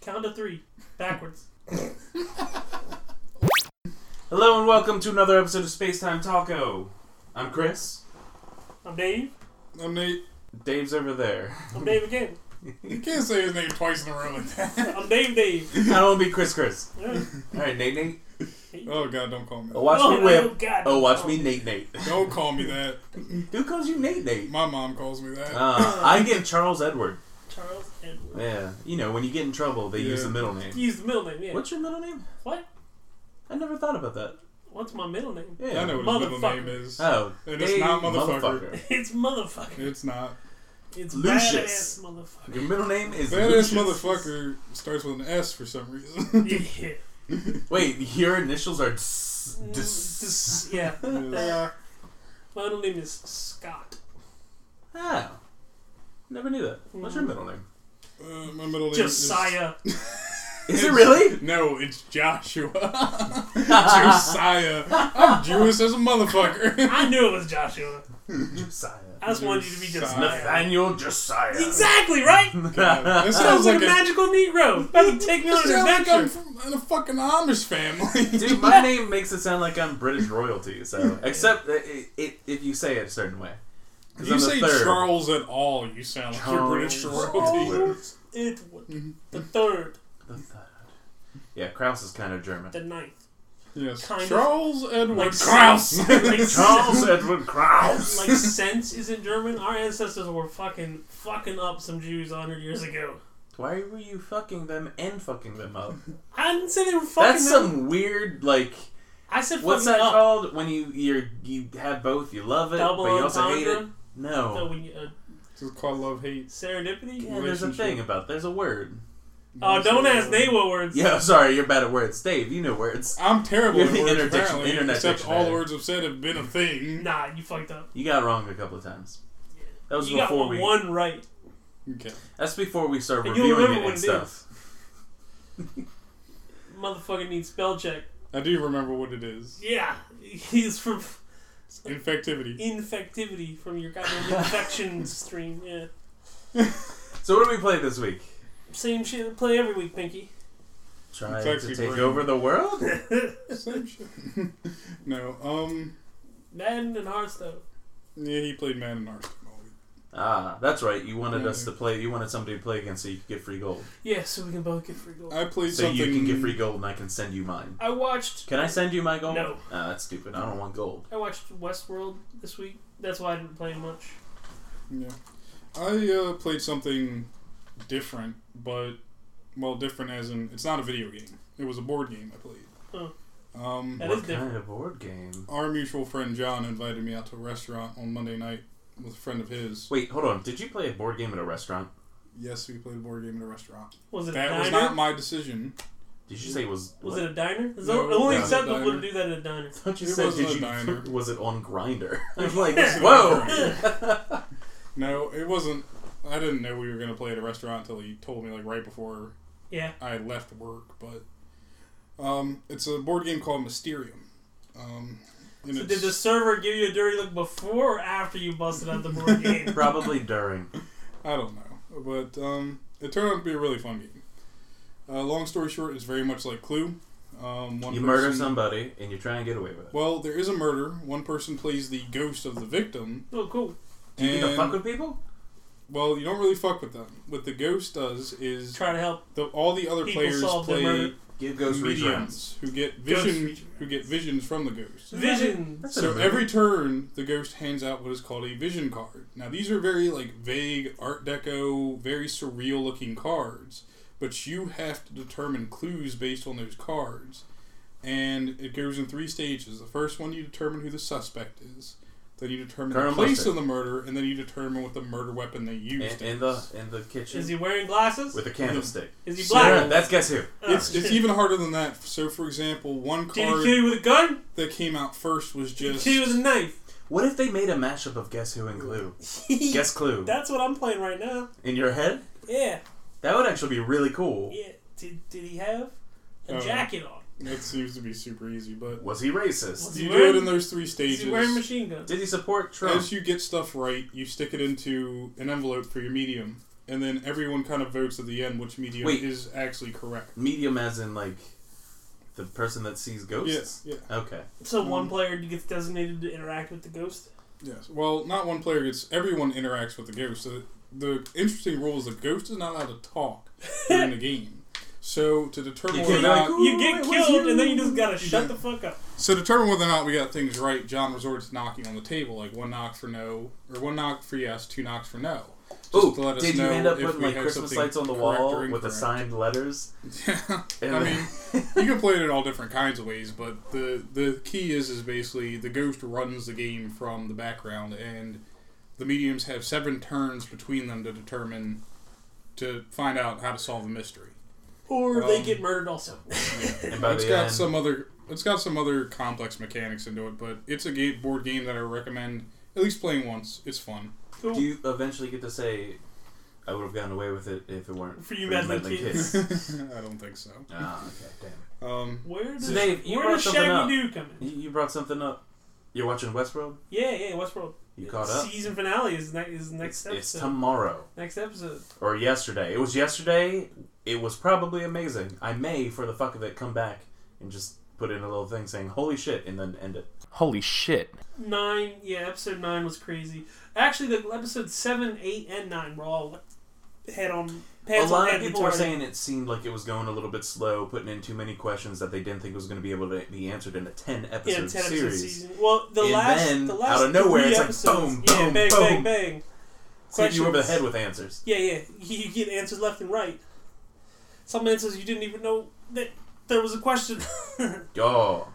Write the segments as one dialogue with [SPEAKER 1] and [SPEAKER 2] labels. [SPEAKER 1] Count to three. Backwards. Hello and welcome to another episode of Space Time Taco. I'm Chris.
[SPEAKER 2] I'm Dave.
[SPEAKER 3] I'm Nate.
[SPEAKER 1] Dave's over there.
[SPEAKER 2] I'm Dave again.
[SPEAKER 3] You can't say his name twice in a row like that.
[SPEAKER 2] I'm Dave Dave.
[SPEAKER 1] I don't want to be Chris Chris.
[SPEAKER 2] Yeah.
[SPEAKER 1] Alright, Nate Nate.
[SPEAKER 3] Oh God, don't call me.
[SPEAKER 1] Oh,
[SPEAKER 3] That.
[SPEAKER 1] watch
[SPEAKER 2] Oh,
[SPEAKER 1] me whip.
[SPEAKER 2] God.
[SPEAKER 1] Oh, watch me Nate Nate.
[SPEAKER 3] Don't call me that.
[SPEAKER 1] Who calls you Nate Nate?
[SPEAKER 3] My mom calls me that.
[SPEAKER 1] Uh, I get Charles Edward.
[SPEAKER 2] Charles Edward.
[SPEAKER 1] Yeah. You know, when you get in trouble, they use
[SPEAKER 3] Yeah.
[SPEAKER 1] the middle name.
[SPEAKER 2] Use the middle name, yeah.
[SPEAKER 1] What's your middle name?
[SPEAKER 2] What?
[SPEAKER 1] I never thought about that.
[SPEAKER 2] What's my middle name?
[SPEAKER 1] Yeah.
[SPEAKER 3] I know what his middle
[SPEAKER 2] Motherfucker.
[SPEAKER 3] name is.
[SPEAKER 1] Oh.
[SPEAKER 3] And it's not motherfucker.
[SPEAKER 2] It's motherfucker.
[SPEAKER 3] It's not.
[SPEAKER 2] It's
[SPEAKER 1] Lucius.
[SPEAKER 2] badass motherfucker.
[SPEAKER 1] Your middle name is
[SPEAKER 3] Badass
[SPEAKER 1] Lucius.
[SPEAKER 3] motherfucker starts with an S for some reason.
[SPEAKER 2] Yeah.
[SPEAKER 1] Wait, your initials are dis.
[SPEAKER 2] Mm,
[SPEAKER 1] dis-
[SPEAKER 2] dis- yeah. Uh,
[SPEAKER 3] Yeah.
[SPEAKER 2] My middle name is Scott.
[SPEAKER 1] oh. Never knew that. What's your middle name?
[SPEAKER 3] Uh, my middle name is.
[SPEAKER 2] Josiah.
[SPEAKER 1] Is it really?
[SPEAKER 3] No, it's Joshua. Josiah. I'm Jewish as a motherfucker.
[SPEAKER 2] I knew it was Joshua.
[SPEAKER 1] Josiah.
[SPEAKER 2] I just wanted you to be Josiah.
[SPEAKER 1] Nathaniel Josiah.
[SPEAKER 2] Exactly, right?
[SPEAKER 3] God, that
[SPEAKER 2] Sounds
[SPEAKER 3] sounds
[SPEAKER 2] like
[SPEAKER 3] like
[SPEAKER 2] a
[SPEAKER 3] a.
[SPEAKER 2] magical Negro. About to take me on
[SPEAKER 3] That
[SPEAKER 2] an
[SPEAKER 3] sounds like I'm
[SPEAKER 2] adventure.
[SPEAKER 3] from in a fucking Amish family.
[SPEAKER 1] Dude, my name makes it sound like I'm British royalty. So, except it, it, if you say it a certain way. 'Cause
[SPEAKER 3] You
[SPEAKER 1] I'm the
[SPEAKER 3] say
[SPEAKER 1] third.
[SPEAKER 3] Charles at all, you sound like you're British
[SPEAKER 1] Charles.
[SPEAKER 3] royalty.
[SPEAKER 2] Charles
[SPEAKER 3] Mm-hmm.
[SPEAKER 2] Edward. Oh, The third.
[SPEAKER 1] Yeah, Kraus is kind of German.
[SPEAKER 2] The ninth.
[SPEAKER 3] Yes.
[SPEAKER 2] Kind of.
[SPEAKER 3] Charles Edward
[SPEAKER 2] Like
[SPEAKER 3] Krauss.
[SPEAKER 2] Like
[SPEAKER 1] Charles Edward Kraus.
[SPEAKER 2] like sense is in German. Our ancestors were fucking fucking up some Jews a hundred years ago.
[SPEAKER 1] Why were you fucking them and fucking them up?
[SPEAKER 2] I didn't say they were fucking
[SPEAKER 1] That's
[SPEAKER 2] them.
[SPEAKER 1] some weird like.
[SPEAKER 2] I said
[SPEAKER 1] What's that
[SPEAKER 2] fucking up.
[SPEAKER 1] called when you you you have both? You love it,
[SPEAKER 2] Double
[SPEAKER 1] but you also hate it.
[SPEAKER 2] entendre? No,
[SPEAKER 1] No,
[SPEAKER 2] when you, uh,
[SPEAKER 3] It's called love hate.
[SPEAKER 2] serendipity.
[SPEAKER 1] yeah, there's a
[SPEAKER 3] relationship.
[SPEAKER 1] thing about. There's a word.
[SPEAKER 2] Oh, don't ask Nate what words.
[SPEAKER 1] Yeah, sorry, you're bad at words, Dave. You know words.
[SPEAKER 3] I'm terrible
[SPEAKER 1] You're
[SPEAKER 3] at
[SPEAKER 1] the
[SPEAKER 3] words,
[SPEAKER 1] interdiction-
[SPEAKER 3] apparently,
[SPEAKER 1] internet
[SPEAKER 3] except all the
[SPEAKER 1] dictionary.
[SPEAKER 3] words I've said have been a thing.
[SPEAKER 2] Nah, you fucked up.
[SPEAKER 1] You got it wrong a couple of times. That was
[SPEAKER 2] you
[SPEAKER 1] before
[SPEAKER 2] got
[SPEAKER 1] we.
[SPEAKER 2] one right.
[SPEAKER 3] Okay.
[SPEAKER 1] That's before we started
[SPEAKER 2] And you'll
[SPEAKER 1] reviewing
[SPEAKER 2] remember
[SPEAKER 1] it
[SPEAKER 2] what it
[SPEAKER 1] and stuff.
[SPEAKER 2] Motherfucker needs spell check.
[SPEAKER 3] I do remember what it is.
[SPEAKER 2] Yeah, he's from
[SPEAKER 3] Infectivity.
[SPEAKER 2] infectivity from your goddamn infection stream. Yeah,
[SPEAKER 1] So what do we play this week?
[SPEAKER 2] same shit. that Play every week, Pinky.
[SPEAKER 1] Trying to
[SPEAKER 3] actually
[SPEAKER 1] take
[SPEAKER 3] brain.
[SPEAKER 1] over the world.
[SPEAKER 3] Same shit. no, um,
[SPEAKER 2] Madden and Hearthstone.
[SPEAKER 3] yeah, he played Man and Arsenal.
[SPEAKER 1] ah, that's right. You wanted us to play. You wanted somebody to play against so you could get free gold.
[SPEAKER 2] Yeah, so we can both get free gold.
[SPEAKER 3] I played
[SPEAKER 1] So
[SPEAKER 3] something.
[SPEAKER 1] you can get free gold, and I can send you mine.
[SPEAKER 2] I watched
[SPEAKER 1] Can I send you my gold?
[SPEAKER 2] No.
[SPEAKER 1] Ah, that's stupid. I don't want gold.
[SPEAKER 2] I watched Westworld this week. That's why I didn't play much.
[SPEAKER 3] Yeah. I uh, played something different, but well, different as in it's not a video game. It was a board game I played. Um,
[SPEAKER 2] That
[SPEAKER 1] what
[SPEAKER 2] is
[SPEAKER 1] kind
[SPEAKER 2] different.
[SPEAKER 1] of board game?
[SPEAKER 3] our mutual friend John invited me out to a restaurant on Monday night with a friend of his.
[SPEAKER 1] Wait, hold on. Did you play a board game at a restaurant?
[SPEAKER 3] Yes, we played a board game in a restaurant.
[SPEAKER 2] Was it a
[SPEAKER 3] That
[SPEAKER 2] diner?
[SPEAKER 3] was not my decision.
[SPEAKER 1] Did you say it was?
[SPEAKER 2] was
[SPEAKER 1] what?
[SPEAKER 2] it a diner? Is
[SPEAKER 3] No,
[SPEAKER 2] the only
[SPEAKER 1] no.
[SPEAKER 2] acceptable to
[SPEAKER 3] Diner.
[SPEAKER 2] do that at a diner.
[SPEAKER 1] I thought you
[SPEAKER 3] It
[SPEAKER 1] said
[SPEAKER 3] wasn't
[SPEAKER 1] did
[SPEAKER 3] a
[SPEAKER 1] you
[SPEAKER 3] diner.
[SPEAKER 1] was it on Grinder? I'm like,
[SPEAKER 3] It wasn't
[SPEAKER 1] whoa.
[SPEAKER 3] on No, it wasn't. I didn't know we were gonna play at a restaurant until he told me like right before
[SPEAKER 2] Yeah.
[SPEAKER 3] I had left work. But um, it's a board game called Mysterium. Um, and
[SPEAKER 2] So
[SPEAKER 3] it's-
[SPEAKER 2] did the server give you a dirty look before or after you busted out the board game?
[SPEAKER 1] Probably during.
[SPEAKER 3] I don't know, but um, it turned out to be a really fun game. Uh, long story short, it's very much like Clue. Um, one
[SPEAKER 1] You murder
[SPEAKER 3] person-
[SPEAKER 1] somebody and you try and get away with it.
[SPEAKER 3] Well, there is a murder. One person plays the ghost of the victim.
[SPEAKER 2] Oh, cool.
[SPEAKER 1] Do you
[SPEAKER 3] and-
[SPEAKER 1] fuck with people?
[SPEAKER 3] Well, you don't really fuck with them. What the ghost does is
[SPEAKER 2] Try to help.
[SPEAKER 3] the, all the other
[SPEAKER 2] People
[SPEAKER 3] players
[SPEAKER 2] solve their
[SPEAKER 3] play
[SPEAKER 2] murder.
[SPEAKER 1] Give ghost reach rounds.
[SPEAKER 3] mediums who get
[SPEAKER 2] Ghost
[SPEAKER 3] vision
[SPEAKER 2] reach
[SPEAKER 3] who get visions from the ghost.
[SPEAKER 2] Vision.
[SPEAKER 1] That's
[SPEAKER 3] So
[SPEAKER 1] a-
[SPEAKER 3] every turn, the ghost hands out what is called a vision card. Now these are very like vague Art Deco, very surreal looking cards, but you have to determine clues based on those cards, and it goes in three stages. The first one you determine who the suspect is, then you determine
[SPEAKER 1] Colonel
[SPEAKER 3] the place
[SPEAKER 1] Mustard.
[SPEAKER 3] of the murder, and then you determine what the murder weapon they used.
[SPEAKER 1] in, in the
[SPEAKER 3] is.
[SPEAKER 1] in the kitchen
[SPEAKER 2] Is he wearing glasses?
[SPEAKER 1] with a candlestick.
[SPEAKER 2] Is he
[SPEAKER 3] So-
[SPEAKER 2] black?
[SPEAKER 1] Yeah, that's guess who.
[SPEAKER 2] Oh,
[SPEAKER 3] it's, it's
[SPEAKER 2] shit.
[SPEAKER 3] even harder than that. So, for example, one
[SPEAKER 2] Did he
[SPEAKER 3] card
[SPEAKER 2] kill you with a gun?
[SPEAKER 3] that came out first was
[SPEAKER 2] Did he
[SPEAKER 3] just
[SPEAKER 2] kill you with a knife?
[SPEAKER 1] What if they made a mashup of Guess Who and Clue? Guess Clue
[SPEAKER 2] That's what I'm playing right now.
[SPEAKER 1] in your head?
[SPEAKER 2] Yeah.
[SPEAKER 1] That would actually be really cool.
[SPEAKER 2] Yeah. Did, did he have a
[SPEAKER 3] Oh.
[SPEAKER 2] jacket on?
[SPEAKER 3] that seems to be super easy, but
[SPEAKER 1] Was he racist?
[SPEAKER 2] Was-
[SPEAKER 3] You
[SPEAKER 2] Wearing-
[SPEAKER 3] do it in those three
[SPEAKER 2] Is he wearing
[SPEAKER 3] stages.
[SPEAKER 2] machine guns?
[SPEAKER 1] Did he support Trump?
[SPEAKER 3] As you get stuff right, you stick it into an envelope for your medium, and then everyone kind of votes at the end which medium
[SPEAKER 1] Wait.
[SPEAKER 3] is actually correct.
[SPEAKER 1] Medium as in like the person that sees
[SPEAKER 3] Yes,
[SPEAKER 1] ghosts.
[SPEAKER 3] yeah,
[SPEAKER 1] Okay.
[SPEAKER 2] So one
[SPEAKER 3] Mm.
[SPEAKER 2] player gets designated to interact with the ghost.
[SPEAKER 3] yes. Well, not one player gets. Everyone interacts with the ghost. So the interesting rule is the ghost is not allowed to talk during the game. So to determine
[SPEAKER 1] You
[SPEAKER 3] whether or
[SPEAKER 1] can't be like,
[SPEAKER 3] not
[SPEAKER 2] You get
[SPEAKER 1] Ooh, it was
[SPEAKER 2] killed, and then you just gotta
[SPEAKER 3] you.
[SPEAKER 2] shut the fuck up.
[SPEAKER 3] So to determine whether or not we got things right, John resorts to knocking on the table, like one knock for no, or one knock for yes, two knocks for no. Just to
[SPEAKER 1] Oh,
[SPEAKER 3] let us
[SPEAKER 1] did you
[SPEAKER 3] know
[SPEAKER 1] end up
[SPEAKER 3] if
[SPEAKER 1] putting
[SPEAKER 3] we
[SPEAKER 1] like
[SPEAKER 3] had
[SPEAKER 1] Christmas
[SPEAKER 3] something
[SPEAKER 1] lights on the
[SPEAKER 3] correct
[SPEAKER 1] wall
[SPEAKER 3] or
[SPEAKER 1] with
[SPEAKER 3] incorrect.
[SPEAKER 1] assigned letters?
[SPEAKER 3] Yeah,
[SPEAKER 1] And
[SPEAKER 3] I mean, you can play it in all different kinds of ways, but the the key is is basically the ghost runs the game from the background, and the mediums have seven turns between them to determine to find out how to solve the mystery.
[SPEAKER 2] Or they
[SPEAKER 3] Um,
[SPEAKER 2] get murdered also.
[SPEAKER 1] and by
[SPEAKER 3] It's
[SPEAKER 1] the
[SPEAKER 3] got
[SPEAKER 1] end,
[SPEAKER 3] some other. It's got some other complex mechanics into it, but it's a game, board game that I recommend at least playing once. It's fun.
[SPEAKER 2] Cool.
[SPEAKER 1] do you eventually get to say, "I would have gotten away with it if it weren't
[SPEAKER 2] For you meddling kids.
[SPEAKER 3] I don't think so.
[SPEAKER 1] ah, okay, damn.
[SPEAKER 3] Um,
[SPEAKER 2] where does,
[SPEAKER 1] So Dave, you
[SPEAKER 2] where
[SPEAKER 1] brought
[SPEAKER 2] does
[SPEAKER 1] something up.
[SPEAKER 2] Shaggy Doo come in?
[SPEAKER 1] You, you brought something up. You're watching Westworld.
[SPEAKER 2] Yeah, yeah, Westworld.
[SPEAKER 1] You caught up.
[SPEAKER 2] Season finale is, ne- is next
[SPEAKER 1] It's- It's
[SPEAKER 2] episode.
[SPEAKER 1] tomorrow
[SPEAKER 2] next episode.
[SPEAKER 1] or yesterday. It was yesterday. It was probably amazing. I may, for the fuck of it, come back and just put in a little thing saying "Holy shit" and then end it. Holy shit.
[SPEAKER 2] Nine, yeah, episode nine was crazy. Actually, the episode seven, eight, and nine were all head on.
[SPEAKER 1] A
[SPEAKER 2] Heads on
[SPEAKER 1] lot
[SPEAKER 2] head
[SPEAKER 1] of people were
[SPEAKER 2] retarded.
[SPEAKER 1] saying it seemed like it was going a little bit slow, putting in too many questions that they didn't think was going to be able to be answered in a ten
[SPEAKER 2] yeah,
[SPEAKER 1] episode
[SPEAKER 2] ten episode
[SPEAKER 1] series.
[SPEAKER 2] season. Well, the
[SPEAKER 1] And
[SPEAKER 2] last,
[SPEAKER 1] then,
[SPEAKER 2] the last
[SPEAKER 1] out of nowhere,
[SPEAKER 2] three
[SPEAKER 1] it's like,
[SPEAKER 2] episodes,
[SPEAKER 1] boom,
[SPEAKER 2] yeah,
[SPEAKER 1] boom,
[SPEAKER 2] bang,
[SPEAKER 1] boom.
[SPEAKER 2] bang, bang.
[SPEAKER 1] Hit you over the
[SPEAKER 2] Questions.
[SPEAKER 1] head with answers.
[SPEAKER 2] Yeah, yeah. You you get answers left and right. Some answers you didn't even know that there was a question.
[SPEAKER 1] Oh,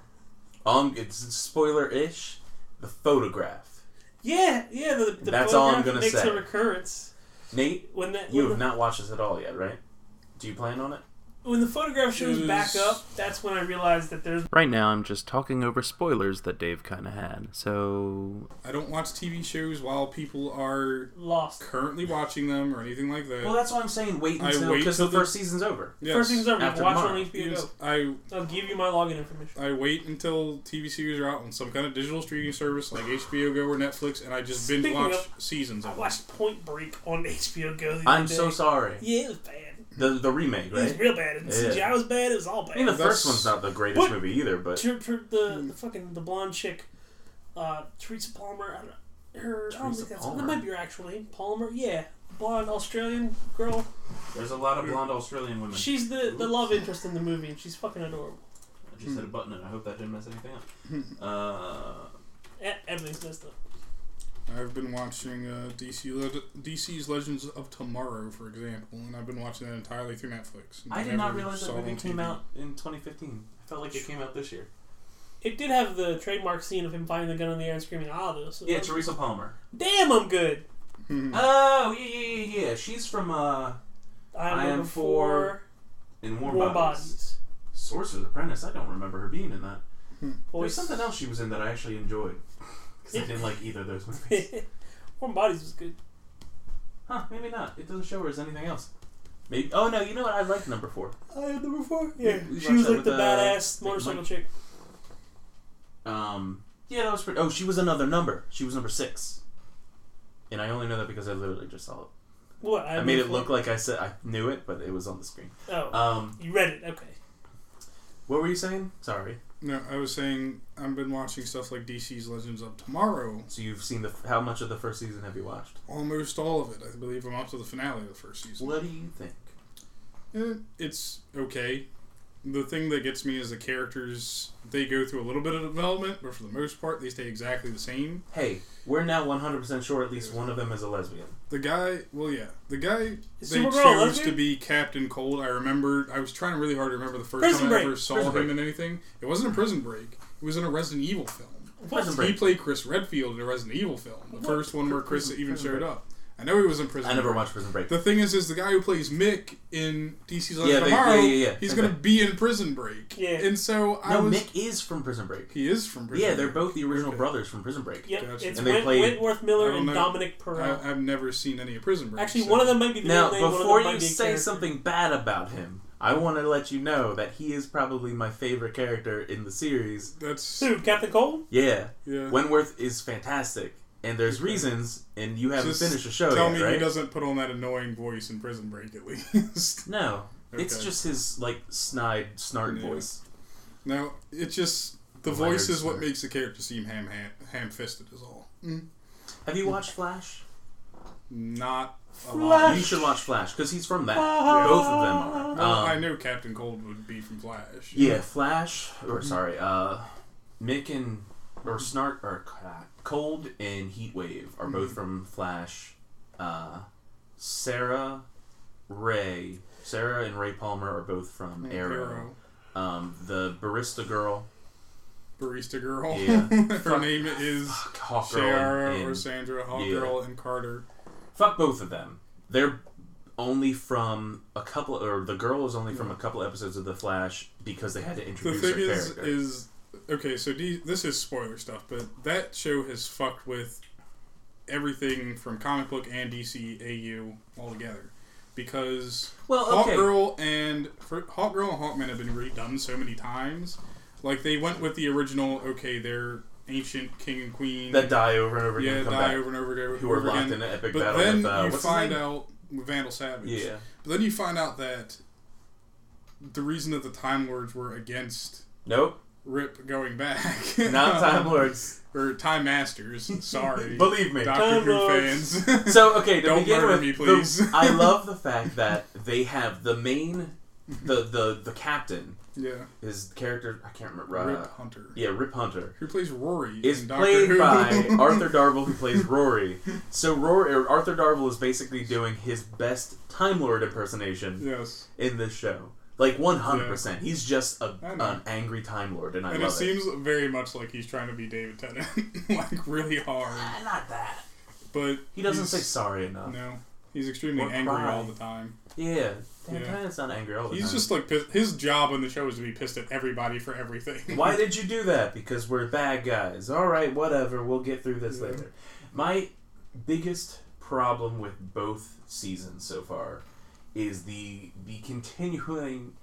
[SPEAKER 1] um, it's spoiler ish. The photograph.
[SPEAKER 2] yeah, yeah. The, the
[SPEAKER 1] That's all I'm
[SPEAKER 2] photograph
[SPEAKER 1] gonna
[SPEAKER 2] makes
[SPEAKER 1] say.
[SPEAKER 2] a recurrence
[SPEAKER 1] Nate,
[SPEAKER 2] when that
[SPEAKER 1] you
[SPEAKER 2] when
[SPEAKER 1] have
[SPEAKER 2] the,
[SPEAKER 1] not watched this at all yet, right? Do you plan on it?
[SPEAKER 2] when the photograph shows
[SPEAKER 3] It
[SPEAKER 2] back
[SPEAKER 3] is-
[SPEAKER 2] up. That's when I realized that there's
[SPEAKER 4] Right now, I'm just talking over spoilers that Dave kind of had. So,
[SPEAKER 3] I don't watch TV shows while people are
[SPEAKER 2] lost.
[SPEAKER 3] currently watching them or anything like that.
[SPEAKER 1] Well, that's why I'm saying wait
[SPEAKER 3] I
[SPEAKER 1] until
[SPEAKER 3] wait
[SPEAKER 1] because the
[SPEAKER 3] till the-
[SPEAKER 1] first season's over.
[SPEAKER 3] Yes.
[SPEAKER 2] First things over.
[SPEAKER 1] After
[SPEAKER 2] watch
[SPEAKER 1] tomorrow.
[SPEAKER 2] on HBO.
[SPEAKER 3] Yes,
[SPEAKER 2] Go.
[SPEAKER 3] I
[SPEAKER 2] I'll give you my login information.
[SPEAKER 3] I wait until TV series are out on some kind of digital streaming service like HBO Go or Netflix, and I just binge
[SPEAKER 2] Speaking
[SPEAKER 3] watch
[SPEAKER 2] of-
[SPEAKER 3] seasons
[SPEAKER 2] I
[SPEAKER 3] of
[SPEAKER 2] watched Point Break on HBO Go. The
[SPEAKER 1] I'm
[SPEAKER 2] other
[SPEAKER 1] so
[SPEAKER 2] day.
[SPEAKER 1] sorry.
[SPEAKER 2] Yeah, it was bad.
[SPEAKER 1] The the remake,
[SPEAKER 2] It was
[SPEAKER 1] right?
[SPEAKER 2] real bad. And
[SPEAKER 1] Yeah.
[SPEAKER 2] CGI was bad. It was all bad.
[SPEAKER 1] I mean, the
[SPEAKER 3] That's-
[SPEAKER 1] first one's not the greatest
[SPEAKER 2] What?
[SPEAKER 1] movie either, but
[SPEAKER 2] Ter- ter-
[SPEAKER 1] Hmm.
[SPEAKER 2] the, the fucking the blonde chick, uh, Teresa Palmer. I don't know, her. I don't
[SPEAKER 1] Teresa
[SPEAKER 2] think that's
[SPEAKER 1] Palmer?
[SPEAKER 2] that might be her actual name. Palmer. Yeah, blonde Australian girl.
[SPEAKER 5] There's a lot of blonde Australian women.
[SPEAKER 2] She's the, the
[SPEAKER 5] Oops.
[SPEAKER 2] love interest in the movie, and she's fucking adorable.
[SPEAKER 5] I just hit a button and I hope that didn't mess anything up. Uh,
[SPEAKER 2] E- everything's messed up.
[SPEAKER 3] it. I've been watching uh, DC Le- DC's Legends of Tomorrow, for example, and I've been watching that entirely through Netflix. and
[SPEAKER 1] I did
[SPEAKER 3] never
[SPEAKER 1] not realize
[SPEAKER 3] saw
[SPEAKER 1] that
[SPEAKER 3] it
[SPEAKER 1] movie
[SPEAKER 3] on
[SPEAKER 1] came
[SPEAKER 3] TV.
[SPEAKER 1] out in 2015. I felt like it came out this year.
[SPEAKER 2] It did have the trademark scene of him finding the gun in the air and screaming "Ah!" though. So
[SPEAKER 1] Yeah, Teresa Palmer.
[SPEAKER 2] damn, I'm good.
[SPEAKER 3] Hmm.
[SPEAKER 1] Oh yeah yeah yeah yeah. She's from uh
[SPEAKER 2] I
[SPEAKER 1] I
[SPEAKER 2] am,
[SPEAKER 1] am
[SPEAKER 2] for
[SPEAKER 1] in Warm,
[SPEAKER 2] warm,
[SPEAKER 1] Bodies.
[SPEAKER 2] bodies.
[SPEAKER 1] Sorcerer's Apprentice. I don't remember her being in that.
[SPEAKER 2] Voice.
[SPEAKER 1] There's something else she was in that I actually enjoyed because I didn't like either of those movies.
[SPEAKER 2] warm bodies was good.
[SPEAKER 1] huh? Maybe not. It doesn't show her as anything else. Maybe. Oh no! You know what? I liked number four.
[SPEAKER 2] I had number four. Yeah,
[SPEAKER 1] We- we
[SPEAKER 2] she
[SPEAKER 1] watched
[SPEAKER 2] was
[SPEAKER 1] that
[SPEAKER 2] like
[SPEAKER 1] with,
[SPEAKER 2] the
[SPEAKER 1] uh,
[SPEAKER 2] badass
[SPEAKER 1] Mike-
[SPEAKER 2] motorcycle
[SPEAKER 1] Mike-
[SPEAKER 2] chick.
[SPEAKER 1] Um. Yeah, that was pretty. Oh, she was another number. She was number six. And I only know that because I literally just saw it.
[SPEAKER 2] What
[SPEAKER 1] I,
[SPEAKER 2] am
[SPEAKER 1] made
[SPEAKER 2] Here
[SPEAKER 1] it
[SPEAKER 2] For?
[SPEAKER 1] look like I said I knew it, but it was on the screen.
[SPEAKER 2] Oh,
[SPEAKER 1] Um.
[SPEAKER 2] you read it. Okay.
[SPEAKER 1] What were you saying? Sorry.
[SPEAKER 3] No, I was saying I've been watching stuff like DC's Legends of Tomorrow,
[SPEAKER 1] So you've seen the how much of the first season have you watched?
[SPEAKER 3] almost all of it. I believe I'm up to the finale of the first season.
[SPEAKER 1] What do you think?
[SPEAKER 3] Eh,
[SPEAKER 1] Mm.
[SPEAKER 3] it's okay. The thing that gets me is the characters. They go through a little bit of development, but for the most part, they stay exactly the same.
[SPEAKER 1] Hey, we're now 100% sure at least one of them is a lesbian.
[SPEAKER 3] The guy, well, yeah, the guy
[SPEAKER 2] Is
[SPEAKER 3] they
[SPEAKER 2] Supergirl a
[SPEAKER 3] chose
[SPEAKER 2] lesbian?
[SPEAKER 3] to be Captain Cold. I remember. I was trying really hard to remember the first
[SPEAKER 2] Prison
[SPEAKER 3] time
[SPEAKER 2] Break.
[SPEAKER 3] I ever saw
[SPEAKER 1] Prison
[SPEAKER 3] him in anything. It wasn't a Prison Break. It was in a Resident Evil film.
[SPEAKER 1] Prison
[SPEAKER 3] He
[SPEAKER 1] Break.
[SPEAKER 3] played Chris Redfield in a Resident Evil film, the
[SPEAKER 2] What?
[SPEAKER 3] first one where Chris
[SPEAKER 1] Prison-
[SPEAKER 3] even
[SPEAKER 1] Prison
[SPEAKER 3] showed
[SPEAKER 1] Break.
[SPEAKER 3] up. I know he was in Prison.
[SPEAKER 1] I never
[SPEAKER 3] Break.
[SPEAKER 1] watched Prison Break.
[SPEAKER 3] The thing is, is the guy who plays Mick in DC's Legends
[SPEAKER 1] Yeah,
[SPEAKER 3] of
[SPEAKER 1] they-
[SPEAKER 3] Tomorrow,
[SPEAKER 1] yeah, yeah, yeah.
[SPEAKER 3] he's
[SPEAKER 1] Okay.
[SPEAKER 3] gonna be in Prison Break.
[SPEAKER 2] Yeah.
[SPEAKER 3] and so I
[SPEAKER 1] No,
[SPEAKER 3] was.
[SPEAKER 1] Mick is from Prison Break.
[SPEAKER 3] He is from Prison
[SPEAKER 1] Yeah, they're
[SPEAKER 3] Break.
[SPEAKER 1] both the original brothers from Prison Break.
[SPEAKER 2] Yep,
[SPEAKER 3] Gotcha.
[SPEAKER 2] it's
[SPEAKER 1] And they
[SPEAKER 2] Went,
[SPEAKER 1] played-
[SPEAKER 2] Wentworth
[SPEAKER 3] I
[SPEAKER 2] Miller
[SPEAKER 3] don't
[SPEAKER 2] and
[SPEAKER 3] know.
[SPEAKER 2] Dominic Perel.
[SPEAKER 3] I, I've never seen any of Prison Break.
[SPEAKER 2] Actually,
[SPEAKER 3] so-
[SPEAKER 2] one of them might be the
[SPEAKER 1] Now,
[SPEAKER 2] middle name.
[SPEAKER 1] before
[SPEAKER 2] one of them might
[SPEAKER 1] you
[SPEAKER 2] be a
[SPEAKER 1] say
[SPEAKER 2] character.
[SPEAKER 1] something bad about him, I want to let you know that he is probably my favorite character in the series.
[SPEAKER 3] That's
[SPEAKER 2] Who, Captain Cole?
[SPEAKER 1] Yeah,
[SPEAKER 3] yeah.
[SPEAKER 1] Wentworth is fantastic. and there's reasons, and you haven't
[SPEAKER 3] Just
[SPEAKER 1] finished the show
[SPEAKER 3] Tell
[SPEAKER 1] yet,
[SPEAKER 3] me
[SPEAKER 1] right?
[SPEAKER 3] he doesn't put on that annoying voice in Prison Break at least.
[SPEAKER 1] No, it's
[SPEAKER 3] Okay.
[SPEAKER 1] just his like snide snart
[SPEAKER 3] Yeah.
[SPEAKER 1] voice.
[SPEAKER 3] no, it just the
[SPEAKER 1] Leonard
[SPEAKER 3] voice is what
[SPEAKER 1] Skinner.
[SPEAKER 3] makes the character seem ham ham fisted is all. Mm.
[SPEAKER 1] Have you watched Flash?
[SPEAKER 3] Not a
[SPEAKER 2] Flash.
[SPEAKER 3] lot.
[SPEAKER 1] You should watch Flash because he's from that.
[SPEAKER 2] Flash.
[SPEAKER 1] Both of them are. Um,
[SPEAKER 3] Well, I knew Captain Cold would be from Flash.
[SPEAKER 1] Yeah, Flash,
[SPEAKER 3] Mm-hmm.
[SPEAKER 1] or sorry, uh, Mick and or Snart or uh, Cold and Heatwave are
[SPEAKER 3] Mm-hmm.
[SPEAKER 1] both from Flash. Uh, Sarah, Ray, Sarah and Ray Palmer are both from
[SPEAKER 3] Mm,
[SPEAKER 1] Arrow. Um, the barista girl,
[SPEAKER 3] Barista Girl.
[SPEAKER 1] Yeah.
[SPEAKER 3] Her name is
[SPEAKER 1] Hawk girl,
[SPEAKER 3] Sarah
[SPEAKER 1] and,
[SPEAKER 3] or
[SPEAKER 1] and
[SPEAKER 3] Sandra Hawk
[SPEAKER 1] yeah.
[SPEAKER 3] Girl and Carter.
[SPEAKER 1] fuck both of them. They're only from a couple, or the girl is only from a couple episodes of The Flash because they had to
[SPEAKER 3] The
[SPEAKER 1] introduce
[SPEAKER 3] thing
[SPEAKER 1] her
[SPEAKER 3] is,
[SPEAKER 1] character.
[SPEAKER 3] is okay. So D, this is spoiler stuff, but that show has fucked with everything from comic book and DCAU altogether because
[SPEAKER 1] well,
[SPEAKER 3] Hawk
[SPEAKER 1] okay,
[SPEAKER 3] Girl and for, Hawk Girl and Hawkman have been redone so many times. Like they went with the original. Okay, they're ancient king and queen
[SPEAKER 1] that die over and over again,
[SPEAKER 3] yeah,
[SPEAKER 1] come
[SPEAKER 3] die
[SPEAKER 1] back.
[SPEAKER 3] over and over again.
[SPEAKER 1] who are
[SPEAKER 3] over
[SPEAKER 1] locked
[SPEAKER 3] again.
[SPEAKER 1] in an epic
[SPEAKER 3] But
[SPEAKER 1] battle
[SPEAKER 3] then
[SPEAKER 1] with uh,
[SPEAKER 3] you
[SPEAKER 1] what's
[SPEAKER 3] find
[SPEAKER 1] his name?
[SPEAKER 3] out with Vandal Savage.
[SPEAKER 1] Yeah,
[SPEAKER 3] But then you find out that the reason that the Time Lords were against
[SPEAKER 1] nope,
[SPEAKER 3] Rip going back,
[SPEAKER 1] not Time Lords.
[SPEAKER 3] or Time Masters. Sorry,
[SPEAKER 1] Believe me.
[SPEAKER 3] Doctor
[SPEAKER 2] Time
[SPEAKER 3] Who
[SPEAKER 2] Lords.
[SPEAKER 3] fans.
[SPEAKER 1] So okay, to
[SPEAKER 3] Don't
[SPEAKER 1] begin
[SPEAKER 3] murder
[SPEAKER 1] with,
[SPEAKER 3] me,
[SPEAKER 1] the-
[SPEAKER 3] please.
[SPEAKER 1] I love the fact that they have the main, the the the captain,
[SPEAKER 3] yeah,
[SPEAKER 1] his character. I can't remember. Uh,
[SPEAKER 3] Rip Hunter,
[SPEAKER 1] Yeah, Rip Hunter
[SPEAKER 3] who plays Rory,
[SPEAKER 1] is
[SPEAKER 3] in Doctor
[SPEAKER 1] played
[SPEAKER 3] Who.
[SPEAKER 1] by Arthur Darvill, who plays Rory. So Rory, or Arthur Darvill is basically doing his best Time Lord impersonation
[SPEAKER 3] yes,
[SPEAKER 1] in this show. Like one hundred percent, he's just a,
[SPEAKER 3] I know.
[SPEAKER 1] an angry Time Lord, and I
[SPEAKER 3] and it
[SPEAKER 1] love it.
[SPEAKER 3] seems very much like he's trying to be David Tennant, like really hard.
[SPEAKER 1] Ah, not that
[SPEAKER 3] But
[SPEAKER 1] he doesn't
[SPEAKER 3] he's-
[SPEAKER 1] say sorry enough.
[SPEAKER 3] no. He's extremely
[SPEAKER 1] Or
[SPEAKER 3] angry
[SPEAKER 1] cry.
[SPEAKER 3] all the time.
[SPEAKER 1] Yeah, Dan
[SPEAKER 3] Yeah.
[SPEAKER 1] Tennant's not angry all the
[SPEAKER 3] He's
[SPEAKER 1] time.
[SPEAKER 3] just like pissed. his job on the show is to be pissed at everybody for everything.
[SPEAKER 1] Why did you do that? Because we're bad guys. All right, whatever. We'll get through this
[SPEAKER 3] Yeah.
[SPEAKER 1] later. My biggest problem with both seasons so far is the the continuing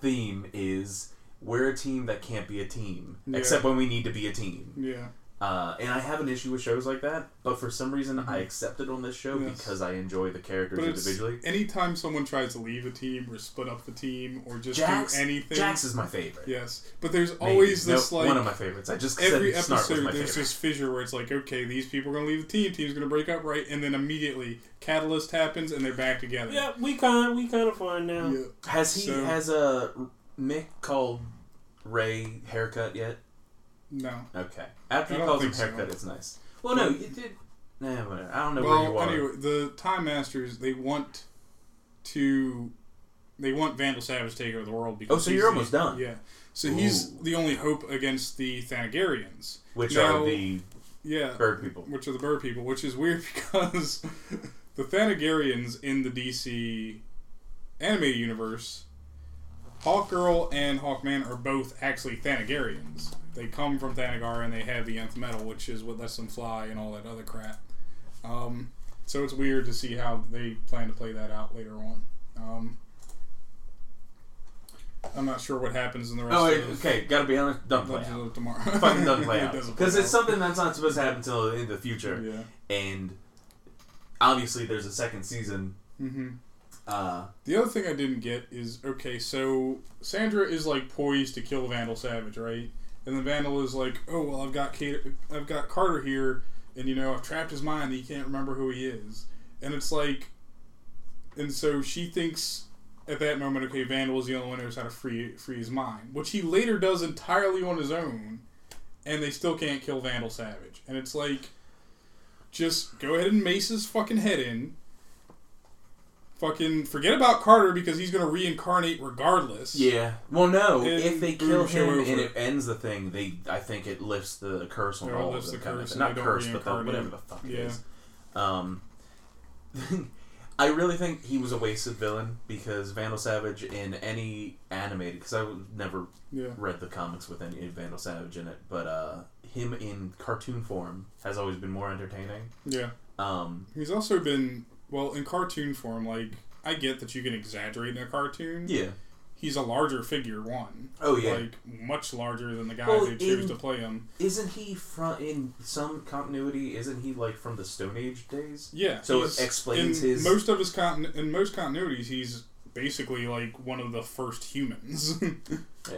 [SPEAKER 1] theme is we're a team that can't be a team
[SPEAKER 3] Yeah.
[SPEAKER 1] except when we need to be a team.
[SPEAKER 3] Yeah,
[SPEAKER 1] Uh, and I have an issue with shows like that, but for some reason I accept it on this show
[SPEAKER 3] Mm-hmm. Yes.
[SPEAKER 1] because I enjoy the characters
[SPEAKER 3] but it's
[SPEAKER 1] individually.
[SPEAKER 3] anytime someone tries to leave a team or split up the team or just
[SPEAKER 1] Jax,
[SPEAKER 3] do anything.
[SPEAKER 1] Jax is my favorite.
[SPEAKER 3] yes, but there's
[SPEAKER 1] Maybe.
[SPEAKER 3] always this
[SPEAKER 1] Nope,
[SPEAKER 3] like
[SPEAKER 1] one of my favorites. I just
[SPEAKER 3] every
[SPEAKER 1] said Snart was
[SPEAKER 3] episode
[SPEAKER 1] my
[SPEAKER 3] there's
[SPEAKER 1] favorite.
[SPEAKER 3] this fissure where it's like, okay, these people are gonna leave the team, team's gonna break up, right? And then immediately catalyst happens and they're back together.
[SPEAKER 2] Yeah, we kind of we kind of fine now.
[SPEAKER 3] Yeah.
[SPEAKER 1] Has he
[SPEAKER 3] So-
[SPEAKER 1] has a Mick called Ray haircut yet?
[SPEAKER 3] No.
[SPEAKER 1] Okay. After
[SPEAKER 3] I
[SPEAKER 1] he
[SPEAKER 3] don't
[SPEAKER 1] calls him
[SPEAKER 3] think so.
[SPEAKER 1] haircut, it's nice. Well, no, you did. Nah, whatever. I don't know where you
[SPEAKER 3] Well,
[SPEAKER 1] are.
[SPEAKER 3] anyway, the Time Masters they want to they want Vandal Savage to take over the world because
[SPEAKER 1] Oh, so
[SPEAKER 3] he's
[SPEAKER 1] you're
[SPEAKER 3] the-
[SPEAKER 1] almost done.
[SPEAKER 3] Yeah, so he's
[SPEAKER 1] Ooh.
[SPEAKER 3] the only hope against the Thanagarians.
[SPEAKER 1] Which
[SPEAKER 3] now-
[SPEAKER 1] are the
[SPEAKER 3] Yeah,
[SPEAKER 1] bird people?
[SPEAKER 3] which are the bird people, which is weird because the Thanagarians in the DC animated universe, Hawkgirl and Hawkman are both actually Thanagarians. They come from Thanagar and they have the nth metal, which is what lets them fly and all that other crap. Um, so it's weird to see how they plan to play that out later on. Um, I'm not sure what happens in the rest
[SPEAKER 1] Oh, wait,
[SPEAKER 3] of the
[SPEAKER 1] okay. Gotta be honest. Don't play out.
[SPEAKER 3] tomorrow.
[SPEAKER 1] Fucking don't play
[SPEAKER 3] It
[SPEAKER 1] out.
[SPEAKER 3] doesn't
[SPEAKER 1] Because
[SPEAKER 3] play
[SPEAKER 1] it's
[SPEAKER 3] out.
[SPEAKER 1] something that's not supposed to happen until in the future.
[SPEAKER 3] Yeah.
[SPEAKER 1] And obviously, there's a second season.
[SPEAKER 3] hmm
[SPEAKER 1] Uh,
[SPEAKER 3] The other thing I didn't get is okay, so Sandra is like poised to kill Vandal Savage, right? And then Vandal is like, "Oh well, I've got Kate, I've got Carter here, and you know I've trapped his mind. And he can't remember who he is." And it's like, and so she thinks at that moment, okay, Vandal is the only one who knows how to free free his mind, which he later does entirely on his own, and they still can't kill Vandal Savage. And it's like, just go ahead and mace his fucking head in fucking forget about Carter because he's gonna reincarnate regardless.
[SPEAKER 1] yeah. Well, no.
[SPEAKER 3] And
[SPEAKER 1] if they
[SPEAKER 3] boom,
[SPEAKER 1] kill
[SPEAKER 3] show
[SPEAKER 1] him
[SPEAKER 3] over.
[SPEAKER 1] and it ends the thing, they I think it lifts the curse on
[SPEAKER 3] It
[SPEAKER 1] all
[SPEAKER 3] lifts
[SPEAKER 1] of them.
[SPEAKER 3] the
[SPEAKER 1] kind of
[SPEAKER 3] curse
[SPEAKER 1] thing. Not
[SPEAKER 3] and they don't
[SPEAKER 1] curse, but the,
[SPEAKER 3] reincarnate.
[SPEAKER 1] whatever the fuck it
[SPEAKER 3] Yeah.
[SPEAKER 1] is. Um, I really think he was a wasted villain because Vandal Savage in any animated because I w- never
[SPEAKER 3] Yeah.
[SPEAKER 1] read the comics with any Vandal Savage in it, but uh, him in cartoon form has always been more entertaining.
[SPEAKER 3] Yeah.
[SPEAKER 1] Um,
[SPEAKER 3] He's also been well in cartoon form. Like I get that you can exaggerate in a cartoon,
[SPEAKER 1] yeah,
[SPEAKER 3] he's a larger figure one.
[SPEAKER 1] Oh yeah.
[SPEAKER 3] Like much larger than the guy
[SPEAKER 1] Well,
[SPEAKER 3] they choose
[SPEAKER 1] in-
[SPEAKER 3] to play him.
[SPEAKER 1] isn't he from in some continuity? Isn't he like from the Stone Age days?
[SPEAKER 3] Yeah.
[SPEAKER 1] So it
[SPEAKER 3] he's-
[SPEAKER 1] explains
[SPEAKER 3] in
[SPEAKER 1] his-
[SPEAKER 3] most of his continu- in most continuities he's basically like one of the first humans.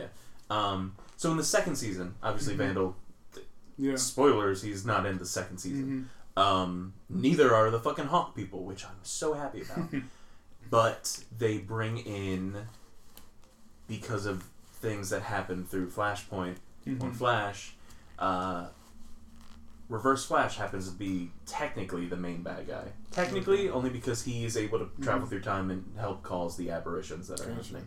[SPEAKER 1] Um. So in the second season, obviously
[SPEAKER 3] Mhm.
[SPEAKER 1] Vandal.
[SPEAKER 3] yeah.
[SPEAKER 1] Spoilers: He's not in the second season.
[SPEAKER 3] Mhm.
[SPEAKER 1] Um. Neither are the fucking Hawk people, which I'm so happy about. but they bring in because of things that happen through Flashpoint on
[SPEAKER 3] Mhm.
[SPEAKER 1] Flash. Uh, Reverse Flash happens to be technically the main bad guy. Technically, only because he is able to travel through time and help cause the aberrations that are
[SPEAKER 3] Mhm. Gotcha.
[SPEAKER 1] happening.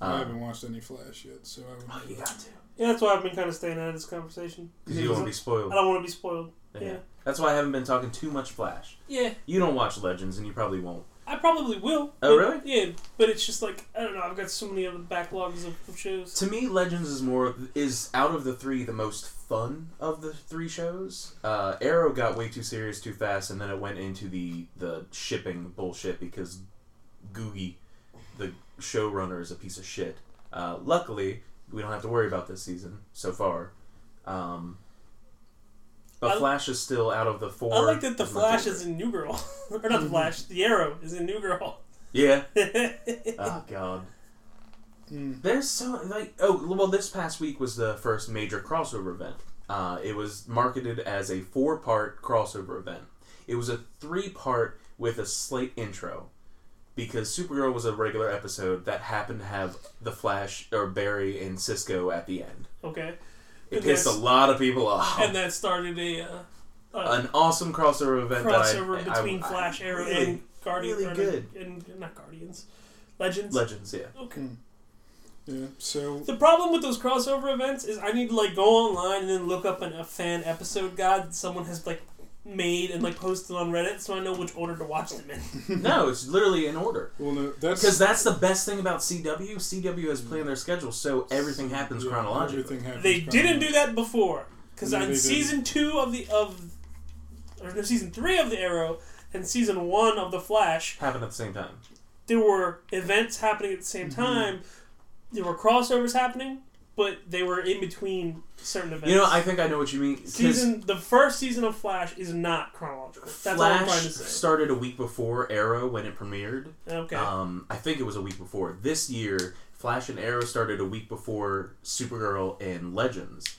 [SPEAKER 3] I
[SPEAKER 1] Uh,
[SPEAKER 3] haven't watched any Flash yet, so I would
[SPEAKER 1] oh, you got to.
[SPEAKER 2] Yeah, that's why I've been kind of staying out of this conversation.
[SPEAKER 1] Because you don't want to be spoiled.
[SPEAKER 2] I don't want to be spoiled. yeah.
[SPEAKER 1] That's why I haven't been talking too much Flash.
[SPEAKER 2] Yeah,
[SPEAKER 1] You don't watch Legends, and you probably won't.
[SPEAKER 2] I probably will.
[SPEAKER 1] Oh,
[SPEAKER 2] but- Yeah, but it's just like I don't know. I've got so many other backlogs of, of shows.
[SPEAKER 1] To me, Legends is more is out of the three the most fun of the three shows. Uh, Arrow got way too serious too fast, and then it went into the the shipping bullshit because Googie, the showrunner, is a piece of shit. Uh, luckily, we don't have to worry about this season so far. Um, but
[SPEAKER 2] I-
[SPEAKER 1] Flash is still out of the four.
[SPEAKER 2] I like that the
[SPEAKER 1] is my
[SPEAKER 2] Flash
[SPEAKER 1] favorite.
[SPEAKER 2] is in New Girl, or not
[SPEAKER 1] Mm-hmm.
[SPEAKER 2] the Flash. The Arrow is in New Girl.
[SPEAKER 1] Yeah. oh God.
[SPEAKER 2] Hmm.
[SPEAKER 3] Mm.
[SPEAKER 1] There's so like oh well this past week was the first major crossover event. Uh, it was marketed as a four part crossover event. It was a three part with a slight intro because Supergirl was a regular episode that happened to have the Flash or Barry and Cisco at the end.
[SPEAKER 2] okay,
[SPEAKER 1] It
[SPEAKER 2] And
[SPEAKER 1] pissed a
[SPEAKER 2] that's-
[SPEAKER 1] lot of people off.
[SPEAKER 2] and that started a uh, uh,
[SPEAKER 1] An awesome crossover event
[SPEAKER 2] crossover
[SPEAKER 1] that I, I-
[SPEAKER 2] between
[SPEAKER 1] I-
[SPEAKER 2] Flash, Arrow,
[SPEAKER 1] really-
[SPEAKER 2] and Guardians.
[SPEAKER 1] really
[SPEAKER 2] or
[SPEAKER 1] good.
[SPEAKER 2] And, and not Guardians, Legends.
[SPEAKER 1] Legends, yeah.
[SPEAKER 2] okay.
[SPEAKER 3] Hmm. Yeah. So
[SPEAKER 2] The problem with those crossover events is I need to like go online and then look up an, a fan episode guide that someone has like made and like posted on Reddit, so I know which order to watch them in.
[SPEAKER 1] no, it's literally in order.
[SPEAKER 3] well no that's
[SPEAKER 1] Because that's the best thing about CW. CW has planned their schedule, so everything happens
[SPEAKER 3] yeah,
[SPEAKER 1] chronologically.
[SPEAKER 3] everything happens
[SPEAKER 2] They didn't do
[SPEAKER 3] chronologically.
[SPEAKER 2] that before, because
[SPEAKER 3] No, they
[SPEAKER 2] on
[SPEAKER 3] didn't.
[SPEAKER 2] season two of the of or no, season three of the Arrow and season one of the Flash,
[SPEAKER 1] Happen at the same time.
[SPEAKER 2] there were events happening at the same
[SPEAKER 1] Mm-hmm.
[SPEAKER 2] time. There were crossovers happening, but they were in between certain events.
[SPEAKER 1] You know, I think I know what you mean. 'cause
[SPEAKER 2] season the first season of Flash is not chronological. That's all I'm
[SPEAKER 1] Flash
[SPEAKER 2] trying to say.
[SPEAKER 1] started a week before Arrow when it premiered.
[SPEAKER 2] okay.
[SPEAKER 1] Um, I think it was a week before. This year, Flash and Arrow started a week before Supergirl and Legends.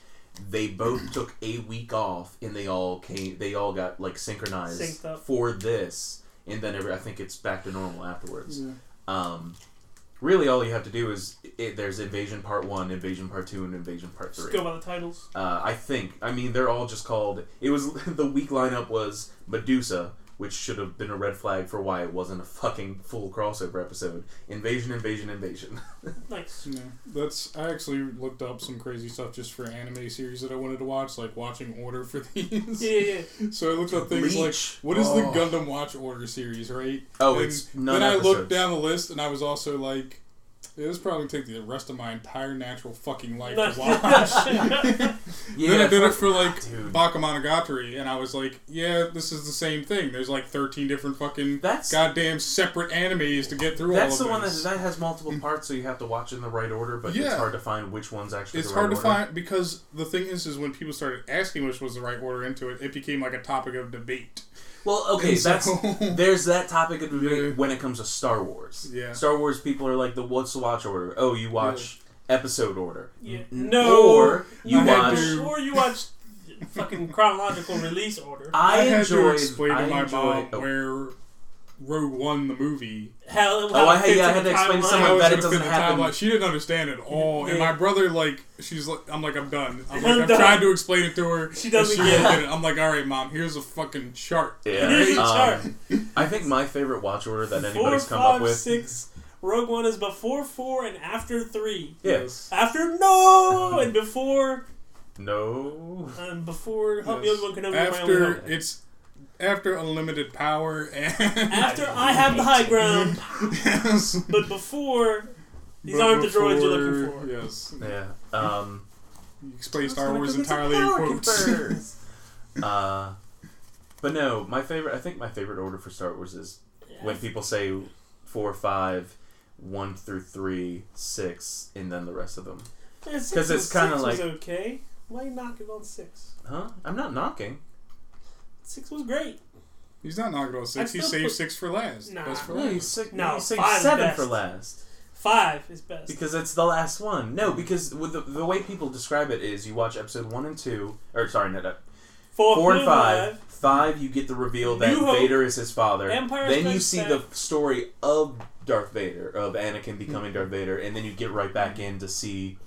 [SPEAKER 1] They both took a week off, and they all came. They all got like synchronized
[SPEAKER 2] Synced up.
[SPEAKER 1] for this, and then every, I think it's back to normal afterwards.
[SPEAKER 3] Yeah.
[SPEAKER 1] Um, really, all you have to do is it, there's Invasion Part One, Invasion Part Two, and Invasion Part
[SPEAKER 2] Just
[SPEAKER 1] Three.
[SPEAKER 2] go by the titles.
[SPEAKER 1] Uh, I think. I mean, they're all just called. It was the week lineup was Medusa, which should have been a red flag for why it wasn't a fucking full crossover episode. Invasion, Invasion, Invasion.
[SPEAKER 2] Nice.
[SPEAKER 3] No, that's I actually looked up some crazy stuff just for anime series that I wanted to watch, like watching order for these.
[SPEAKER 2] Yeah, yeah, yeah.
[SPEAKER 3] So I looked up things
[SPEAKER 1] Bleach.
[SPEAKER 3] like what is the
[SPEAKER 1] Oh.
[SPEAKER 3] Gundam Watch Order series, right?
[SPEAKER 1] Oh,
[SPEAKER 3] And
[SPEAKER 1] it's none
[SPEAKER 3] Then I
[SPEAKER 1] episodes.
[SPEAKER 3] looked down the list and I was also like, it was probably take the rest of my entire natural fucking life to watch. then I did it
[SPEAKER 1] fuck-
[SPEAKER 3] for like
[SPEAKER 1] dude.
[SPEAKER 3] Bakemonogatari, and I was like, yeah, this is the same thing. There's like 13 different fucking
[SPEAKER 1] That's-
[SPEAKER 3] goddamn separate animes to get through all
[SPEAKER 1] That's
[SPEAKER 3] of
[SPEAKER 1] the one that,
[SPEAKER 3] this.
[SPEAKER 1] that has multiple parts, so you have to watch in the right order, but it's
[SPEAKER 3] Yeah.
[SPEAKER 1] hard to find which one's actually.
[SPEAKER 3] It's
[SPEAKER 1] the
[SPEAKER 3] hard
[SPEAKER 1] right
[SPEAKER 3] to
[SPEAKER 1] order.
[SPEAKER 3] find because the thing is, is when people started asking which was the right order into it, it became like a topic of debate.
[SPEAKER 1] Well, okay,
[SPEAKER 3] And so-
[SPEAKER 1] that's there's that topic of debate
[SPEAKER 3] Yeah.
[SPEAKER 1] when it comes to Star Wars.
[SPEAKER 3] Yeah.
[SPEAKER 1] Star Wars people are like the what's the watch order? Oh, you watch episode order.
[SPEAKER 2] Yeah.
[SPEAKER 1] N-
[SPEAKER 2] No.
[SPEAKER 1] Or you
[SPEAKER 3] I had
[SPEAKER 1] watch
[SPEAKER 3] to-
[SPEAKER 2] or you watch fucking chronological release order.
[SPEAKER 1] I,
[SPEAKER 3] had to
[SPEAKER 1] enjoyed
[SPEAKER 3] explain
[SPEAKER 1] I
[SPEAKER 3] to my mom
[SPEAKER 1] enjoyed- oh.
[SPEAKER 3] where Rogue One, the movie,
[SPEAKER 2] How,
[SPEAKER 1] Oh,
[SPEAKER 2] how
[SPEAKER 1] I
[SPEAKER 2] it
[SPEAKER 1] had-
[SPEAKER 2] fits
[SPEAKER 1] yeah, I
[SPEAKER 2] in
[SPEAKER 1] had
[SPEAKER 2] the
[SPEAKER 1] to explain to
[SPEAKER 2] timeline.
[SPEAKER 1] someone
[SPEAKER 3] how it's
[SPEAKER 1] that it
[SPEAKER 3] gonna fit
[SPEAKER 1] doesn't
[SPEAKER 3] in the
[SPEAKER 1] happen.
[SPEAKER 3] timeline. She didn't understand at all, and
[SPEAKER 2] Yeah.
[SPEAKER 3] my brother like, she's like, I'm like, I'm done. I'm
[SPEAKER 2] I'm
[SPEAKER 3] like, I've
[SPEAKER 2] done.
[SPEAKER 3] tried to explain it to her.
[SPEAKER 2] She doesn't
[SPEAKER 3] and
[SPEAKER 2] get it.
[SPEAKER 3] won't I'm like, all right, mom, here's a fucking chart.
[SPEAKER 1] Yeah.
[SPEAKER 2] Here's the
[SPEAKER 1] Um,
[SPEAKER 2] chart.
[SPEAKER 1] I think my favorite watch order that
[SPEAKER 2] Four,
[SPEAKER 1] anybody's come up
[SPEAKER 2] five,
[SPEAKER 1] with.
[SPEAKER 2] six. Rogue One is before four and after three.
[SPEAKER 1] Yeah.
[SPEAKER 2] After no and before
[SPEAKER 1] No.
[SPEAKER 2] um, before help me
[SPEAKER 3] Yes.
[SPEAKER 2] everyone can know my own
[SPEAKER 3] After
[SPEAKER 2] help.
[SPEAKER 3] it's after unlimited power and
[SPEAKER 2] After I have the high ground,
[SPEAKER 3] yes.
[SPEAKER 2] but before these
[SPEAKER 3] But
[SPEAKER 2] aren't the droids you're
[SPEAKER 3] before-
[SPEAKER 2] looking for.
[SPEAKER 3] Yes.
[SPEAKER 1] Yeah. Um.
[SPEAKER 3] You explain Star Wars entirely in
[SPEAKER 1] Power
[SPEAKER 3] quotes.
[SPEAKER 1] converters. uh, but no, my favorite. I think my favorite order for Star Wars is when people say four, five, one through three, six, and then the rest of them.
[SPEAKER 2] Because
[SPEAKER 1] 'Cause it's kinda like-
[SPEAKER 2] okay. Why you knock it on six?
[SPEAKER 1] Huh? I'm not knocking.
[SPEAKER 2] Six was great.
[SPEAKER 3] He's not knocking all six.
[SPEAKER 2] I
[SPEAKER 3] He
[SPEAKER 2] still
[SPEAKER 3] saved
[SPEAKER 2] put-
[SPEAKER 3] six for last.
[SPEAKER 2] Nah.
[SPEAKER 3] Best for
[SPEAKER 1] No, you
[SPEAKER 3] last.
[SPEAKER 1] saved,
[SPEAKER 2] No,
[SPEAKER 1] you saved
[SPEAKER 2] five's
[SPEAKER 1] seven
[SPEAKER 2] best.
[SPEAKER 1] for last
[SPEAKER 2] Five is best.
[SPEAKER 1] because it's the last one.
[SPEAKER 3] Hmm.
[SPEAKER 1] No, because with the, the way people describe it is you watch episode one and two, or sorry, not ep-
[SPEAKER 2] four,
[SPEAKER 1] four and
[SPEAKER 2] Blue
[SPEAKER 1] five. Five, you get the reveal that
[SPEAKER 2] New Hope.
[SPEAKER 1] Vader is his father.
[SPEAKER 2] Empire
[SPEAKER 1] then you
[SPEAKER 2] Strikes
[SPEAKER 1] see the story of Darth Vader, of
[SPEAKER 3] Hmm.
[SPEAKER 1] Anakin becoming Darth Vader, and then you get right back in to see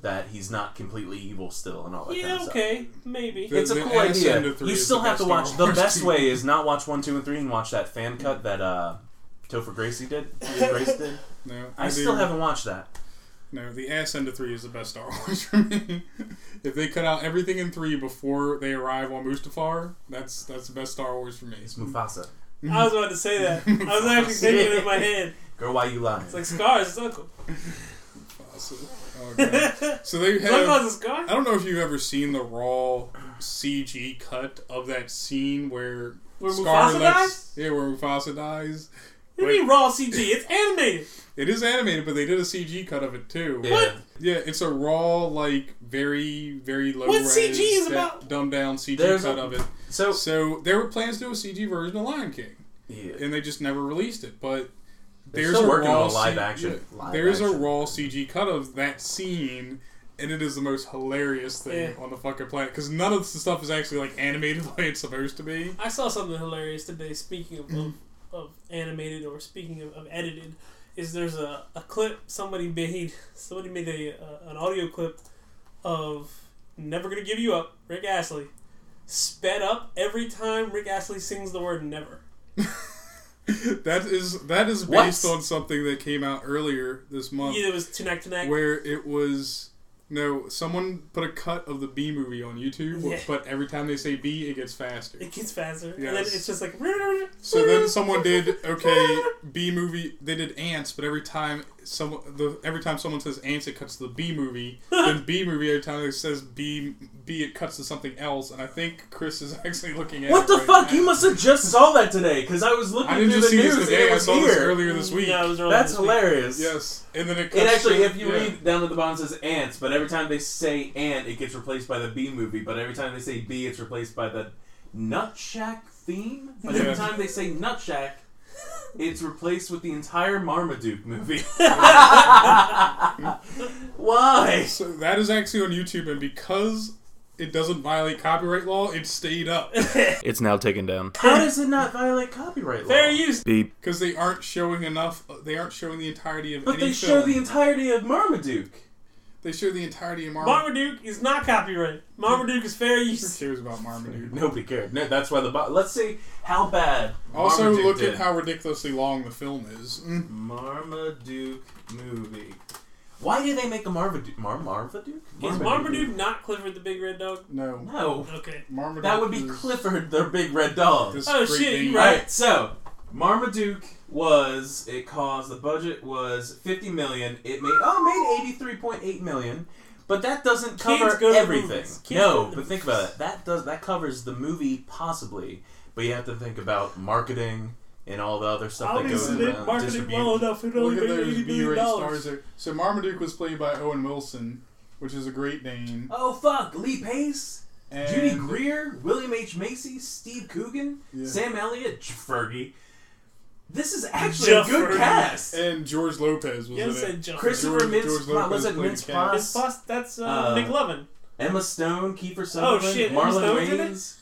[SPEAKER 1] that he's not completely evil still and all that kind
[SPEAKER 2] Yeah,
[SPEAKER 1] of stuff.
[SPEAKER 2] okay, maybe.
[SPEAKER 3] The-
[SPEAKER 1] it's a
[SPEAKER 3] the
[SPEAKER 1] cool
[SPEAKER 3] ass
[SPEAKER 1] idea.
[SPEAKER 3] end of three
[SPEAKER 1] You
[SPEAKER 3] is
[SPEAKER 1] still
[SPEAKER 3] the
[SPEAKER 1] have to
[SPEAKER 3] best
[SPEAKER 1] watch.
[SPEAKER 3] Star
[SPEAKER 1] The
[SPEAKER 3] Wars
[SPEAKER 1] best
[SPEAKER 3] team.
[SPEAKER 1] way is not watch one, two, and three, and watch that fan cut that uh, Topher Gracie did. Grace did.
[SPEAKER 3] No,
[SPEAKER 1] I
[SPEAKER 3] do-
[SPEAKER 1] still haven't watched that.
[SPEAKER 3] No, the ass end of three is the best Star Wars for me. if they cut out everything in three before they arrive on Mustafar, that's that's the best Star Wars for me.
[SPEAKER 1] It's Mufasa.
[SPEAKER 2] I was about to say that. I was actually thinking it in my head.
[SPEAKER 1] Girl, why you lying?
[SPEAKER 2] It's like Scar's his uncle.
[SPEAKER 3] Awesome. Oh, God. so they
[SPEAKER 2] His
[SPEAKER 3] have.
[SPEAKER 2] uncle's a Scar?
[SPEAKER 3] I don't know if you've ever seen the raw CG cut of that scene where,
[SPEAKER 2] Where
[SPEAKER 3] Scar
[SPEAKER 2] Mufasa
[SPEAKER 3] lets- Yeah, where Mufasa dies.
[SPEAKER 2] What do you mean raw CG? It's animated.
[SPEAKER 3] It is animated, but they did a CG cut of it too.
[SPEAKER 1] yeah.
[SPEAKER 2] What?
[SPEAKER 3] Yeah, it's a raw, like very, very low.
[SPEAKER 2] What
[SPEAKER 3] res,
[SPEAKER 2] CG is
[SPEAKER 3] that
[SPEAKER 2] about?
[SPEAKER 3] Dumbed down CG
[SPEAKER 1] There's
[SPEAKER 3] cut
[SPEAKER 1] a- Oh.
[SPEAKER 3] of it.
[SPEAKER 1] So
[SPEAKER 3] So there were plans to do a CG version of Lion King,
[SPEAKER 1] yeah.
[SPEAKER 3] and they just never released it. But
[SPEAKER 1] They're
[SPEAKER 3] there's
[SPEAKER 1] still
[SPEAKER 3] a
[SPEAKER 1] working
[SPEAKER 3] raw
[SPEAKER 1] on a live
[SPEAKER 3] C-
[SPEAKER 1] action-
[SPEAKER 3] yeah,
[SPEAKER 1] live
[SPEAKER 3] there is a
[SPEAKER 1] action.
[SPEAKER 3] raw CG cut of that scene, and it is the most hilarious thing
[SPEAKER 2] Yeah.
[SPEAKER 3] on the fucking planet because none of the stuff is actually like animated the way it's supposed to be.
[SPEAKER 2] I saw something hilarious today. Speaking of, of, of animated or speaking of, of edited, is there's a, a clip somebody made. Somebody made a uh, an audio clip of "Never Gonna Give You Up" Rick Astley, sped up every time Rick Astley sings the word "never."
[SPEAKER 3] that is that is
[SPEAKER 1] What?
[SPEAKER 3] based on something that came out earlier this month.
[SPEAKER 2] Yeah, it was "Tonight Tonight."
[SPEAKER 3] where it was no someone put a cut of the B movie on YouTube,
[SPEAKER 2] Yeah.
[SPEAKER 3] but every time they say B, it gets faster.
[SPEAKER 2] It gets faster, and then
[SPEAKER 3] Yes.
[SPEAKER 2] it's just like.
[SPEAKER 3] So then someone did okay B movie. They did ants, but every time some the every time someone says ants, it cuts to the B movie. then B movie every time it says B B, it cuts to something else. And I think Chris is actually looking at
[SPEAKER 1] What
[SPEAKER 3] it
[SPEAKER 1] the
[SPEAKER 3] right
[SPEAKER 1] fuck?
[SPEAKER 3] now.
[SPEAKER 1] You must have just saw that today because I was looking
[SPEAKER 3] I
[SPEAKER 1] through
[SPEAKER 3] didn't
[SPEAKER 1] the
[SPEAKER 3] just see
[SPEAKER 1] news
[SPEAKER 3] this
[SPEAKER 1] and
[SPEAKER 3] today.
[SPEAKER 1] it
[SPEAKER 3] I
[SPEAKER 1] was
[SPEAKER 3] saw this
[SPEAKER 1] here.
[SPEAKER 3] earlier this week.
[SPEAKER 2] Yeah, Mm, it was earlier
[SPEAKER 1] That's
[SPEAKER 2] this week.
[SPEAKER 1] hilarious.
[SPEAKER 3] Yes, and then it cuts.
[SPEAKER 1] It actually,
[SPEAKER 3] to-
[SPEAKER 1] if you
[SPEAKER 3] yeah.
[SPEAKER 1] read down at the bottom, it says ants, but every time they say ant, it gets replaced by the B movie, but every time they say B, it's replaced by the Nutshack theme, but every
[SPEAKER 3] Yeah.
[SPEAKER 1] time they say Nutshack, it's replaced with the entire Marmaduke movie. Why?
[SPEAKER 3] So that is actually on YouTube, and because it doesn't violate copyright law, it stayed up
[SPEAKER 4] It's now taken down.
[SPEAKER 1] How does it not violate copyright law?
[SPEAKER 2] Fair use.
[SPEAKER 4] Beep.
[SPEAKER 3] because they aren't showing enough. They aren't showing the entirety of
[SPEAKER 1] But
[SPEAKER 3] any
[SPEAKER 1] they
[SPEAKER 3] film.
[SPEAKER 1] show the entirety of Marmaduke.
[SPEAKER 3] they show the entirety of Marmaduke.
[SPEAKER 2] Marmaduke is not copyright. Marmaduke is fair
[SPEAKER 3] Who
[SPEAKER 2] use.
[SPEAKER 3] cares about Marmaduke?
[SPEAKER 1] Nobody cared. No, that's why the bo- let's see how bad.
[SPEAKER 3] Also,
[SPEAKER 1] Marmaduke
[SPEAKER 3] look
[SPEAKER 1] did.
[SPEAKER 3] at how ridiculously long the film is. Mm.
[SPEAKER 1] Marmaduke movie. Why do they make a Marmaduke? Mar- Marmaduke?
[SPEAKER 2] Is Marmaduke not Clifford the Big Red Dog?
[SPEAKER 3] No,
[SPEAKER 1] No,
[SPEAKER 2] Okay.
[SPEAKER 3] Marmaduke.
[SPEAKER 1] that would be
[SPEAKER 3] is
[SPEAKER 1] Clifford, their big red dog.
[SPEAKER 3] this
[SPEAKER 2] Oh,
[SPEAKER 3] great
[SPEAKER 2] shit,
[SPEAKER 3] thing.
[SPEAKER 2] you're
[SPEAKER 1] Right. So Marmaduke was it caused the budget was fifty million. It made oh it made eighty three point eight million. But that doesn't cover
[SPEAKER 2] go to the
[SPEAKER 1] everything.
[SPEAKER 2] movies. Kids go
[SPEAKER 1] No,
[SPEAKER 2] to the
[SPEAKER 1] but think
[SPEAKER 2] movies.
[SPEAKER 1] about it. That does that covers the movie possibly, but you have to think about marketing and all the other stuff that goes
[SPEAKER 2] Obviously,
[SPEAKER 1] into
[SPEAKER 2] they
[SPEAKER 1] uh,
[SPEAKER 2] marketed well
[SPEAKER 1] distribution.
[SPEAKER 2] enough. It only
[SPEAKER 3] Look at
[SPEAKER 2] made
[SPEAKER 3] those
[SPEAKER 2] eighty
[SPEAKER 3] B-rate
[SPEAKER 2] million
[SPEAKER 3] stars
[SPEAKER 2] dollars.
[SPEAKER 3] there. So Marmaduke was played by Owen Wilson, which is a great Dane.
[SPEAKER 1] Oh fuck! Lee Pace,
[SPEAKER 3] And
[SPEAKER 1] Judy Greer, William H Macy, Steve Coogan,
[SPEAKER 3] Yeah.
[SPEAKER 1] Sam Elliott, J- Fergie. This is actually a good
[SPEAKER 2] Fergie.
[SPEAKER 1] cast.
[SPEAKER 3] And George Lopez was
[SPEAKER 2] You
[SPEAKER 3] in
[SPEAKER 2] haven't
[SPEAKER 3] it.
[SPEAKER 2] said Justin.
[SPEAKER 1] Christopher
[SPEAKER 3] George-
[SPEAKER 1] Mintz,
[SPEAKER 3] George
[SPEAKER 1] Pla- was
[SPEAKER 3] Lopez
[SPEAKER 1] it
[SPEAKER 3] played
[SPEAKER 1] Mintz
[SPEAKER 3] Cat.
[SPEAKER 2] That's,
[SPEAKER 1] Plasse,
[SPEAKER 2] that's, that's uh,
[SPEAKER 1] Uh,
[SPEAKER 2] McLovin.
[SPEAKER 1] Emma Stone, Kiefer Sutherland,
[SPEAKER 2] Oh, shit, Emma Stone
[SPEAKER 1] Marlon
[SPEAKER 2] did it?
[SPEAKER 1] Wayans,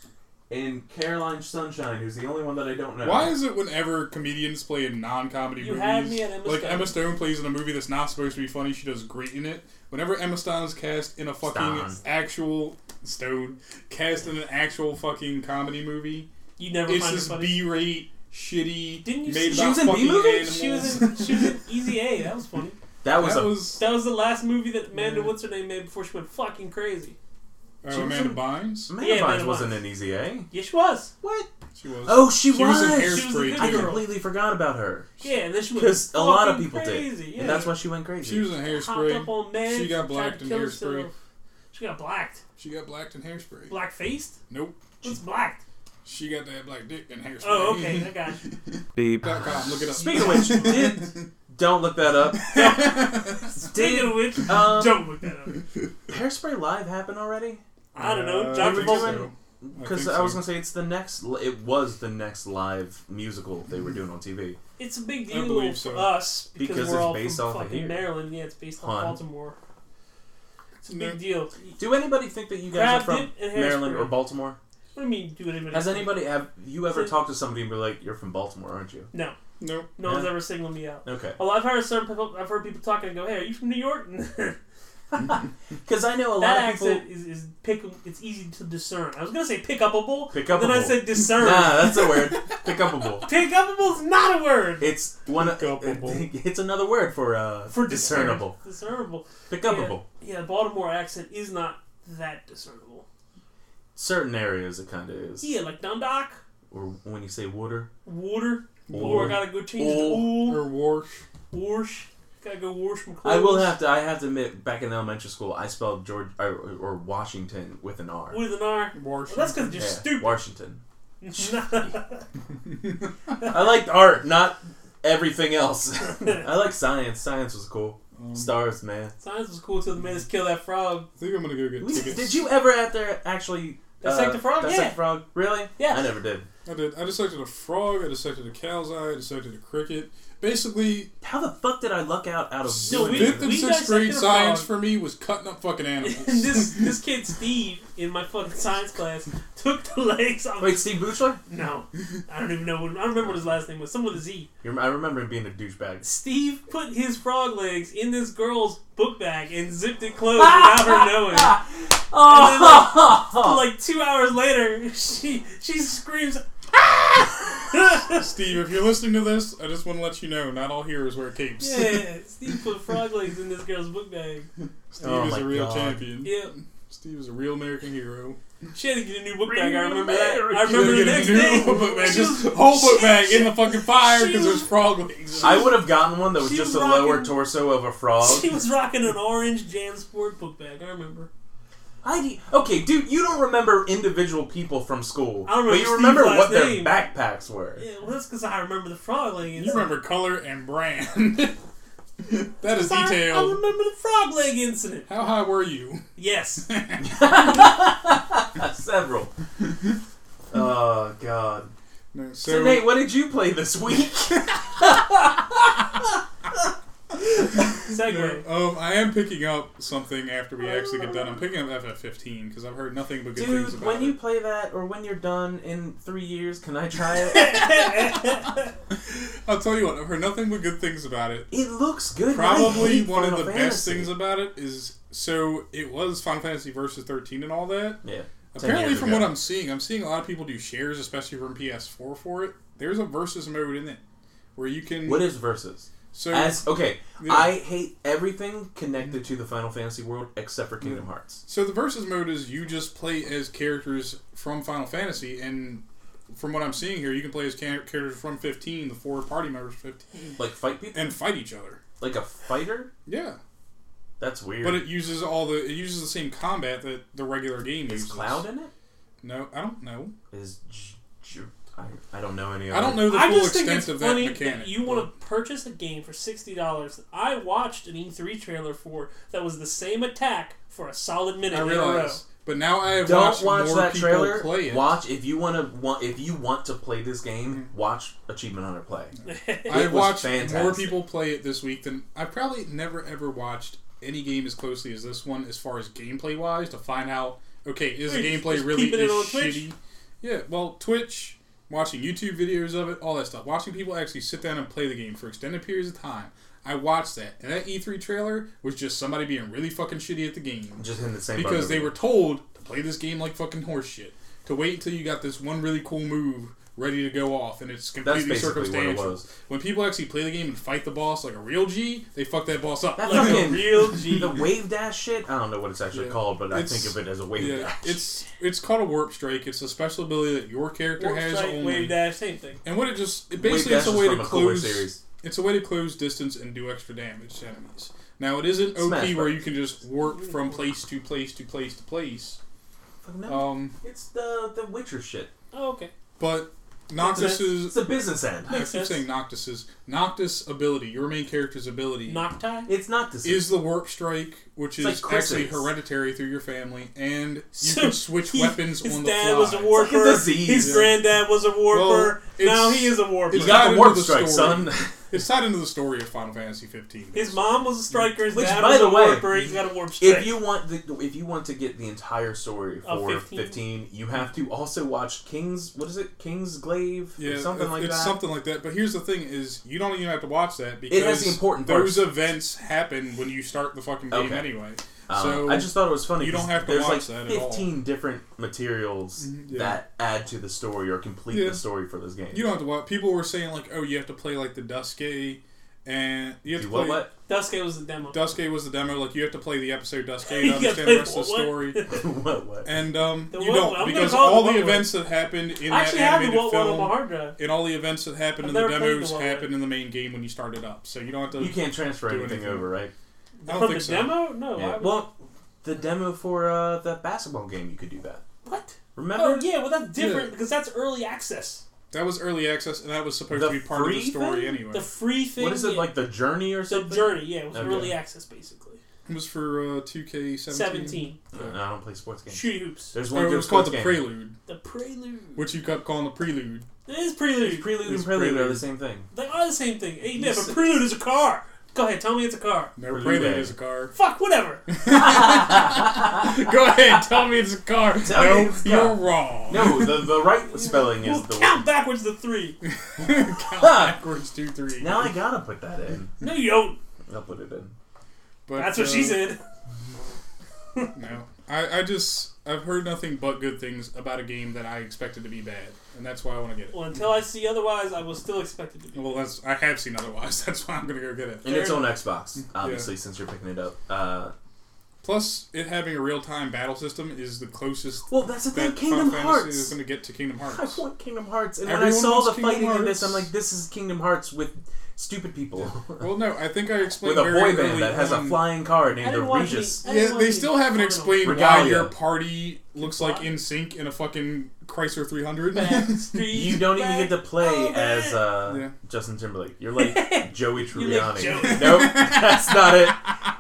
[SPEAKER 1] and Caroline Sunshine, who's the only one that I don't know.
[SPEAKER 3] Why is it whenever comedians play in non-comedy
[SPEAKER 2] You
[SPEAKER 3] movies,
[SPEAKER 2] had me at Emma
[SPEAKER 3] like
[SPEAKER 2] Stone.
[SPEAKER 3] Emma Stone plays in a movie that's not supposed to be funny, she does great in it. Whenever Emma Stone is cast in a fucking
[SPEAKER 1] Stone.
[SPEAKER 3] actual Stone cast in an actual fucking comedy movie,
[SPEAKER 2] You never
[SPEAKER 3] it's
[SPEAKER 2] find her
[SPEAKER 3] this
[SPEAKER 2] funny.
[SPEAKER 3] B-rate shitty.
[SPEAKER 2] Didn't you
[SPEAKER 3] made
[SPEAKER 2] see-
[SPEAKER 3] about
[SPEAKER 1] She was in
[SPEAKER 3] fucking
[SPEAKER 1] B-movie?
[SPEAKER 3] Animals.
[SPEAKER 2] She was in she was in Easy A. That was funny.
[SPEAKER 1] that was
[SPEAKER 3] that
[SPEAKER 1] a
[SPEAKER 3] was
[SPEAKER 2] That was the last movie that Amanda
[SPEAKER 3] Yeah.
[SPEAKER 2] what's her name made before she went fucking crazy.
[SPEAKER 3] oh,
[SPEAKER 1] she was
[SPEAKER 3] Amanda
[SPEAKER 1] in-
[SPEAKER 3] Bynes.
[SPEAKER 1] Amanda
[SPEAKER 2] Yeah,
[SPEAKER 1] Bynes
[SPEAKER 2] Amanda
[SPEAKER 1] wasn't
[SPEAKER 2] Bynes.
[SPEAKER 1] an easy A.
[SPEAKER 2] Yeah, she was.
[SPEAKER 1] What?
[SPEAKER 3] She was.
[SPEAKER 1] Oh, she,
[SPEAKER 3] she
[SPEAKER 1] was.
[SPEAKER 3] was in
[SPEAKER 2] She was a
[SPEAKER 3] Hairspray.
[SPEAKER 2] good
[SPEAKER 1] I
[SPEAKER 2] girl.
[SPEAKER 3] too.
[SPEAKER 1] completely forgot about her
[SPEAKER 2] Yeah, and then she went
[SPEAKER 1] because a lot of
[SPEAKER 2] fucking
[SPEAKER 1] people
[SPEAKER 2] crazy.
[SPEAKER 1] did,
[SPEAKER 2] Yeah.
[SPEAKER 1] and that's why she went crazy.
[SPEAKER 3] She was in
[SPEAKER 2] Hopped up
[SPEAKER 3] Hairspray.
[SPEAKER 2] on men.
[SPEAKER 3] She got
[SPEAKER 2] tried to
[SPEAKER 3] blacked in
[SPEAKER 2] kill
[SPEAKER 3] Hairspray.
[SPEAKER 2] herself. She got blacked.
[SPEAKER 3] She got blacked in Hairspray.
[SPEAKER 2] Black faced?
[SPEAKER 3] Nope.
[SPEAKER 2] What's blacked?
[SPEAKER 3] She got that black dick in Hairspray.
[SPEAKER 2] Oh, okay. Oh, I got you.
[SPEAKER 4] Beep.
[SPEAKER 3] Dot com. Look it up.
[SPEAKER 1] Speaking of which, did Don't look that up.
[SPEAKER 2] Speaking of which,
[SPEAKER 1] Um,
[SPEAKER 2] don't look that up.
[SPEAKER 1] Hairspray Live happened already?
[SPEAKER 2] I don't know,
[SPEAKER 3] Uh,
[SPEAKER 2] John
[SPEAKER 3] I think
[SPEAKER 1] Travolta.
[SPEAKER 3] so. I
[SPEAKER 1] Because
[SPEAKER 3] think
[SPEAKER 1] I, was
[SPEAKER 3] so.
[SPEAKER 1] gonna say it's the next. li- It was the next live musical they were doing on TV.
[SPEAKER 2] It's a big
[SPEAKER 3] I
[SPEAKER 2] deal
[SPEAKER 3] believe
[SPEAKER 2] for
[SPEAKER 3] so.
[SPEAKER 2] us because,
[SPEAKER 1] Because
[SPEAKER 2] we're
[SPEAKER 1] it's
[SPEAKER 2] all
[SPEAKER 1] based
[SPEAKER 2] from
[SPEAKER 1] off of
[SPEAKER 2] fucking
[SPEAKER 1] here.
[SPEAKER 2] Maryland. Yeah, it's based off
[SPEAKER 1] Hun.
[SPEAKER 2] Baltimore. It's a
[SPEAKER 3] No.
[SPEAKER 2] big deal.
[SPEAKER 1] Do anybody think that you guys
[SPEAKER 2] Crab
[SPEAKER 1] are
[SPEAKER 2] dip and
[SPEAKER 1] from Maryland
[SPEAKER 2] hairspray.
[SPEAKER 1] or Baltimore?
[SPEAKER 2] What do you mean, do anybody?
[SPEAKER 1] Has anybody have you ever
[SPEAKER 2] Is it-
[SPEAKER 1] talked to somebody and be like, "You're from Baltimore, aren't you?"
[SPEAKER 2] No,
[SPEAKER 3] No.
[SPEAKER 2] no
[SPEAKER 1] Yeah.
[SPEAKER 2] one's ever singled me out.
[SPEAKER 1] Okay.
[SPEAKER 2] Well, I've heard certain people. I've heard people talking and go, "Hey, are you from New York?" that
[SPEAKER 1] Because I know a lot of people
[SPEAKER 2] accent is, is pick. It's easy to discern. I was gonna say pick upable,
[SPEAKER 1] pick
[SPEAKER 2] but
[SPEAKER 1] up.
[SPEAKER 2] then I said discern.
[SPEAKER 1] Nah, that's a word. Pick upable.
[SPEAKER 2] Pick upable is not a word
[SPEAKER 1] It's one.
[SPEAKER 3] Pick-upable.
[SPEAKER 1] It's another word for uh
[SPEAKER 2] for discern-
[SPEAKER 1] discernible.
[SPEAKER 2] Discernible.
[SPEAKER 1] Pick upable.
[SPEAKER 2] Yeah, Baltimore accent is not that discernible.
[SPEAKER 1] Certain areas it kind of is.
[SPEAKER 2] Yeah, like Dundalk,
[SPEAKER 1] Or when you say water.
[SPEAKER 2] water. Or
[SPEAKER 1] Or-
[SPEAKER 2] I gotta go change the
[SPEAKER 1] or-
[SPEAKER 2] ool.
[SPEAKER 3] Or Warsh.
[SPEAKER 2] Warsh. Gotta go wash my clothes.
[SPEAKER 1] I will have to. I have to admit, back in elementary school, I spelled George or, or Washington with an R.
[SPEAKER 2] With an R.
[SPEAKER 3] Warsh.
[SPEAKER 2] Well, that's because you're
[SPEAKER 1] Yeah, Washington.
[SPEAKER 2] stupid.
[SPEAKER 1] I liked art, not everything else. Mm. I like science. Science was cool.
[SPEAKER 3] Um,
[SPEAKER 1] Stars, man.
[SPEAKER 2] Science was cool till the made us kill that frog.
[SPEAKER 3] I think I'm gonna go get tickets.
[SPEAKER 1] Did you ever out there actually
[SPEAKER 2] Dissect
[SPEAKER 1] uh,
[SPEAKER 2] a frog?
[SPEAKER 1] Dissect
[SPEAKER 2] Yeah.
[SPEAKER 1] a frog? Really?
[SPEAKER 2] Yeah.
[SPEAKER 1] I never did.
[SPEAKER 3] I did. I dissected a frog. I dissected a cow's eye. I dissected a cricket. Basically,
[SPEAKER 1] How the fuck did I luck out out of
[SPEAKER 2] No,
[SPEAKER 1] doing
[SPEAKER 2] we-
[SPEAKER 3] fifth
[SPEAKER 1] that?
[SPEAKER 3] and sixth
[SPEAKER 2] dissected
[SPEAKER 3] grade
[SPEAKER 2] a
[SPEAKER 3] science
[SPEAKER 2] frog.
[SPEAKER 3] for me was cutting up fucking animals.
[SPEAKER 2] And this this kid Steve in my fucking science class took the legs off.
[SPEAKER 1] Wait, Steve Butchler?
[SPEAKER 2] No, I don't even know. What, I don't remember what his last name was. Someone with a Z.
[SPEAKER 1] You're, I remember him being a douchebag.
[SPEAKER 2] Steve put his frog legs in this girl's book bag and zipped it closed without her knowing. And then,
[SPEAKER 1] Oh.
[SPEAKER 2] like, like two hours later, she she screams. "Ah!"
[SPEAKER 3] Steve, if you're listening to this, I just want to let you know, not all heroes wear capes.
[SPEAKER 2] yeah, Steve put frog legs in this girl's book bag.
[SPEAKER 3] Steve
[SPEAKER 1] Oh
[SPEAKER 3] is
[SPEAKER 1] my
[SPEAKER 3] a real
[SPEAKER 1] God.
[SPEAKER 3] champion.
[SPEAKER 2] Yeah,
[SPEAKER 3] Steve is a real American hero.
[SPEAKER 2] she had to get a new book bag. I remember that.
[SPEAKER 1] Real
[SPEAKER 2] I
[SPEAKER 1] American.
[SPEAKER 2] remember the
[SPEAKER 3] Look at
[SPEAKER 2] next
[SPEAKER 3] his new
[SPEAKER 2] day.
[SPEAKER 3] book bag,
[SPEAKER 2] she
[SPEAKER 3] just
[SPEAKER 2] was-
[SPEAKER 3] whole book
[SPEAKER 2] she-
[SPEAKER 3] bag in the fucking fire
[SPEAKER 2] she
[SPEAKER 3] because
[SPEAKER 2] was-
[SPEAKER 3] there's frog legs.
[SPEAKER 1] I would have gotten one that was
[SPEAKER 2] She
[SPEAKER 1] just
[SPEAKER 2] was
[SPEAKER 1] a lower
[SPEAKER 2] rocking-
[SPEAKER 1] torso of a frog.
[SPEAKER 2] She was rocking an orange Jam Sport book bag. I remember.
[SPEAKER 1] I d- okay, dude, you don't remember individual people from school.
[SPEAKER 2] I don't remember
[SPEAKER 1] but you
[SPEAKER 2] Steve's
[SPEAKER 1] remember
[SPEAKER 2] last
[SPEAKER 1] what
[SPEAKER 2] name.
[SPEAKER 1] their backpacks were.
[SPEAKER 2] Yeah, well, that's because I remember the frog leggings.
[SPEAKER 3] You remember color and brand. that is
[SPEAKER 2] I, I
[SPEAKER 3] detailed.
[SPEAKER 2] remember the frog leg incident.
[SPEAKER 3] How high were you?
[SPEAKER 2] Yes.
[SPEAKER 1] Several. oh god.
[SPEAKER 3] No,
[SPEAKER 1] So, Nate, what did you play this week?
[SPEAKER 2] Segue.
[SPEAKER 3] Um, I am picking up something after we actually get done. I'm picking up FF15 because I've heard nothing but good things
[SPEAKER 1] Dude,
[SPEAKER 3] about
[SPEAKER 1] when
[SPEAKER 3] it.
[SPEAKER 1] you play that or when you're done in three years, can I try it?
[SPEAKER 3] I'll tell you what, I've heard nothing but good things about it.
[SPEAKER 1] it looks good. and I
[SPEAKER 3] Probably
[SPEAKER 1] hate
[SPEAKER 3] one of
[SPEAKER 1] Final
[SPEAKER 3] the best
[SPEAKER 1] Fantasy.
[SPEAKER 3] things about it is so it was Final Fantasy Versus 13 and all that.
[SPEAKER 1] Yeah.
[SPEAKER 3] Apparently, from what I'm seeing, I'm seeing a lot of people do shares, especially from PS4 for it. There's a versus mode in it where you can.
[SPEAKER 1] What is versus?
[SPEAKER 3] so
[SPEAKER 1] As okay,
[SPEAKER 3] Yeah.
[SPEAKER 1] I hate everything connected to the Final Fantasy world except for Kingdom Hearts.
[SPEAKER 3] So the versus mode is you just play as characters from Final Fantasy, and from what I'm seeing here, you can play as cha- characters from 15, the four party members from 15,
[SPEAKER 1] Like fight people,
[SPEAKER 3] and fight each other.
[SPEAKER 1] like a fighter.
[SPEAKER 3] Yeah,
[SPEAKER 1] That's weird.
[SPEAKER 3] but it uses all the it uses the same combat that the regular game
[SPEAKER 1] is
[SPEAKER 3] uses.
[SPEAKER 1] Cloud in it?
[SPEAKER 3] No, I don't know.
[SPEAKER 1] Is J- J- I, I don't know any.
[SPEAKER 3] I don't
[SPEAKER 1] other-
[SPEAKER 3] know the
[SPEAKER 2] I
[SPEAKER 3] full
[SPEAKER 2] just think
[SPEAKER 3] extent
[SPEAKER 2] it's
[SPEAKER 3] of that
[SPEAKER 2] funny
[SPEAKER 3] mechanic.
[SPEAKER 2] that you want to purchase a game for sixty dollars. I watched an E3 trailer for that was the same attack for a solid minute
[SPEAKER 3] I
[SPEAKER 2] in a row.
[SPEAKER 3] realize, but now I have
[SPEAKER 1] Don't
[SPEAKER 3] watched
[SPEAKER 1] watch
[SPEAKER 3] more
[SPEAKER 1] that
[SPEAKER 3] people
[SPEAKER 1] trailer.
[SPEAKER 3] play it.
[SPEAKER 1] Watch if you want to. Want if you want to play this game, watch Achievement Hunter play.
[SPEAKER 3] I
[SPEAKER 1] It was
[SPEAKER 3] watched more
[SPEAKER 1] fantastic.
[SPEAKER 3] people play it this week than I've probably never ever watched any game as closely as this one, as far as gameplay wise, to find out okay is the
[SPEAKER 2] You're just-
[SPEAKER 3] gameplay
[SPEAKER 2] just
[SPEAKER 3] really
[SPEAKER 2] keeping it
[SPEAKER 3] as
[SPEAKER 2] on Twitch?
[SPEAKER 3] shitty? Yeah, well, Twitch, watching YouTube videos of it, all that stuff, watching people actually sit down and play the game for extended periods of time. I watched that, and that E3 trailer was just somebody being really fucking shitty at the game
[SPEAKER 1] Just in the same boat
[SPEAKER 3] because they
[SPEAKER 1] every-
[SPEAKER 3] were told to play this game like fucking horseshit. To wait until you got this one really cool move ready to go off, and
[SPEAKER 1] That's
[SPEAKER 3] it's completely
[SPEAKER 1] basically what it
[SPEAKER 3] circumstantial.
[SPEAKER 1] was.
[SPEAKER 3] When people actually play the game and fight the boss like a real G, they fuck that boss up.
[SPEAKER 1] That
[SPEAKER 2] Like a
[SPEAKER 1] fucking
[SPEAKER 2] real G.
[SPEAKER 1] the wave dash shit. I don't know what it's actually
[SPEAKER 3] Yeah.
[SPEAKER 1] called, but I
[SPEAKER 3] It's-
[SPEAKER 1] think of it as a wave
[SPEAKER 3] yeah,
[SPEAKER 1] dash.
[SPEAKER 3] it's it's called a warp strike. It's a special ability that your character
[SPEAKER 2] Warp
[SPEAKER 3] has
[SPEAKER 2] strike,
[SPEAKER 3] only.
[SPEAKER 2] wave dash, same thing.
[SPEAKER 3] And what it just it
[SPEAKER 1] Wave
[SPEAKER 3] basically it's
[SPEAKER 1] dash
[SPEAKER 3] a
[SPEAKER 1] is
[SPEAKER 3] way to
[SPEAKER 1] from a cooler
[SPEAKER 3] close.
[SPEAKER 1] series.
[SPEAKER 3] It's a way to close distance and do extra damage to enemies. Now it isn't OP
[SPEAKER 1] Smash
[SPEAKER 3] where
[SPEAKER 1] Bros.
[SPEAKER 3] you can just warp from place to place to place to place.
[SPEAKER 1] No,
[SPEAKER 3] Um,
[SPEAKER 1] it's the the Witcher shit.
[SPEAKER 2] Oh, okay.
[SPEAKER 3] But Noctis's.
[SPEAKER 1] It's a business end.
[SPEAKER 3] I keep
[SPEAKER 2] Makes sense.
[SPEAKER 3] saying Noctis's. Noctis ability, your main character's ability,
[SPEAKER 2] Nocti?
[SPEAKER 1] It's not this.
[SPEAKER 3] is the warp strike, which
[SPEAKER 1] It's like
[SPEAKER 3] is
[SPEAKER 1] Chris's.
[SPEAKER 3] actually hereditary through your family, and you
[SPEAKER 2] So
[SPEAKER 3] can switch
[SPEAKER 2] he-
[SPEAKER 3] weapons
[SPEAKER 2] his
[SPEAKER 3] on the
[SPEAKER 2] dad
[SPEAKER 3] fly.
[SPEAKER 2] was a warper.
[SPEAKER 1] disease.
[SPEAKER 2] His
[SPEAKER 1] Yeah.
[SPEAKER 2] granddad was a warper.
[SPEAKER 3] it's-
[SPEAKER 2] now he is a warper.
[SPEAKER 1] you
[SPEAKER 3] it's
[SPEAKER 1] got
[SPEAKER 3] tied
[SPEAKER 1] the
[SPEAKER 3] into
[SPEAKER 1] warp
[SPEAKER 3] the
[SPEAKER 1] strike,
[SPEAKER 3] story.
[SPEAKER 1] son.
[SPEAKER 3] It's tied into the story of Final Fantasy 15.
[SPEAKER 2] His mom was a striker. His
[SPEAKER 1] Which,
[SPEAKER 2] dad
[SPEAKER 1] by
[SPEAKER 2] was
[SPEAKER 1] the
[SPEAKER 2] a
[SPEAKER 1] way,
[SPEAKER 2] warper. He's got a warp strike.
[SPEAKER 1] If you want the, if you want to get the entire story
[SPEAKER 2] Of
[SPEAKER 1] for
[SPEAKER 2] 15.
[SPEAKER 1] 15. you have to also watch King's what is it? King's Glaive
[SPEAKER 3] Yeah,
[SPEAKER 1] or something
[SPEAKER 3] it-
[SPEAKER 1] like
[SPEAKER 3] it's
[SPEAKER 1] that.
[SPEAKER 3] something like that. But here's the thing: is you don't even have to watch that because
[SPEAKER 1] It has the important parts.
[SPEAKER 3] those events happen when you start the fucking game
[SPEAKER 1] Okay.
[SPEAKER 3] anyway.
[SPEAKER 1] Um,
[SPEAKER 3] so
[SPEAKER 1] I just thought it was funny.
[SPEAKER 3] you don't
[SPEAKER 1] 'cause
[SPEAKER 3] have to
[SPEAKER 1] there's
[SPEAKER 3] watch
[SPEAKER 1] like
[SPEAKER 3] that at all.
[SPEAKER 1] 15 different materials
[SPEAKER 3] Mhm, yeah.
[SPEAKER 1] that add to the story or complete
[SPEAKER 3] Yeah.
[SPEAKER 1] the story for this game.
[SPEAKER 3] you don't have to watch. People were saying like, oh, you have to play like the Duskay, and you have
[SPEAKER 1] Do
[SPEAKER 3] to
[SPEAKER 1] what,
[SPEAKER 3] play.
[SPEAKER 1] what?
[SPEAKER 2] Duske was the demo.
[SPEAKER 3] Duskay was the demo. Like you have to play the episode Duskay
[SPEAKER 2] You
[SPEAKER 3] to
[SPEAKER 2] gotta
[SPEAKER 3] understand
[SPEAKER 2] play
[SPEAKER 3] the rest of the
[SPEAKER 2] what?
[SPEAKER 3] story.
[SPEAKER 1] what? What?
[SPEAKER 3] And um,
[SPEAKER 2] The
[SPEAKER 3] you
[SPEAKER 2] what- I'm
[SPEAKER 3] don't
[SPEAKER 2] gonna
[SPEAKER 3] because
[SPEAKER 2] call it
[SPEAKER 3] all
[SPEAKER 2] the
[SPEAKER 3] the
[SPEAKER 2] what
[SPEAKER 3] events that happened in
[SPEAKER 2] I actually
[SPEAKER 3] that
[SPEAKER 2] have the
[SPEAKER 3] animated
[SPEAKER 2] one one on my
[SPEAKER 3] film.
[SPEAKER 2] hard drive.
[SPEAKER 3] And all the events that happened
[SPEAKER 2] I've
[SPEAKER 3] in the
[SPEAKER 2] never played the
[SPEAKER 3] demos
[SPEAKER 2] one.
[SPEAKER 3] happened in the main game when you start it up. So you don't have to.
[SPEAKER 1] You can't transfer
[SPEAKER 3] Do
[SPEAKER 1] anything,
[SPEAKER 3] anything.
[SPEAKER 1] over, right?
[SPEAKER 3] I don't
[SPEAKER 2] From
[SPEAKER 3] think
[SPEAKER 2] the
[SPEAKER 3] so.
[SPEAKER 2] demo? No.
[SPEAKER 1] Yeah.
[SPEAKER 2] I-
[SPEAKER 1] Well, the demo for uh, that basketball game, you could do that.
[SPEAKER 2] what?
[SPEAKER 1] Remember?
[SPEAKER 2] Oh, yeah, well, that's different
[SPEAKER 3] Yeah.
[SPEAKER 2] because that's early access.
[SPEAKER 3] That was early access, and that was supposed
[SPEAKER 1] The
[SPEAKER 3] to be part of the
[SPEAKER 1] free
[SPEAKER 3] story
[SPEAKER 1] thing?
[SPEAKER 3] anyway.
[SPEAKER 2] The free thing.
[SPEAKER 1] What is it
[SPEAKER 2] yeah.
[SPEAKER 1] like? The journey or
[SPEAKER 2] The
[SPEAKER 1] something?
[SPEAKER 2] journey, yeah, it was
[SPEAKER 1] Okay.
[SPEAKER 2] early access basically.
[SPEAKER 3] it was for uh, 2K17.
[SPEAKER 2] 17.
[SPEAKER 1] Uh, No, I don't play sports games.
[SPEAKER 2] Shooty hoops.
[SPEAKER 1] There's one
[SPEAKER 3] Or it
[SPEAKER 1] good
[SPEAKER 3] was called
[SPEAKER 1] sports
[SPEAKER 3] the
[SPEAKER 1] game.
[SPEAKER 3] Prelude,
[SPEAKER 2] The prelude.
[SPEAKER 3] which you kept calling the Prelude.
[SPEAKER 2] It is
[SPEAKER 1] Prelude,
[SPEAKER 2] prelude.
[SPEAKER 1] prelude,
[SPEAKER 3] It's
[SPEAKER 1] and prelude are
[SPEAKER 3] prelude.
[SPEAKER 1] the same thing.
[SPEAKER 2] They are the same thing. Hey, man,
[SPEAKER 1] You
[SPEAKER 2] but
[SPEAKER 1] said-
[SPEAKER 2] prelude is a car. Go ahead, tell me it's a car.
[SPEAKER 3] No,
[SPEAKER 1] Prelude.
[SPEAKER 3] Prelude, is a car.
[SPEAKER 2] Fuck, whatever.
[SPEAKER 3] Go ahead, tell me it's a car.
[SPEAKER 1] Tell
[SPEAKER 3] no,
[SPEAKER 1] me it's a car.
[SPEAKER 3] you're wrong.
[SPEAKER 1] No, the the right spelling is
[SPEAKER 2] we'll
[SPEAKER 1] the.
[SPEAKER 2] count backwards to three.
[SPEAKER 3] Count
[SPEAKER 1] Ah.
[SPEAKER 3] backwards, two, three.
[SPEAKER 1] Now I gotta put that in.
[SPEAKER 2] No, you don't.
[SPEAKER 1] I'll put it in.
[SPEAKER 3] But,
[SPEAKER 2] That's what she
[SPEAKER 3] uh,
[SPEAKER 2] said.
[SPEAKER 3] No, I, I just I've heard nothing but good things about a game that I expected to be bad, and that's why I want to get it.
[SPEAKER 2] Well, until I see otherwise, I will still expect it to be.
[SPEAKER 3] Well, that's I have seen otherwise. That's why I'm gonna go get it.
[SPEAKER 1] And
[SPEAKER 2] Fair
[SPEAKER 1] it's on Xbox, obviously,
[SPEAKER 3] Yeah.
[SPEAKER 1] since you're picking it up. Uh,
[SPEAKER 3] Plus, it having a real time battle system is the closest
[SPEAKER 1] well, that's the thing.
[SPEAKER 3] that
[SPEAKER 1] Kingdom
[SPEAKER 3] Final Fantasy is
[SPEAKER 1] Hearts.
[SPEAKER 3] going to get to Kingdom
[SPEAKER 1] I
[SPEAKER 3] Hearts.
[SPEAKER 1] want Kingdom Hearts, and when I
[SPEAKER 3] Everyone
[SPEAKER 1] saw
[SPEAKER 3] wants
[SPEAKER 1] the
[SPEAKER 3] Kingdom
[SPEAKER 1] fighting in this, I'm
[SPEAKER 3] Hearts.
[SPEAKER 1] like, this is Kingdom Hearts with stupid people,
[SPEAKER 3] Well, no, I think I explained
[SPEAKER 1] with a
[SPEAKER 3] very
[SPEAKER 1] boy
[SPEAKER 3] early
[SPEAKER 1] band that has a
[SPEAKER 3] on-
[SPEAKER 1] flying car
[SPEAKER 2] I
[SPEAKER 1] named the
[SPEAKER 2] didn't watch any,
[SPEAKER 1] Regis.
[SPEAKER 2] I didn't
[SPEAKER 3] Yeah,
[SPEAKER 2] watch
[SPEAKER 3] they
[SPEAKER 2] any
[SPEAKER 3] still haven't
[SPEAKER 2] final.
[SPEAKER 3] explained why
[SPEAKER 1] Regalia.
[SPEAKER 3] your party looks like
[SPEAKER 2] Regalia.
[SPEAKER 3] in sync in a fucking Chrysler 300.
[SPEAKER 2] Back street,
[SPEAKER 1] You don't even
[SPEAKER 2] back
[SPEAKER 1] get to play
[SPEAKER 2] over.
[SPEAKER 1] as uh,
[SPEAKER 3] Yeah.
[SPEAKER 1] Justin Timberlake. You're like Joey
[SPEAKER 2] You're like
[SPEAKER 1] Tribbiani.
[SPEAKER 2] Joey.
[SPEAKER 1] nope, that's not it.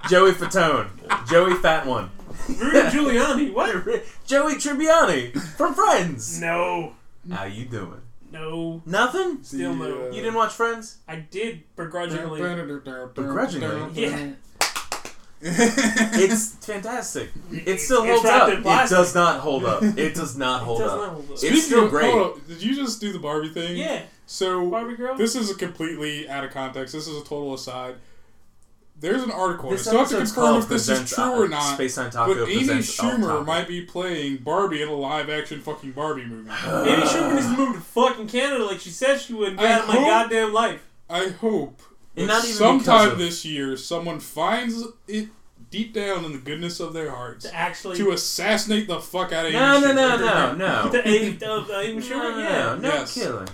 [SPEAKER 1] Joey Fatone. Joey Fat One.
[SPEAKER 2] Rudy Giuliani. What?
[SPEAKER 1] Joey Tribbiani from Friends.
[SPEAKER 2] No,
[SPEAKER 1] How you doing?
[SPEAKER 2] no.
[SPEAKER 1] Nothing?
[SPEAKER 2] Still no.
[SPEAKER 1] You
[SPEAKER 3] uh,
[SPEAKER 1] didn't watch Friends?
[SPEAKER 2] I did begrudgingly.
[SPEAKER 3] Begrudgingly.
[SPEAKER 1] Begrudgingly?
[SPEAKER 2] Yeah.
[SPEAKER 1] It's fantastic. It still
[SPEAKER 2] It's
[SPEAKER 1] holds
[SPEAKER 2] wrapped
[SPEAKER 1] up.
[SPEAKER 2] in
[SPEAKER 1] It
[SPEAKER 2] plastic.
[SPEAKER 1] does not hold up. It does not hold
[SPEAKER 2] does
[SPEAKER 1] up.
[SPEAKER 2] not hold up.
[SPEAKER 1] It's still great.
[SPEAKER 3] Did you just do the Barbie thing?
[SPEAKER 2] Yeah,
[SPEAKER 3] So
[SPEAKER 2] Barbie girl.
[SPEAKER 3] This is a completely out of context. This is a total aside. There's an article.
[SPEAKER 1] This
[SPEAKER 3] I still have to
[SPEAKER 1] episode's
[SPEAKER 3] confirm
[SPEAKER 1] called
[SPEAKER 3] if this is
[SPEAKER 1] Presents
[SPEAKER 3] true
[SPEAKER 1] Al-
[SPEAKER 3] or not.
[SPEAKER 1] Space Time Taco
[SPEAKER 3] But Amy
[SPEAKER 1] presents Al Taco.
[SPEAKER 3] Schumer might be playing Barbie in a live-action fucking Barbie movie.
[SPEAKER 2] Amy Schumer needs to move to fucking Canada like she said she would.
[SPEAKER 3] I
[SPEAKER 2] Out of my
[SPEAKER 3] hope-
[SPEAKER 2] goddamn life.
[SPEAKER 3] I hope
[SPEAKER 1] And not
[SPEAKER 3] that
[SPEAKER 1] even because
[SPEAKER 3] sometime
[SPEAKER 1] of-
[SPEAKER 3] this year someone finds it deep down in the goodness of their hearts
[SPEAKER 2] To actually.
[SPEAKER 3] to assassinate the fuck out of
[SPEAKER 1] No, no,
[SPEAKER 3] Amy
[SPEAKER 1] no, no,
[SPEAKER 3] Schumer.
[SPEAKER 1] no.
[SPEAKER 2] the eighth of uh, Amy Schumer.
[SPEAKER 1] No,
[SPEAKER 2] Yeah.
[SPEAKER 1] no
[SPEAKER 3] Yes.
[SPEAKER 1] killing.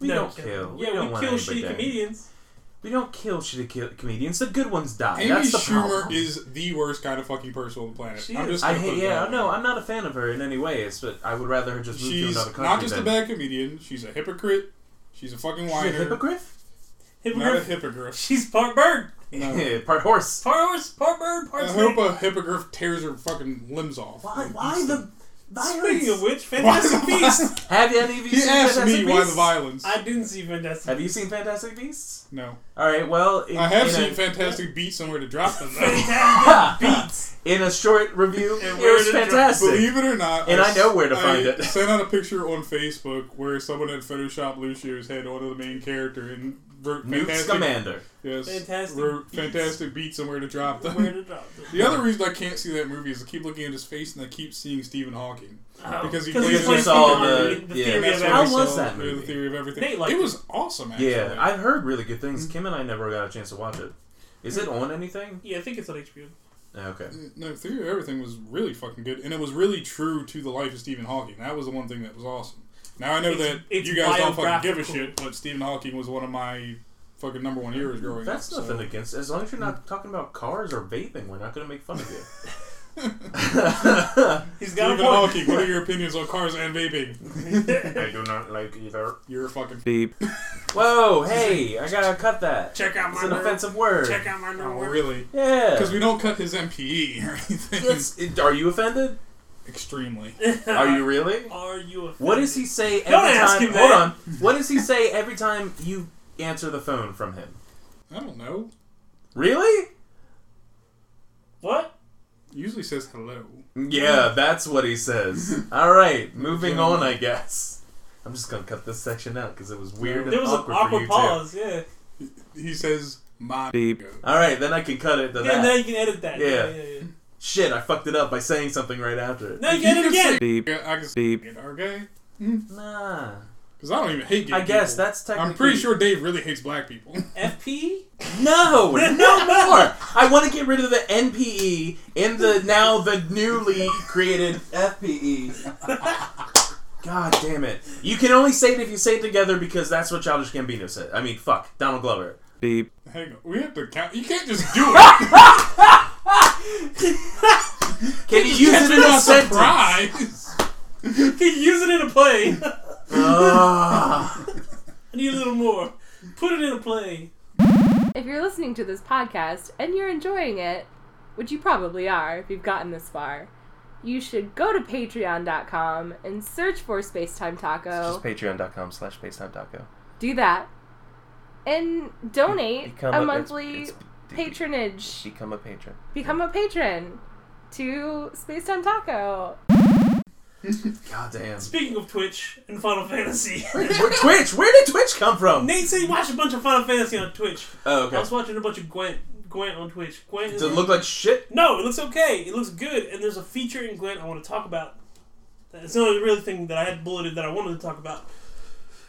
[SPEAKER 1] We
[SPEAKER 2] No,
[SPEAKER 1] don't
[SPEAKER 2] okay.
[SPEAKER 1] kill. We
[SPEAKER 2] yeah,
[SPEAKER 1] don't
[SPEAKER 2] we
[SPEAKER 1] want
[SPEAKER 2] kill
[SPEAKER 1] anybody
[SPEAKER 2] shitty
[SPEAKER 1] dead.
[SPEAKER 2] comedians.
[SPEAKER 1] We don't kill shitty kill- comedians. The good ones die.
[SPEAKER 3] Amy
[SPEAKER 1] That's the
[SPEAKER 3] Schumer
[SPEAKER 1] problem.
[SPEAKER 3] is the worst kind of fucking person on the planet.
[SPEAKER 2] She
[SPEAKER 3] I'm
[SPEAKER 2] is.
[SPEAKER 3] just
[SPEAKER 1] I
[SPEAKER 3] gonna put
[SPEAKER 1] hate.
[SPEAKER 3] it
[SPEAKER 1] Yeah,
[SPEAKER 3] down.
[SPEAKER 1] no, I'm not a fan of her in any way. It's, but I would rather her just move to
[SPEAKER 3] She's
[SPEAKER 1] another country.
[SPEAKER 3] not just a
[SPEAKER 1] than-
[SPEAKER 3] bad comedian. She's a hypocrite. She's a fucking
[SPEAKER 1] She's a
[SPEAKER 3] whiner.
[SPEAKER 1] hypocrite.
[SPEAKER 3] Not a
[SPEAKER 2] Hippogriff.
[SPEAKER 3] hippogriff.
[SPEAKER 2] She's part bird.
[SPEAKER 3] No.
[SPEAKER 1] Part horse.
[SPEAKER 2] Part horse. Part bird.
[SPEAKER 3] I
[SPEAKER 2] Part snake.
[SPEAKER 3] hope a hippogriff tears her fucking limbs off.
[SPEAKER 1] Why? Why the
[SPEAKER 2] Speaking of
[SPEAKER 1] violence?
[SPEAKER 2] which,
[SPEAKER 3] Why the
[SPEAKER 2] Fantastic Beasts.
[SPEAKER 3] violence?
[SPEAKER 1] Have any of you
[SPEAKER 3] He
[SPEAKER 1] seen
[SPEAKER 3] asked
[SPEAKER 1] Fantastic
[SPEAKER 3] me why the
[SPEAKER 1] Beasts?
[SPEAKER 3] violence.
[SPEAKER 2] I didn't see Fantastic.
[SPEAKER 1] Have you seen Fantastic Beasts?
[SPEAKER 3] no.
[SPEAKER 1] All right. Well, in,
[SPEAKER 3] I have
[SPEAKER 1] in
[SPEAKER 3] seen
[SPEAKER 1] a,
[SPEAKER 3] Fantastic Beats somewhere to drop them, though.
[SPEAKER 2] Fantastic Beasts.
[SPEAKER 1] in a short review.
[SPEAKER 2] And
[SPEAKER 1] it
[SPEAKER 2] where
[SPEAKER 1] was
[SPEAKER 2] did it drop?
[SPEAKER 1] fantastic.
[SPEAKER 3] Believe it or not,
[SPEAKER 1] And I know where to
[SPEAKER 3] s-
[SPEAKER 1] find
[SPEAKER 3] I
[SPEAKER 1] it.
[SPEAKER 3] sent out a picture on Facebook where someone had photoshopped Lucio's head onto the main character and wrote
[SPEAKER 1] Newt
[SPEAKER 3] Fantastic,
[SPEAKER 1] Scamander.
[SPEAKER 3] yes,
[SPEAKER 2] Fantastic
[SPEAKER 3] wrote
[SPEAKER 2] Beasts.
[SPEAKER 3] Fantastic Beats somewhere to drop
[SPEAKER 2] Where
[SPEAKER 3] them.
[SPEAKER 2] did it drop?
[SPEAKER 3] The other reason I can't see that movie is I keep looking at his face and I keep seeing Stephen Hawking.
[SPEAKER 2] Oh,
[SPEAKER 3] Because he
[SPEAKER 2] he
[SPEAKER 3] plays
[SPEAKER 2] plays
[SPEAKER 3] in
[SPEAKER 2] all
[SPEAKER 3] the-
[SPEAKER 2] the, the
[SPEAKER 1] yeah.
[SPEAKER 2] theory of
[SPEAKER 3] That's why
[SPEAKER 1] How
[SPEAKER 3] we
[SPEAKER 2] everything.
[SPEAKER 1] was
[SPEAKER 3] saw
[SPEAKER 1] that
[SPEAKER 3] the
[SPEAKER 1] movie?
[SPEAKER 3] theory of everything.
[SPEAKER 2] Nate liked
[SPEAKER 3] it was awesome. Actually.
[SPEAKER 1] Yeah, I've heard really good things. Kim and I never got a chance to watch it. Is it on anything?
[SPEAKER 2] Yeah, I think it's on HBO.
[SPEAKER 1] Okay.
[SPEAKER 3] No, Theory of Everything was really fucking good, and it was really true to the life of Stephen Hawking. That was the one thing that was awesome. Now I know
[SPEAKER 2] It's-
[SPEAKER 3] that
[SPEAKER 2] it's
[SPEAKER 3] you guys don't fucking give a
[SPEAKER 2] biographical.
[SPEAKER 3] shit, but Stephen Hawking was one of my fucking number one heroes growing
[SPEAKER 1] That's
[SPEAKER 3] up.
[SPEAKER 1] nothing against. As long as you're not talking about cars or vaping, we're not going to make fun of you.
[SPEAKER 2] He's got
[SPEAKER 3] Stephen
[SPEAKER 2] a point.
[SPEAKER 3] Hawking, what are your opinions on cars and vaping?
[SPEAKER 1] I do not like either.
[SPEAKER 3] You're a fucking.
[SPEAKER 4] Beep.
[SPEAKER 1] Whoa, hey, I gotta cut that.
[SPEAKER 2] Check out
[SPEAKER 1] it's
[SPEAKER 2] my
[SPEAKER 1] an
[SPEAKER 2] nerd.
[SPEAKER 1] offensive word.
[SPEAKER 2] Check out my
[SPEAKER 3] Oh,
[SPEAKER 2] nerd.
[SPEAKER 3] really? Because
[SPEAKER 1] yeah.
[SPEAKER 3] we don't cut his MPE or anything.
[SPEAKER 1] It's, it- are you offended?
[SPEAKER 3] Extremely.
[SPEAKER 1] Are you really?
[SPEAKER 2] Are you a?
[SPEAKER 1] What does he say every
[SPEAKER 2] Don't ask
[SPEAKER 1] time?
[SPEAKER 2] him
[SPEAKER 1] hold
[SPEAKER 2] that.
[SPEAKER 1] on. What does he say every time you answer the phone from him?
[SPEAKER 3] I don't know.
[SPEAKER 1] Really?
[SPEAKER 2] What?
[SPEAKER 3] Usually says hello.
[SPEAKER 1] Yeah, that's what he says. All right, moving on, I guess. I'm just gonna cut this section out because it was weird and
[SPEAKER 2] There was
[SPEAKER 1] awkward,
[SPEAKER 2] an
[SPEAKER 1] for
[SPEAKER 2] awkward
[SPEAKER 1] you
[SPEAKER 2] pause. Yeah.
[SPEAKER 3] He says my.
[SPEAKER 4] Beep.
[SPEAKER 1] too. All right, then I can cut it to
[SPEAKER 2] Yeah.
[SPEAKER 1] that.
[SPEAKER 2] Now you can edit that.
[SPEAKER 1] Yeah.
[SPEAKER 2] Yeah. yeah, yeah.
[SPEAKER 1] Shit, I fucked it up by saying something right after it.
[SPEAKER 2] Now you can edit
[SPEAKER 3] can
[SPEAKER 2] again.
[SPEAKER 4] Beep.
[SPEAKER 3] Yeah, I can say
[SPEAKER 4] Beep.
[SPEAKER 3] it, okay?
[SPEAKER 1] Nah,
[SPEAKER 3] Because I don't even hate gay
[SPEAKER 1] I guess
[SPEAKER 3] people.
[SPEAKER 1] that's technically.
[SPEAKER 3] I'm pretty sure Dave really hates black people.
[SPEAKER 2] FP.
[SPEAKER 1] No, no more. I want to get rid of the NPE in the now the newly created FPE. God damn it! You can only say it if you say it together because that's what Childish Gambino said. I mean, fuck Donald Glover.
[SPEAKER 4] Beep.
[SPEAKER 3] Hang on, we have to count. You can't just do it.
[SPEAKER 1] Can you use it in a
[SPEAKER 3] Not
[SPEAKER 1] sentence?
[SPEAKER 3] surprise.
[SPEAKER 2] You can use it in a play.
[SPEAKER 1] Ah.
[SPEAKER 2] I need a little more. Put it in a play.
[SPEAKER 6] If you're listening to this podcast and you're enjoying it, which you probably are if you've gotten this far, you should go to patreon.com and search for Spacetime Taco.
[SPEAKER 7] Just patreon.com slash spacetime taco.
[SPEAKER 6] Do that. And donate
[SPEAKER 7] Become
[SPEAKER 6] a
[SPEAKER 7] it's-
[SPEAKER 6] monthly
[SPEAKER 7] it's-
[SPEAKER 6] patronage.
[SPEAKER 7] Become a patron.
[SPEAKER 6] Become a patron to Spacetime Taco.
[SPEAKER 1] God damn.
[SPEAKER 2] Speaking of Twitch and Final Fantasy,
[SPEAKER 1] Where- Twitch. Where did Twitch come from?
[SPEAKER 2] Nate said he watched a bunch of Final Fantasy on Twitch.
[SPEAKER 1] Oh,
[SPEAKER 2] I
[SPEAKER 1] okay.
[SPEAKER 2] was watching a bunch of Gwent. Gwent on Twitch. Gwent.
[SPEAKER 1] Does
[SPEAKER 2] Is
[SPEAKER 1] it look like shit?
[SPEAKER 2] No, it looks okay. It looks good. And there's a feature in Gwent I want to talk about. It's the only real thing that I had bulleted that I wanted to talk about.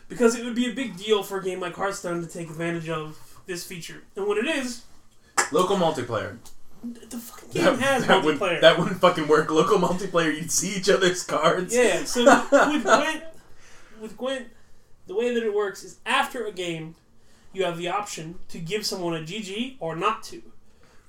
[SPEAKER 2] Because it would be a big deal for a game like Hearthstone to take advantage of this feature. And what it is,
[SPEAKER 1] Local multiplayer.
[SPEAKER 2] the fucking game has multiplayer.
[SPEAKER 1] Wouldn't, that wouldn't fucking work. Local multiplayer, you'd see each other's cards.
[SPEAKER 2] Yeah, so with Gwent, with Gwent, the way that it works is after a game, you have the option to give someone a GG or not to.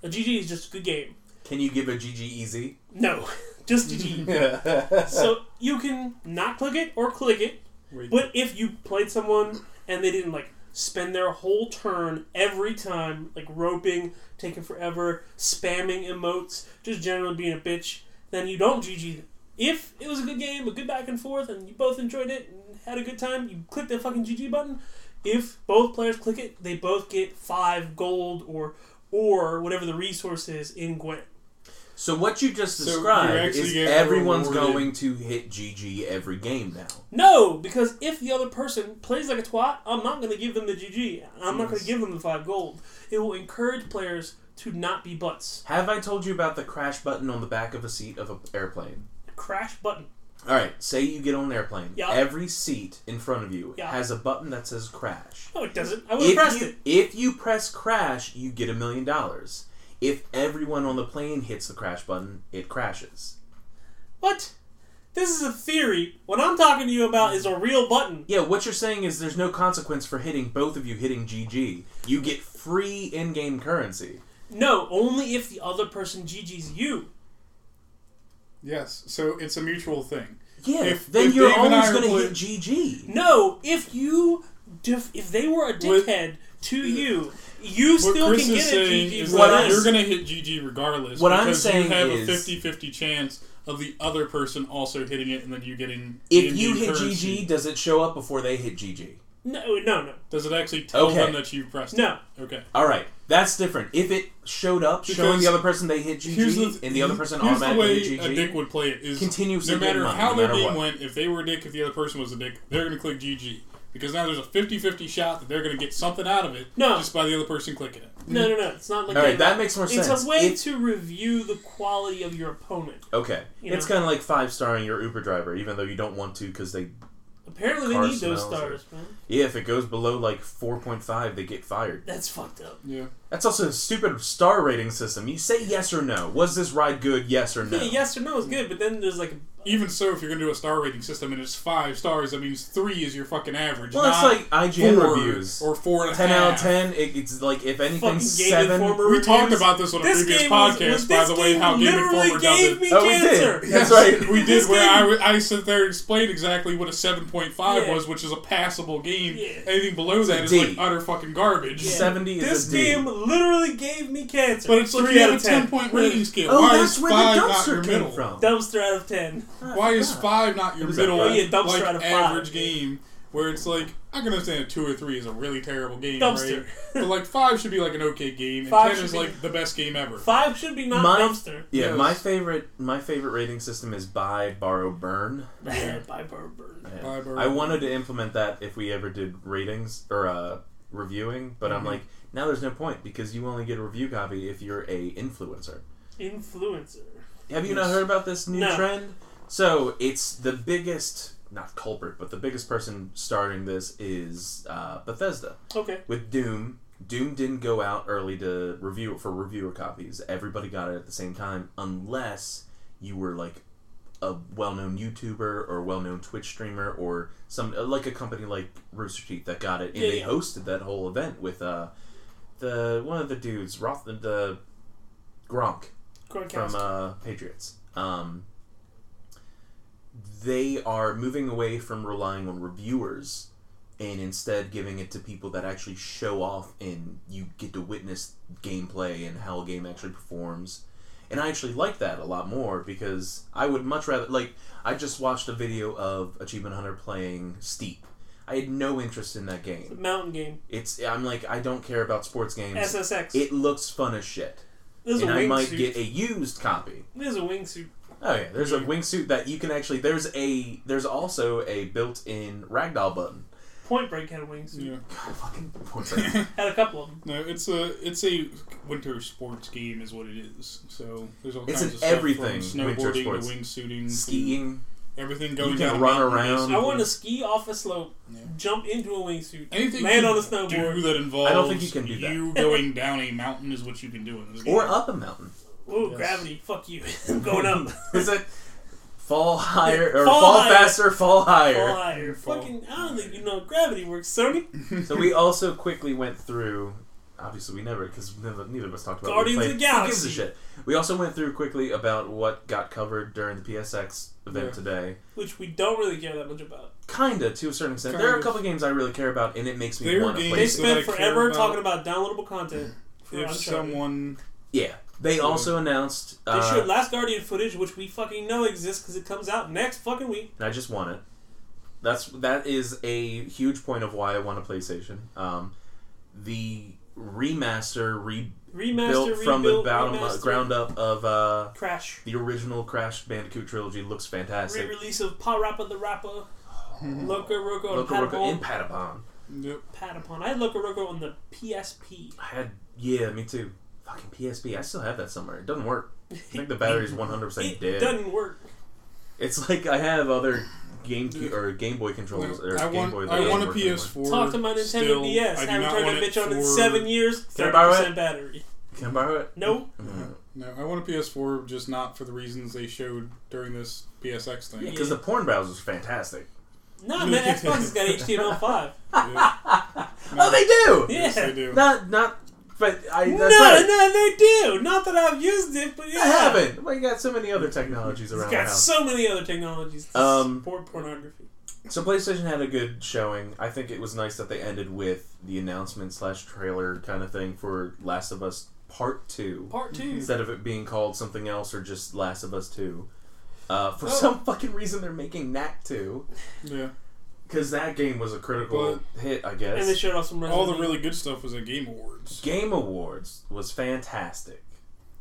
[SPEAKER 2] A GG is just a good game.
[SPEAKER 1] Can you give a E GG easy?
[SPEAKER 2] No, just GG.
[SPEAKER 1] yeah.
[SPEAKER 2] so you can not click it or click it,
[SPEAKER 3] Wait,
[SPEAKER 2] but if you played someone and they didn't like spend their whole turn every time like roping, taking forever, spamming emotes, just generally being a bitch, then you don't GG them. If it was a good game, a good back and forth, and you both enjoyed it and had a good time, you click the fucking GG button. If both players click it, they both get five gold or or whatever the resource is in Gwent.
[SPEAKER 1] So what you just
[SPEAKER 3] So
[SPEAKER 1] described
[SPEAKER 3] you actually
[SPEAKER 1] is
[SPEAKER 3] get
[SPEAKER 1] everyone's
[SPEAKER 3] rewarded.
[SPEAKER 1] going to hit GG every game now.
[SPEAKER 2] No, because if the other person plays like a twat, I'm not going to give them the GG. I'm not going to give them the five gold. It will encourage players to not be butts.
[SPEAKER 1] Have I told you about the crash button on the back of a seat of an airplane?
[SPEAKER 2] Crash button.
[SPEAKER 1] All right, say you get on an airplane.
[SPEAKER 2] Yeah.
[SPEAKER 1] Every seat in front of you
[SPEAKER 2] Yeah.
[SPEAKER 1] has a button that says crash.
[SPEAKER 2] No, it doesn't. I would have
[SPEAKER 1] If
[SPEAKER 2] pressed
[SPEAKER 1] you,
[SPEAKER 2] it.
[SPEAKER 1] if you press crash, you get a million dollars. If everyone on the plane hits the crash button, it crashes.
[SPEAKER 2] What? This is a theory. What I'm talking to you about is a real button.
[SPEAKER 1] Yeah, what you're saying is there's no consequence for hitting both of you hitting GG. You get free in-game currency.
[SPEAKER 2] No, only if the other person GG's you.
[SPEAKER 3] yes, so it's a mutual thing.
[SPEAKER 1] Yeah,
[SPEAKER 3] If-
[SPEAKER 1] then
[SPEAKER 3] if
[SPEAKER 1] you're
[SPEAKER 3] Dave and I
[SPEAKER 1] always
[SPEAKER 3] are
[SPEAKER 1] going to
[SPEAKER 3] play-
[SPEAKER 1] hit GG.
[SPEAKER 2] No, if you, dif- if they were a
[SPEAKER 3] What- Uh,
[SPEAKER 2] dickhead to you, you
[SPEAKER 3] What
[SPEAKER 2] still
[SPEAKER 3] Chris
[SPEAKER 2] can
[SPEAKER 3] is
[SPEAKER 2] get
[SPEAKER 3] saying
[SPEAKER 2] a GG.
[SPEAKER 3] is
[SPEAKER 2] for
[SPEAKER 1] What
[SPEAKER 3] that
[SPEAKER 1] I'm-
[SPEAKER 2] this.
[SPEAKER 3] you're going to hit GG regardless.
[SPEAKER 1] What I'm
[SPEAKER 3] because
[SPEAKER 1] saying
[SPEAKER 3] you have
[SPEAKER 1] is-
[SPEAKER 3] a 50-50 chance of the other person also hitting it and then you getting
[SPEAKER 1] If
[SPEAKER 3] in
[SPEAKER 1] you
[SPEAKER 3] the
[SPEAKER 1] hit
[SPEAKER 3] currency.
[SPEAKER 1] GG, does it show up before they hit GG?
[SPEAKER 2] No, no, no.
[SPEAKER 3] Does it actually tell
[SPEAKER 1] Okay.
[SPEAKER 3] them that you pressed
[SPEAKER 2] No.
[SPEAKER 3] it? Okay.
[SPEAKER 1] All right, that's different. If it showed up showing
[SPEAKER 3] Because
[SPEAKER 1] the other person they hit GG
[SPEAKER 3] Here's the
[SPEAKER 1] and the other person
[SPEAKER 3] here's
[SPEAKER 1] automatically
[SPEAKER 3] the way
[SPEAKER 1] hit GG,
[SPEAKER 3] a dick would play it is
[SPEAKER 1] Continuously
[SPEAKER 3] no matter
[SPEAKER 1] getting money,
[SPEAKER 3] how
[SPEAKER 1] no
[SPEAKER 3] their
[SPEAKER 1] matter
[SPEAKER 3] game
[SPEAKER 1] what.
[SPEAKER 3] went, if they were a dick, if the other person was a dick, they're going to click GG. Because now there's a 50-50 shot that they're going to get something out of it
[SPEAKER 2] No.
[SPEAKER 3] just by the other person clicking it.
[SPEAKER 2] No, no, no. It's not like
[SPEAKER 1] All
[SPEAKER 2] that.
[SPEAKER 1] right, that makes more
[SPEAKER 2] it's
[SPEAKER 1] sense.
[SPEAKER 2] a way
[SPEAKER 1] If-
[SPEAKER 2] to review the quality of your opponent.
[SPEAKER 1] okay,
[SPEAKER 2] You
[SPEAKER 1] it's
[SPEAKER 2] know.
[SPEAKER 1] kind of like five starring your Uber driver, even though you don't want to because they
[SPEAKER 2] Apparently, they
[SPEAKER 1] Car
[SPEAKER 2] need those
[SPEAKER 1] smells or-
[SPEAKER 2] stars, man.
[SPEAKER 1] yeah, if it goes below like four point five, they get fired.
[SPEAKER 2] That's fucked up.
[SPEAKER 3] Yeah.
[SPEAKER 1] That's also a stupid star rating system. You say yes or no. Was this ride good? Yes or no?
[SPEAKER 2] Yeah, yes or no is good, but then there's like
[SPEAKER 3] Even so, if you're gonna do a star rating system and it's five stars, that means three is your fucking average.
[SPEAKER 1] Well, it's
[SPEAKER 3] not
[SPEAKER 1] like IGN
[SPEAKER 3] four
[SPEAKER 1] reviews.
[SPEAKER 3] or four and a half.
[SPEAKER 1] ten out of ten. It, it's like if
[SPEAKER 2] Fucking
[SPEAKER 1] anything,
[SPEAKER 2] Game
[SPEAKER 1] seven.
[SPEAKER 2] Informer
[SPEAKER 3] We
[SPEAKER 2] reviews.
[SPEAKER 3] talked about this on a
[SPEAKER 2] this
[SPEAKER 3] previous
[SPEAKER 2] game was-
[SPEAKER 3] podcast,
[SPEAKER 2] was-
[SPEAKER 3] by
[SPEAKER 2] this
[SPEAKER 3] the way.
[SPEAKER 2] game
[SPEAKER 3] How Game
[SPEAKER 2] literally
[SPEAKER 3] Informer does
[SPEAKER 2] gave
[SPEAKER 3] it.
[SPEAKER 2] me
[SPEAKER 1] Oh, we did.
[SPEAKER 2] cancer.
[SPEAKER 1] Yeah. That's
[SPEAKER 3] Yes,
[SPEAKER 1] right.
[SPEAKER 3] We did
[SPEAKER 2] This
[SPEAKER 3] where
[SPEAKER 2] game-
[SPEAKER 3] I, w- I sit there and explained exactly what a 7.5
[SPEAKER 2] Yeah.
[SPEAKER 3] was, which is a passable game.
[SPEAKER 2] Yeah.
[SPEAKER 3] Anything below that is
[SPEAKER 1] D.
[SPEAKER 3] like utter fucking garbage.
[SPEAKER 2] Yeah.
[SPEAKER 1] 70 is
[SPEAKER 2] This
[SPEAKER 1] a D.
[SPEAKER 2] game literally gave me cancer.
[SPEAKER 3] But it's like
[SPEAKER 2] three
[SPEAKER 3] you
[SPEAKER 2] out
[SPEAKER 3] have a
[SPEAKER 2] of
[SPEAKER 3] 10
[SPEAKER 2] ten.
[SPEAKER 3] point rating scale.
[SPEAKER 1] Oh,
[SPEAKER 3] Why
[SPEAKER 1] that's
[SPEAKER 3] is
[SPEAKER 1] where the
[SPEAKER 3] 5 not your
[SPEAKER 1] dumpster came
[SPEAKER 3] middle?
[SPEAKER 1] from.
[SPEAKER 2] Dumpster out of ten.
[SPEAKER 3] Why is 5 not your
[SPEAKER 1] It was
[SPEAKER 3] middle
[SPEAKER 1] like- Oh,
[SPEAKER 2] yeah, dumpster
[SPEAKER 3] like,
[SPEAKER 2] out of five.
[SPEAKER 3] average game? Where it's like, I can understand 2 or 3 is a really terrible game,
[SPEAKER 2] Dumpster.
[SPEAKER 3] right? But like 5 should be like an okay game, and
[SPEAKER 2] Five
[SPEAKER 3] 10 is
[SPEAKER 2] should be-
[SPEAKER 3] like the best game ever.
[SPEAKER 2] Five should be not
[SPEAKER 1] My-
[SPEAKER 2] dumpster.
[SPEAKER 1] Yeah,
[SPEAKER 3] Yes.
[SPEAKER 1] my favorite my favorite rating system is buy, borrow, burn.
[SPEAKER 2] Man, by Burberry.
[SPEAKER 1] Yeah.
[SPEAKER 3] Buy, borrow,
[SPEAKER 1] I wanted to implement that if we ever did ratings or uh, reviewing, but
[SPEAKER 3] Mm-hmm.
[SPEAKER 1] I'm like, now there's no point because you only get a review copy if you're a influencer.
[SPEAKER 2] Influencer.
[SPEAKER 1] Have you not heard about this new
[SPEAKER 2] No.
[SPEAKER 1] trend? So it's the biggest, not culprit, but the biggest person starting this is uh, Bethesda
[SPEAKER 2] Okay.
[SPEAKER 1] with Doom. Doom didn't go out early to review for reviewer copies. Everybody got it at the same time, unless you were like a well-known YouTuber or well-known Twitch streamer or some like a company like Rooster Teeth that got it, and
[SPEAKER 2] Yeah,
[SPEAKER 1] they
[SPEAKER 2] yeah.
[SPEAKER 1] hosted that whole event with uh the one of the dudes Roth the Gronk
[SPEAKER 2] Gronkowski.
[SPEAKER 1] from uh, Patriots. Um, they are moving away from relying on reviewers and instead giving it to people that actually show off and you get to witness gameplay and how a game actually performs. And I actually like that a lot more because I would much rather like I just watched a video of Achievement Hunter playing Steep. I had no interest in that game.
[SPEAKER 2] Mountain game.
[SPEAKER 1] It's I'm like I don't care about sports games.
[SPEAKER 2] SSX.
[SPEAKER 1] It looks fun as shit.
[SPEAKER 2] This is
[SPEAKER 1] and
[SPEAKER 2] a
[SPEAKER 1] I might
[SPEAKER 2] wingsuit.
[SPEAKER 1] get a used copy.
[SPEAKER 2] This is a wingsuit.
[SPEAKER 1] Oh yeah, there's a wingsuit that you can actually. There's a there's also a built-in ragdoll button.
[SPEAKER 2] Point Break had a wingsuit.
[SPEAKER 3] Yeah.
[SPEAKER 1] God, fucking points out.
[SPEAKER 2] Had a couple of them.
[SPEAKER 3] No, it's a it's a winter sports game, is what it is. So there's all
[SPEAKER 1] It's
[SPEAKER 3] kinds
[SPEAKER 1] an
[SPEAKER 3] of stuff
[SPEAKER 1] everything
[SPEAKER 3] from
[SPEAKER 1] winter
[SPEAKER 3] snowboarding
[SPEAKER 1] sports.
[SPEAKER 3] to wingsuiting, to
[SPEAKER 1] skiing.
[SPEAKER 3] everything going.
[SPEAKER 1] You can
[SPEAKER 3] down a
[SPEAKER 1] run
[SPEAKER 3] mountain,
[SPEAKER 1] around.
[SPEAKER 3] basically.
[SPEAKER 2] I want to ski off a slope,
[SPEAKER 3] Yeah.
[SPEAKER 2] jump into a wingsuit,
[SPEAKER 3] anything
[SPEAKER 2] land
[SPEAKER 3] you
[SPEAKER 2] on a snowboard.
[SPEAKER 3] Do that involves
[SPEAKER 1] I don't think you can do that.
[SPEAKER 3] You going down a mountain is what you can do in this game.
[SPEAKER 1] Or up a mountain.
[SPEAKER 2] Ooh,
[SPEAKER 3] Yes.
[SPEAKER 2] gravity, fuck you. I'm going up.
[SPEAKER 1] Is it fall higher or
[SPEAKER 2] Fall
[SPEAKER 1] fall,
[SPEAKER 2] higher.
[SPEAKER 1] faster, fall
[SPEAKER 2] Fall
[SPEAKER 1] higher?
[SPEAKER 2] higher.
[SPEAKER 3] Fall.
[SPEAKER 2] Fucking, I don't think you know gravity works, Sony.
[SPEAKER 1] So we also quickly went through. Obviously, we never because neither, neither of us talked about. what we
[SPEAKER 2] Guardians of
[SPEAKER 1] played.
[SPEAKER 2] the
[SPEAKER 1] Who gives
[SPEAKER 2] Galaxy.
[SPEAKER 1] a shit? We also went through quickly about what got covered during the PSX event
[SPEAKER 3] Yeah.
[SPEAKER 1] today.
[SPEAKER 2] Which we don't really care that much about.
[SPEAKER 1] Kinda to a certain extent. There are a
[SPEAKER 3] Kind of.
[SPEAKER 1] couple games I really care about, and it makes me
[SPEAKER 3] There are
[SPEAKER 1] want to
[SPEAKER 3] games
[SPEAKER 1] play.
[SPEAKER 2] They
[SPEAKER 3] Places
[SPEAKER 2] spent
[SPEAKER 3] that I care
[SPEAKER 2] forever
[SPEAKER 3] about.
[SPEAKER 2] talking about downloadable content. For
[SPEAKER 3] if
[SPEAKER 2] Uncharted.
[SPEAKER 3] someone
[SPEAKER 1] Yeah. They
[SPEAKER 3] So-
[SPEAKER 1] also announced.
[SPEAKER 2] They
[SPEAKER 1] Uh,
[SPEAKER 2] showed Last Guardian footage, which we fucking know exists because it comes out next fucking week.
[SPEAKER 1] I just want it. That's that is a huge point of why I want a PlayStation. Um, the remaster rebuilt
[SPEAKER 2] Remaster,
[SPEAKER 1] from the
[SPEAKER 2] rebuilt,
[SPEAKER 1] bottom
[SPEAKER 2] remaster,
[SPEAKER 1] ground up of uh,
[SPEAKER 2] Crash.
[SPEAKER 1] the original Crash Bandicoot trilogy looks fantastic.
[SPEAKER 2] Re-release of Pa Rappa the Rapper, Loco Roco, and
[SPEAKER 1] Loco Roco in
[SPEAKER 2] Patapon.
[SPEAKER 1] Patapon.
[SPEAKER 3] yep,
[SPEAKER 2] Patapon. I had Loco Roco on the PSP.
[SPEAKER 1] I had yeah, me too. Fucking PSP. I still have that somewhere. It doesn't work. I think the battery's one hundred percent
[SPEAKER 2] It
[SPEAKER 1] dead.
[SPEAKER 2] doesn't work.
[SPEAKER 1] It's like I have other game or Game Boy controllers or
[SPEAKER 3] I
[SPEAKER 1] Game
[SPEAKER 3] want
[SPEAKER 1] Boy. that
[SPEAKER 3] I
[SPEAKER 1] doesn't
[SPEAKER 3] want a
[SPEAKER 1] work anymore.
[SPEAKER 3] PS4.
[SPEAKER 2] Talk to my Nintendo
[SPEAKER 3] still,
[SPEAKER 2] DS.
[SPEAKER 3] I do
[SPEAKER 2] haven't
[SPEAKER 3] not
[SPEAKER 2] turned
[SPEAKER 3] want
[SPEAKER 2] that
[SPEAKER 3] it
[SPEAKER 2] bitch on in
[SPEAKER 3] for-
[SPEAKER 2] seven years.
[SPEAKER 1] Can I
[SPEAKER 2] Thirty
[SPEAKER 1] borrow
[SPEAKER 2] percent battery.
[SPEAKER 1] Can I borrow it? Mm.
[SPEAKER 2] Nope.
[SPEAKER 3] No, I want a PS4 just not for the reasons they showed during this PSX thing.
[SPEAKER 2] Yeah.
[SPEAKER 1] Because the porn browser's fantastic.
[SPEAKER 2] No, man, Xbox has got HTML5.
[SPEAKER 3] Yeah.
[SPEAKER 1] Oh, they do.
[SPEAKER 2] Yeah.
[SPEAKER 3] Yes, they do.
[SPEAKER 1] Not not. But I. That's
[SPEAKER 2] no,
[SPEAKER 1] right.
[SPEAKER 2] no, they do. Not that I've used it, but yeah.
[SPEAKER 1] I haven't. Well, you got so many other
[SPEAKER 2] It's
[SPEAKER 1] technologies around the
[SPEAKER 2] got
[SPEAKER 1] house.
[SPEAKER 2] so many other technologies to
[SPEAKER 1] Um,
[SPEAKER 2] support pornography.
[SPEAKER 1] So PlayStation had a good showing. I think it was nice that they ended with the announcement slash trailer kind of thing for Last of Us Part Two
[SPEAKER 2] Part two.
[SPEAKER 1] instead of it being called something else or just Last of Us Two. Uh, for
[SPEAKER 2] Oh.
[SPEAKER 1] some fucking reason, they're making that two
[SPEAKER 3] Yeah.
[SPEAKER 1] because that game was a critical hit, I guess.
[SPEAKER 2] And they showed off some
[SPEAKER 3] All
[SPEAKER 2] Resident
[SPEAKER 3] the
[SPEAKER 2] Evil.
[SPEAKER 3] really good stuff was at Game Awards.
[SPEAKER 1] Game Awards was fantastic.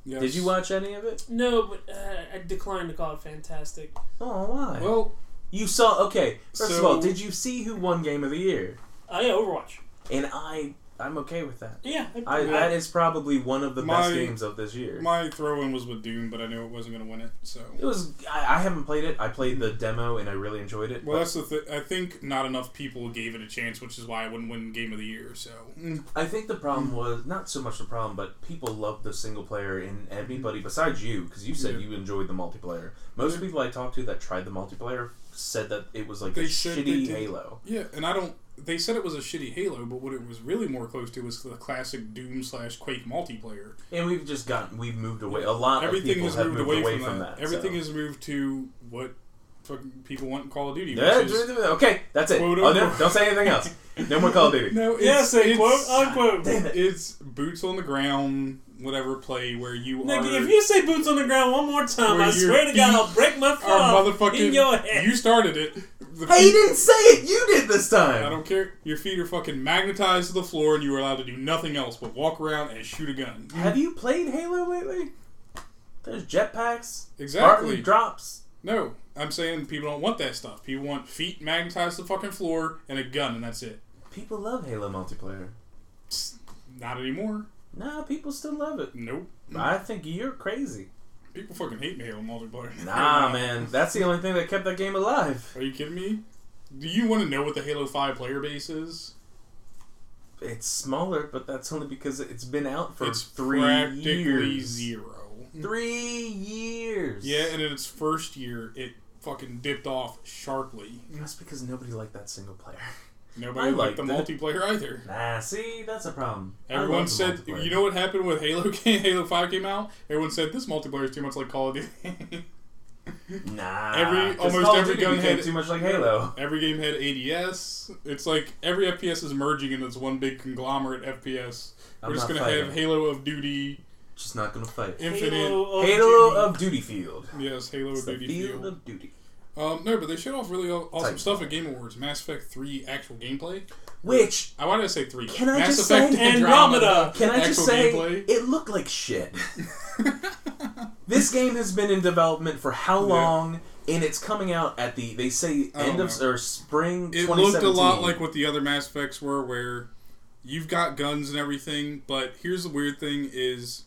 [SPEAKER 3] Yes.
[SPEAKER 1] Did you watch any of it?
[SPEAKER 2] No, but uh, I declined to call it fantastic.
[SPEAKER 1] Oh, why?
[SPEAKER 3] Well,
[SPEAKER 1] You saw okay. First of
[SPEAKER 3] So-
[SPEAKER 1] all, did you see who won Game of the Year?
[SPEAKER 2] Oh yeah, Overwatch.
[SPEAKER 1] And I I'm okay with that.
[SPEAKER 2] Yeah,
[SPEAKER 1] I,
[SPEAKER 3] Yeah.
[SPEAKER 1] That is probably one of the best
[SPEAKER 3] My-
[SPEAKER 1] games of this year.
[SPEAKER 3] My throw in was with Doom, but I knew it wasn't going to win it. So,
[SPEAKER 1] it was. I, I haven't played it. I played the demo and I really enjoyed it.
[SPEAKER 3] well, that's the thing. I think not enough people gave it a chance, which is why I wouldn't win Game of the Year. So, mm.
[SPEAKER 1] I think the problem was not so much the problem, but people loved the single player, and everybody besides you, because you said
[SPEAKER 3] Yeah.
[SPEAKER 1] you enjoyed the multiplayer. Most people I talked to that tried the multiplayer said that it was like
[SPEAKER 3] They
[SPEAKER 1] a
[SPEAKER 3] said they
[SPEAKER 1] shitty
[SPEAKER 3] did.
[SPEAKER 1] Halo.
[SPEAKER 3] yeah, and I don't. They said it was a shitty Halo, but what it was really more close to was the classic Doom slash Quake multiplayer.
[SPEAKER 1] And we've just gotten we've moved away. A lot of
[SPEAKER 3] Everything
[SPEAKER 1] people
[SPEAKER 3] has
[SPEAKER 1] have
[SPEAKER 3] moved, away, from,
[SPEAKER 1] that.
[SPEAKER 3] that. Everything
[SPEAKER 1] so.
[SPEAKER 3] has moved to what fucking people want in Call of Duty.
[SPEAKER 1] Yeah,
[SPEAKER 3] which is-
[SPEAKER 1] okay, that's it.
[SPEAKER 3] Quote,
[SPEAKER 1] Oh, no,
[SPEAKER 3] unquote.
[SPEAKER 1] don't say anything else. No more Call of Duty.
[SPEAKER 3] no, it's,
[SPEAKER 2] yeah, say
[SPEAKER 3] it's-
[SPEAKER 2] quote unquote.
[SPEAKER 1] Damn it.
[SPEAKER 3] It's boots on the ground, whatever play where you
[SPEAKER 2] Nigga,
[SPEAKER 3] are.
[SPEAKER 2] if you say boots on the ground one more time,
[SPEAKER 3] Where
[SPEAKER 2] I
[SPEAKER 3] your
[SPEAKER 2] swear to God,
[SPEAKER 3] feet
[SPEAKER 2] I'll break my
[SPEAKER 3] are
[SPEAKER 2] foot off
[SPEAKER 3] motherfucking.
[SPEAKER 2] in your head.
[SPEAKER 3] You started it. The
[SPEAKER 1] Hey, you didn't say it. You did this time.
[SPEAKER 3] I don't care. Your feet are fucking magnetized to the floor, and you are allowed to do nothing else but walk around and shoot a gun.
[SPEAKER 1] Have you played Halo lately? There's jetpacks,
[SPEAKER 3] Exactly.
[SPEAKER 1] Bartley drops.
[SPEAKER 3] No, I'm saying people don't want that stuff. People want feet magnetized to the fucking floor and a gun, and that's it.
[SPEAKER 1] People love Halo multiplayer.
[SPEAKER 3] Psst, Not anymore.
[SPEAKER 1] Nah, people still love it.
[SPEAKER 3] Nope.
[SPEAKER 1] I think you're crazy.
[SPEAKER 3] People fucking hate Halo multiplayer.
[SPEAKER 1] Nah, man, that's the only thing that kept that game alive.
[SPEAKER 3] Are you kidding me? Do you want to know what the Halo 5 player base is?
[SPEAKER 1] It's smaller, but that's only because it's been out for
[SPEAKER 3] it's
[SPEAKER 1] three
[SPEAKER 3] practically
[SPEAKER 1] years.
[SPEAKER 3] zero.
[SPEAKER 1] Three years.
[SPEAKER 3] Yeah, and in its first year, it fucking dipped off sharply.
[SPEAKER 1] that's because nobody liked that single player.
[SPEAKER 3] Nobody
[SPEAKER 1] I
[SPEAKER 3] liked the
[SPEAKER 1] liked
[SPEAKER 3] multiplayer either.
[SPEAKER 1] Nah, see, that's a problem. I
[SPEAKER 3] Everyone
[SPEAKER 1] love the
[SPEAKER 3] said,
[SPEAKER 1] multiplayer.
[SPEAKER 3] you know what happened with Halo? Came, Halo Five came out. Everyone said this multiplayer is too much like Call of Duty.
[SPEAKER 1] nah.
[SPEAKER 3] every-
[SPEAKER 1] 'cause
[SPEAKER 3] almost
[SPEAKER 1] Call of
[SPEAKER 3] every
[SPEAKER 1] Duty
[SPEAKER 3] gun
[SPEAKER 1] became
[SPEAKER 3] had-
[SPEAKER 1] too much like Halo.
[SPEAKER 3] every game had ADS. It's like every FPS is merging into this one big conglomerate FPS.
[SPEAKER 1] I'm
[SPEAKER 3] We're just
[SPEAKER 1] not
[SPEAKER 3] gonna
[SPEAKER 1] fighting.
[SPEAKER 3] have Halo of Duty,
[SPEAKER 1] Just not gonna fight.
[SPEAKER 3] Infinite.
[SPEAKER 2] Halo of
[SPEAKER 1] Halo
[SPEAKER 2] Duty.
[SPEAKER 1] of Duty Field.
[SPEAKER 3] Yes, Halo
[SPEAKER 1] It's
[SPEAKER 3] of
[SPEAKER 1] the
[SPEAKER 3] Duty.
[SPEAKER 1] field
[SPEAKER 3] Field.
[SPEAKER 1] of duty.
[SPEAKER 3] Um, no, but they showed off really aw- awesome
[SPEAKER 1] Titanfall.
[SPEAKER 3] stuff at Game Awards. Mass Effect Three actual gameplay.
[SPEAKER 1] Which
[SPEAKER 3] I wanted to say three.
[SPEAKER 1] Can I
[SPEAKER 3] Mass
[SPEAKER 1] just
[SPEAKER 3] Effect
[SPEAKER 1] say-
[SPEAKER 2] Andromeda.
[SPEAKER 1] can I just
[SPEAKER 3] actual
[SPEAKER 1] say
[SPEAKER 3] gameplay.
[SPEAKER 1] it looked like shit. this game has been in development for how long? And it's coming out at the they say
[SPEAKER 3] I don't
[SPEAKER 1] end of
[SPEAKER 3] know.
[SPEAKER 1] or spring.
[SPEAKER 3] It
[SPEAKER 1] 2017.
[SPEAKER 3] looked a lot like what the other Mass Effects were, where you've got guns and everything, but here's the weird thing is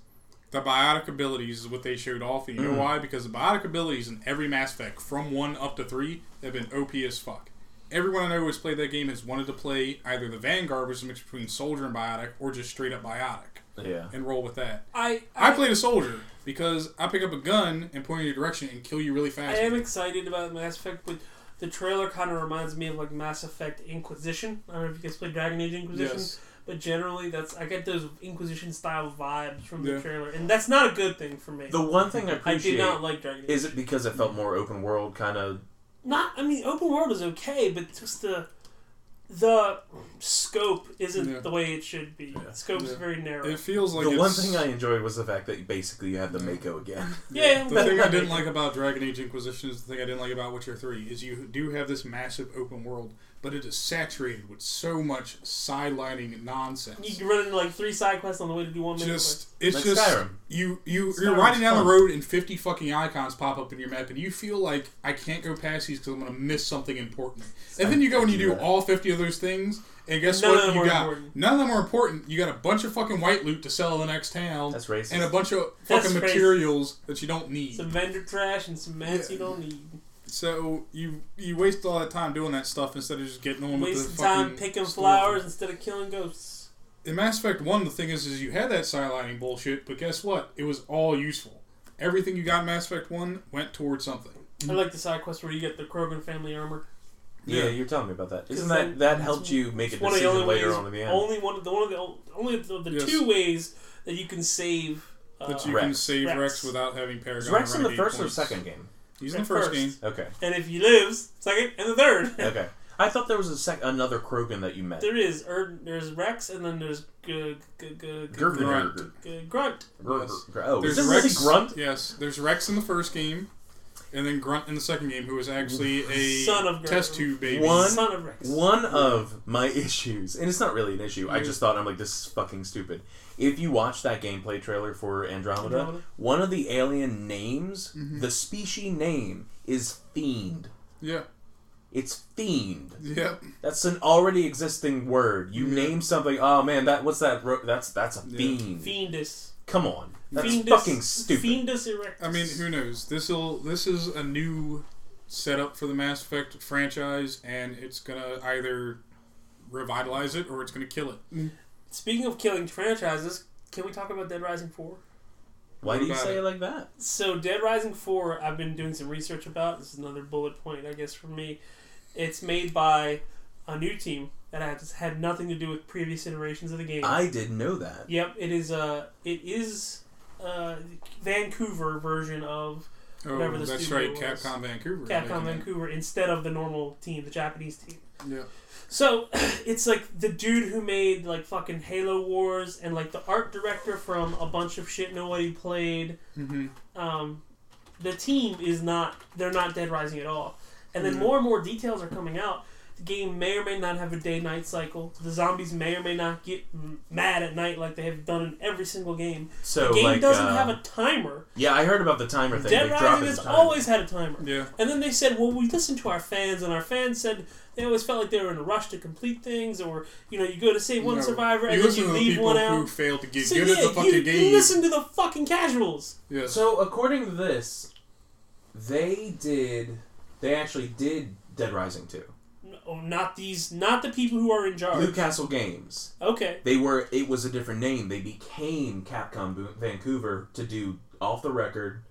[SPEAKER 3] the biotic abilities is what they showed off. And you
[SPEAKER 1] Mm.
[SPEAKER 3] know why? Because the biotic abilities in every Mass Effect, from one up to three, have been OP as fuck. Everyone I know who's played that game has wanted to play either the Vanguard, which is a mix between soldier and biotic, or just straight up biotic,
[SPEAKER 1] yeah.
[SPEAKER 3] and roll with that.
[SPEAKER 2] I, I,
[SPEAKER 3] I played a soldier because I pick up a gun and point in your direction and kill you really
[SPEAKER 2] I
[SPEAKER 3] fast.
[SPEAKER 2] am excited about Mass Effect, but the trailer kind of reminds me of like Mass Effect Inquisition. I don't know if you guys played Dragon Age Inquisition,
[SPEAKER 3] yes.
[SPEAKER 2] but generally that's I get those Inquisition style vibes from
[SPEAKER 3] Yeah.
[SPEAKER 2] the trailer, and that's not a good thing for me.
[SPEAKER 1] The one
[SPEAKER 2] I
[SPEAKER 1] thing I
[SPEAKER 2] did
[SPEAKER 1] appreciate
[SPEAKER 2] not like Dragon Age.
[SPEAKER 1] is it because it felt more open world, kind of.
[SPEAKER 2] not I mean open world is okay, but just the the scope isn't
[SPEAKER 3] Yeah.
[SPEAKER 2] the way it should be.
[SPEAKER 1] Yeah.
[SPEAKER 2] Scope's
[SPEAKER 3] Yeah.
[SPEAKER 2] very narrow.
[SPEAKER 3] It feels like
[SPEAKER 1] the one
[SPEAKER 3] it's-
[SPEAKER 1] thing I enjoyed was the fact that basically you had the Mako again.
[SPEAKER 2] yeah,
[SPEAKER 3] The thing I didn't like about Dragon Age Inquisition is the thing I didn't like about Witcher 3 is you do have this massive open world, but it is saturated with so much sidelining
[SPEAKER 2] you
[SPEAKER 3] nonsense.
[SPEAKER 2] can run into like three side quests on the way to do one minute.
[SPEAKER 3] Just it's
[SPEAKER 1] Like
[SPEAKER 3] just
[SPEAKER 1] Skyrim.
[SPEAKER 3] you you
[SPEAKER 1] Skyrim's
[SPEAKER 3] you're riding down
[SPEAKER 1] fun.
[SPEAKER 3] the road and 50 fucking icons pop up in your map and you feel like I can't go past these because I'm gonna miss something important. And then you go and you
[SPEAKER 1] do
[SPEAKER 3] do
[SPEAKER 1] that.
[SPEAKER 3] all 50 of those things and guess
[SPEAKER 2] None of
[SPEAKER 3] what
[SPEAKER 2] them
[SPEAKER 3] you
[SPEAKER 2] are
[SPEAKER 3] got
[SPEAKER 2] important.
[SPEAKER 3] none of them are important. You got a bunch of fucking white loot to sell in the next town
[SPEAKER 1] That's racist.
[SPEAKER 3] and a bunch of
[SPEAKER 2] That's
[SPEAKER 3] fucking
[SPEAKER 2] racist.
[SPEAKER 3] materials that you don't
[SPEAKER 2] quick.
[SPEAKER 3] need.
[SPEAKER 2] Some vendor trash and some mats
[SPEAKER 3] Yeah.
[SPEAKER 2] you don't need.
[SPEAKER 3] So you you waste all that time doing that stuff instead of just getting on
[SPEAKER 2] Wasting
[SPEAKER 3] with the fucking
[SPEAKER 2] time picking
[SPEAKER 3] story.
[SPEAKER 2] flowers instead of killing ghosts.
[SPEAKER 3] In Mass Effect One, the thing is, is you had that sidelining bullshit, but guess what? It was all useful. Everything you got in Mass Effect One went towards something.
[SPEAKER 2] I like the side quest where you get the Krogan family armor.
[SPEAKER 1] yeah,
[SPEAKER 3] Yeah.
[SPEAKER 1] you're telling me about that. Isn't
[SPEAKER 2] then
[SPEAKER 1] that that
[SPEAKER 2] it's
[SPEAKER 1] helped you make a
[SPEAKER 2] It's one of the only
[SPEAKER 1] decision later
[SPEAKER 2] ways,
[SPEAKER 1] on in the end?
[SPEAKER 2] only one of the one of the only of the, the
[SPEAKER 3] Yes.
[SPEAKER 2] two ways that you can save. Uh,
[SPEAKER 3] But you
[SPEAKER 1] Rex.
[SPEAKER 3] can save Rex,
[SPEAKER 2] Rex.
[SPEAKER 3] without having Paragon.
[SPEAKER 1] Is Rex in the
[SPEAKER 3] Renegade
[SPEAKER 1] first or
[SPEAKER 3] points.
[SPEAKER 1] second game?
[SPEAKER 3] He's in the first, game.
[SPEAKER 1] Okay.
[SPEAKER 2] and if he lives, second and the third.
[SPEAKER 1] Okay. I thought there was a sec- another Krogan that you met.
[SPEAKER 2] There is er, there's Rex and then there's g- g- g- g-
[SPEAKER 1] Gurgur.
[SPEAKER 3] Grunt.
[SPEAKER 1] Gurgur.
[SPEAKER 2] g- Grunt.
[SPEAKER 1] Gurgur.
[SPEAKER 3] Yes.
[SPEAKER 1] Gr- Oh,
[SPEAKER 3] There's
[SPEAKER 1] is it
[SPEAKER 3] Rex.
[SPEAKER 1] really Grunt?
[SPEAKER 3] Yes, there's Rex in the first game, and then Grunt in the second game, who is actually a
[SPEAKER 2] Son of Grunt.
[SPEAKER 3] test tube baby.
[SPEAKER 1] One-
[SPEAKER 2] Son of Rex.
[SPEAKER 1] One of my issues, and it's not really an issue. I just thought I'm like this is fucking stupid. If you watch that gameplay trailer for Andromeda,
[SPEAKER 2] Andromeda?
[SPEAKER 1] one of the
[SPEAKER 3] Mm-hmm.
[SPEAKER 1] alien names, the species name is Fiend.
[SPEAKER 3] Yeah.
[SPEAKER 1] It's fiend.
[SPEAKER 3] Yep.
[SPEAKER 1] That's an already existing word. You
[SPEAKER 3] Yeah.
[SPEAKER 1] name something. Oh man, that what's that? Ro- that's that's a
[SPEAKER 3] Yeah.
[SPEAKER 1] fiend.
[SPEAKER 2] Fiendus.
[SPEAKER 1] Come on, that's
[SPEAKER 2] Fiendus.
[SPEAKER 1] fucking stupid.
[SPEAKER 2] Fiendus erectus.
[SPEAKER 3] I mean, who knows? This'll this is a new setup for the Mass Effect franchise, and it's gonna either revitalize it or it's gonna kill it.
[SPEAKER 2] Speaking of killing franchises, can we talk about Dead Rising 4?
[SPEAKER 1] Why
[SPEAKER 3] What
[SPEAKER 1] do you
[SPEAKER 3] about
[SPEAKER 1] say
[SPEAKER 3] it?
[SPEAKER 1] it like that?
[SPEAKER 2] So, Dead Rising 4, I've been doing some research about. This is another bullet point, I guess, for me. It's made by a new team that has had nothing to do with previous iterations of the game.
[SPEAKER 1] I didn't know that.
[SPEAKER 2] Yep, it is uh, it is uh, Vancouver version of
[SPEAKER 3] Oh,
[SPEAKER 2] Whatever the
[SPEAKER 3] that's
[SPEAKER 2] studio
[SPEAKER 3] right,
[SPEAKER 2] was.
[SPEAKER 3] Capcom Vancouver.
[SPEAKER 2] Capcom Vancouver instead of the normal team, the Japanese team.
[SPEAKER 3] Yeah.
[SPEAKER 2] So it's like the dude who made like fucking Halo Wars and like the art director from a bunch of shit nobody played.
[SPEAKER 3] Mm-hmm.
[SPEAKER 2] Um, the team is not they're not Dead Rising at all. And
[SPEAKER 1] Hmm.
[SPEAKER 2] then
[SPEAKER 3] Mhm.
[SPEAKER 2] more and more details are coming out. The game may or may not have a day night cycle. The zombies may or may not get m- mad at night like they have done in every single game.
[SPEAKER 1] So
[SPEAKER 2] the game
[SPEAKER 1] like,
[SPEAKER 2] doesn't
[SPEAKER 1] uh,
[SPEAKER 2] have a timer.
[SPEAKER 1] yeah, I heard about the timer thing.
[SPEAKER 2] Dead
[SPEAKER 1] they drop
[SPEAKER 2] Rising
[SPEAKER 1] it
[SPEAKER 2] has
[SPEAKER 1] in time.
[SPEAKER 2] always had a timer.
[SPEAKER 3] Yeah.
[SPEAKER 2] And then they said, well, we listened to our fans, and our fans said they always felt like they were in a rush to complete things, or, you know, you go to save one
[SPEAKER 3] No.
[SPEAKER 2] survivor and
[SPEAKER 3] you
[SPEAKER 2] then
[SPEAKER 3] listen
[SPEAKER 2] you
[SPEAKER 3] to the
[SPEAKER 2] leave
[SPEAKER 3] people
[SPEAKER 2] one
[SPEAKER 3] who
[SPEAKER 2] out.
[SPEAKER 3] failed to get
[SPEAKER 2] So,
[SPEAKER 3] good
[SPEAKER 2] yeah,
[SPEAKER 3] at the fucking
[SPEAKER 2] you
[SPEAKER 3] game.
[SPEAKER 2] listen to the fucking casuals.
[SPEAKER 3] Yeah.
[SPEAKER 1] So according to this, they did. They actually did Dead Rising two.
[SPEAKER 2] No, Oh, not these, not the people who are in charge.
[SPEAKER 1] Blue Castle Games.
[SPEAKER 2] Okay.
[SPEAKER 1] They were. It was a different name. They became Capcom Bo- Vancouver to do off the record,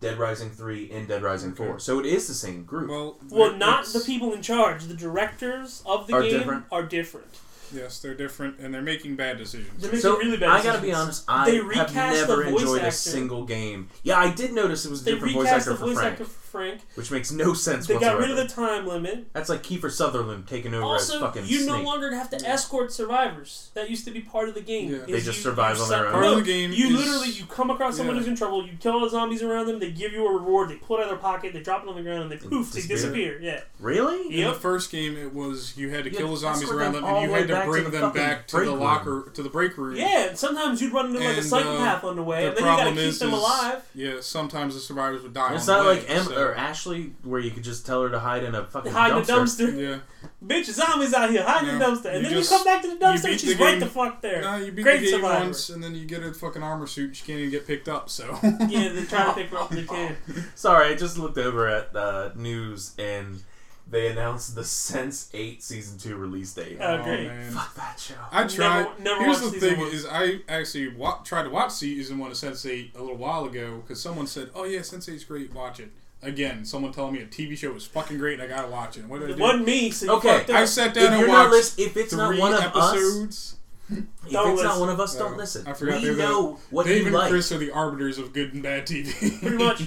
[SPEAKER 1] Dead Rising three and Dead Rising
[SPEAKER 3] Okay.
[SPEAKER 1] four. So it is the same group.
[SPEAKER 3] well,
[SPEAKER 2] Well,
[SPEAKER 3] it-
[SPEAKER 2] not the
[SPEAKER 3] it's-
[SPEAKER 2] people in charge. The directors of the
[SPEAKER 1] Are
[SPEAKER 2] game
[SPEAKER 1] different.
[SPEAKER 2] are different.
[SPEAKER 3] Yes, they're different, and they're making bad decisions.
[SPEAKER 2] They're making
[SPEAKER 1] so
[SPEAKER 2] really bad
[SPEAKER 1] I gotta be
[SPEAKER 2] decisions.
[SPEAKER 1] honest. I
[SPEAKER 2] They
[SPEAKER 1] have
[SPEAKER 2] recast
[SPEAKER 1] never
[SPEAKER 2] the voice
[SPEAKER 1] enjoyed a
[SPEAKER 2] actor.
[SPEAKER 1] single game. Yeah, I did notice it was a
[SPEAKER 2] They
[SPEAKER 1] different voice
[SPEAKER 2] recast
[SPEAKER 1] actor
[SPEAKER 2] the
[SPEAKER 1] for
[SPEAKER 2] voice
[SPEAKER 1] Frank,
[SPEAKER 2] actor for Frank.
[SPEAKER 1] which makes no sense.
[SPEAKER 2] They got
[SPEAKER 1] whatsoever.
[SPEAKER 2] rid of the time limit.
[SPEAKER 1] That's like Kiefer Sutherland taking over as
[SPEAKER 2] Also,
[SPEAKER 1] fucking
[SPEAKER 2] you
[SPEAKER 1] snake.
[SPEAKER 2] no longer have to escort survivors. That used to be part of the game.
[SPEAKER 3] Yeah.
[SPEAKER 2] Is
[SPEAKER 1] They just
[SPEAKER 2] you-
[SPEAKER 1] survive
[SPEAKER 2] you
[SPEAKER 1] on their
[SPEAKER 2] su-
[SPEAKER 1] own.
[SPEAKER 2] No,
[SPEAKER 3] Part of the game
[SPEAKER 2] you
[SPEAKER 3] is-
[SPEAKER 2] literally you come across someone
[SPEAKER 3] Yeah.
[SPEAKER 2] who's in trouble. You kill all the zombies around them. They give you a reward. They pull it out of their pocket. They drop it on the ground, and they poof, they
[SPEAKER 1] disappear.
[SPEAKER 2] disappear. Yeah.
[SPEAKER 1] Really?
[SPEAKER 3] In
[SPEAKER 2] Yep.
[SPEAKER 3] the first game, it was you had to
[SPEAKER 1] You
[SPEAKER 3] kill
[SPEAKER 1] had
[SPEAKER 3] the
[SPEAKER 1] to
[SPEAKER 3] zombies
[SPEAKER 1] escort
[SPEAKER 3] around
[SPEAKER 1] them
[SPEAKER 3] them,
[SPEAKER 1] all
[SPEAKER 3] and
[SPEAKER 1] the
[SPEAKER 3] you
[SPEAKER 1] way
[SPEAKER 3] had to
[SPEAKER 1] back to
[SPEAKER 3] bring
[SPEAKER 1] the
[SPEAKER 3] them
[SPEAKER 1] fucking
[SPEAKER 3] back to
[SPEAKER 1] break
[SPEAKER 3] the
[SPEAKER 1] room.
[SPEAKER 3] locker to the break room.
[SPEAKER 2] Yeah, and sometimes you'd run into like a
[SPEAKER 3] And,
[SPEAKER 2] psychopath
[SPEAKER 3] uh,
[SPEAKER 2] on the way,
[SPEAKER 3] The
[SPEAKER 2] and then you gotta
[SPEAKER 3] problem
[SPEAKER 2] keep
[SPEAKER 3] is,
[SPEAKER 2] them
[SPEAKER 3] is-
[SPEAKER 2] alive.
[SPEAKER 3] yeah, sometimes the survivors would die.
[SPEAKER 1] It's
[SPEAKER 3] on
[SPEAKER 1] not
[SPEAKER 3] the way,
[SPEAKER 1] like Em
[SPEAKER 3] so-
[SPEAKER 1] or Ashley, where you could just tell her to hide in a fucking
[SPEAKER 2] Hide in the dumpster.
[SPEAKER 1] dumpster.
[SPEAKER 3] Yeah.
[SPEAKER 2] Bitch, zombies out here. Hide in the
[SPEAKER 3] Yeah.
[SPEAKER 2] dumpster. And
[SPEAKER 3] You
[SPEAKER 2] then
[SPEAKER 3] just-
[SPEAKER 2] you come back to the dumpster
[SPEAKER 3] beat
[SPEAKER 2] and she's
[SPEAKER 3] the
[SPEAKER 2] right
[SPEAKER 3] game.
[SPEAKER 2] the fuck there.
[SPEAKER 3] No, you beat
[SPEAKER 2] Great
[SPEAKER 3] the game
[SPEAKER 2] survivor.
[SPEAKER 3] once, and then you get a fucking armor suit. You can't even get picked up. So
[SPEAKER 2] yeah, they're trying to pick her up and they can't.
[SPEAKER 1] Sorry, I just looked over at uh, news and they announced the Sense Eight season two release date.
[SPEAKER 2] Oh, great.
[SPEAKER 3] man.
[SPEAKER 1] Fuck that show.
[SPEAKER 3] I tried.
[SPEAKER 2] never
[SPEAKER 3] Here's
[SPEAKER 2] watched
[SPEAKER 3] the
[SPEAKER 2] season
[SPEAKER 3] thing:
[SPEAKER 2] one.
[SPEAKER 3] is I actually wa- tried to watch season one of Sensei a little while ago because someone said, "Oh yeah, Sensei's great. Watch it." Again, someone telling me a TV show is fucking great and I gotta watch it. What did I
[SPEAKER 2] It
[SPEAKER 3] do?
[SPEAKER 2] wasn't me, so you
[SPEAKER 1] Okay,
[SPEAKER 2] fucked up.
[SPEAKER 3] I sat down
[SPEAKER 1] If
[SPEAKER 3] and
[SPEAKER 1] you're
[SPEAKER 3] watched
[SPEAKER 1] not list, if it's
[SPEAKER 3] three
[SPEAKER 1] not one of us,
[SPEAKER 3] episodes.
[SPEAKER 1] if
[SPEAKER 2] Don't
[SPEAKER 1] it's not
[SPEAKER 2] listen.
[SPEAKER 1] one of us, don't
[SPEAKER 3] Oh,
[SPEAKER 1] listen.
[SPEAKER 3] I forgot
[SPEAKER 1] we
[SPEAKER 3] they were-
[SPEAKER 1] know what
[SPEAKER 3] Dave
[SPEAKER 1] you
[SPEAKER 3] and
[SPEAKER 1] like.
[SPEAKER 3] Chris are the arbiters of good and bad TV.
[SPEAKER 2] Pretty much.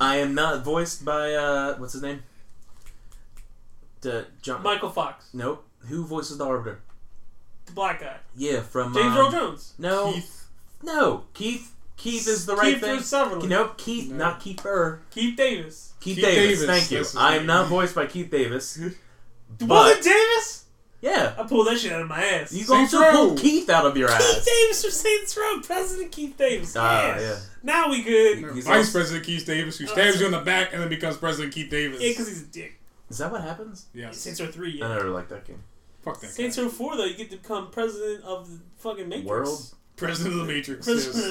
[SPEAKER 1] I am not voiced by uh, what's his name? The John.
[SPEAKER 2] Michael Fox,
[SPEAKER 1] Nope. Who voices the arbiter?
[SPEAKER 2] the black guy.
[SPEAKER 1] Yeah, from
[SPEAKER 2] James
[SPEAKER 1] um,
[SPEAKER 2] Earl Jones.
[SPEAKER 1] No,
[SPEAKER 3] Keith,
[SPEAKER 1] no, Keith. Keith is the right
[SPEAKER 2] Keith
[SPEAKER 1] thing.
[SPEAKER 2] Keith Sutherland.
[SPEAKER 1] Nope, Keith,
[SPEAKER 3] No.
[SPEAKER 1] not Keith Burr.
[SPEAKER 2] Keith Davis.
[SPEAKER 1] Keith,
[SPEAKER 3] Keith
[SPEAKER 1] Davis,
[SPEAKER 3] Davis,
[SPEAKER 1] Thank you.
[SPEAKER 3] that's his
[SPEAKER 1] I am
[SPEAKER 3] name.
[SPEAKER 1] not voiced by Keith Davis.
[SPEAKER 2] was
[SPEAKER 1] but
[SPEAKER 2] it Davis?
[SPEAKER 1] yeah,
[SPEAKER 2] I pulled that shit out of my ass.
[SPEAKER 1] you
[SPEAKER 2] Keith
[SPEAKER 1] going
[SPEAKER 3] Saints
[SPEAKER 1] to pull
[SPEAKER 3] Row.
[SPEAKER 1] Keith out of your ass?
[SPEAKER 2] Davis from Saints Row. President Keith Davis.
[SPEAKER 1] Ah,
[SPEAKER 2] yes.
[SPEAKER 1] yeah.
[SPEAKER 2] Now we good. Yeah,
[SPEAKER 1] He's
[SPEAKER 3] Vice
[SPEAKER 1] also-
[SPEAKER 3] President Keith Davis, who stabs you in the back and then becomes President Keith Davis.
[SPEAKER 2] because he's a dick.
[SPEAKER 1] Is that what happens?
[SPEAKER 3] yes.
[SPEAKER 2] Saints Row 3,
[SPEAKER 1] I
[SPEAKER 2] yeah.
[SPEAKER 1] never liked that game.
[SPEAKER 3] Fuck that guy.
[SPEAKER 2] Saints Row 4, though, you get to become president of the fucking Matrix.
[SPEAKER 1] World
[SPEAKER 3] President of the Matrix.
[SPEAKER 2] President
[SPEAKER 3] Yes.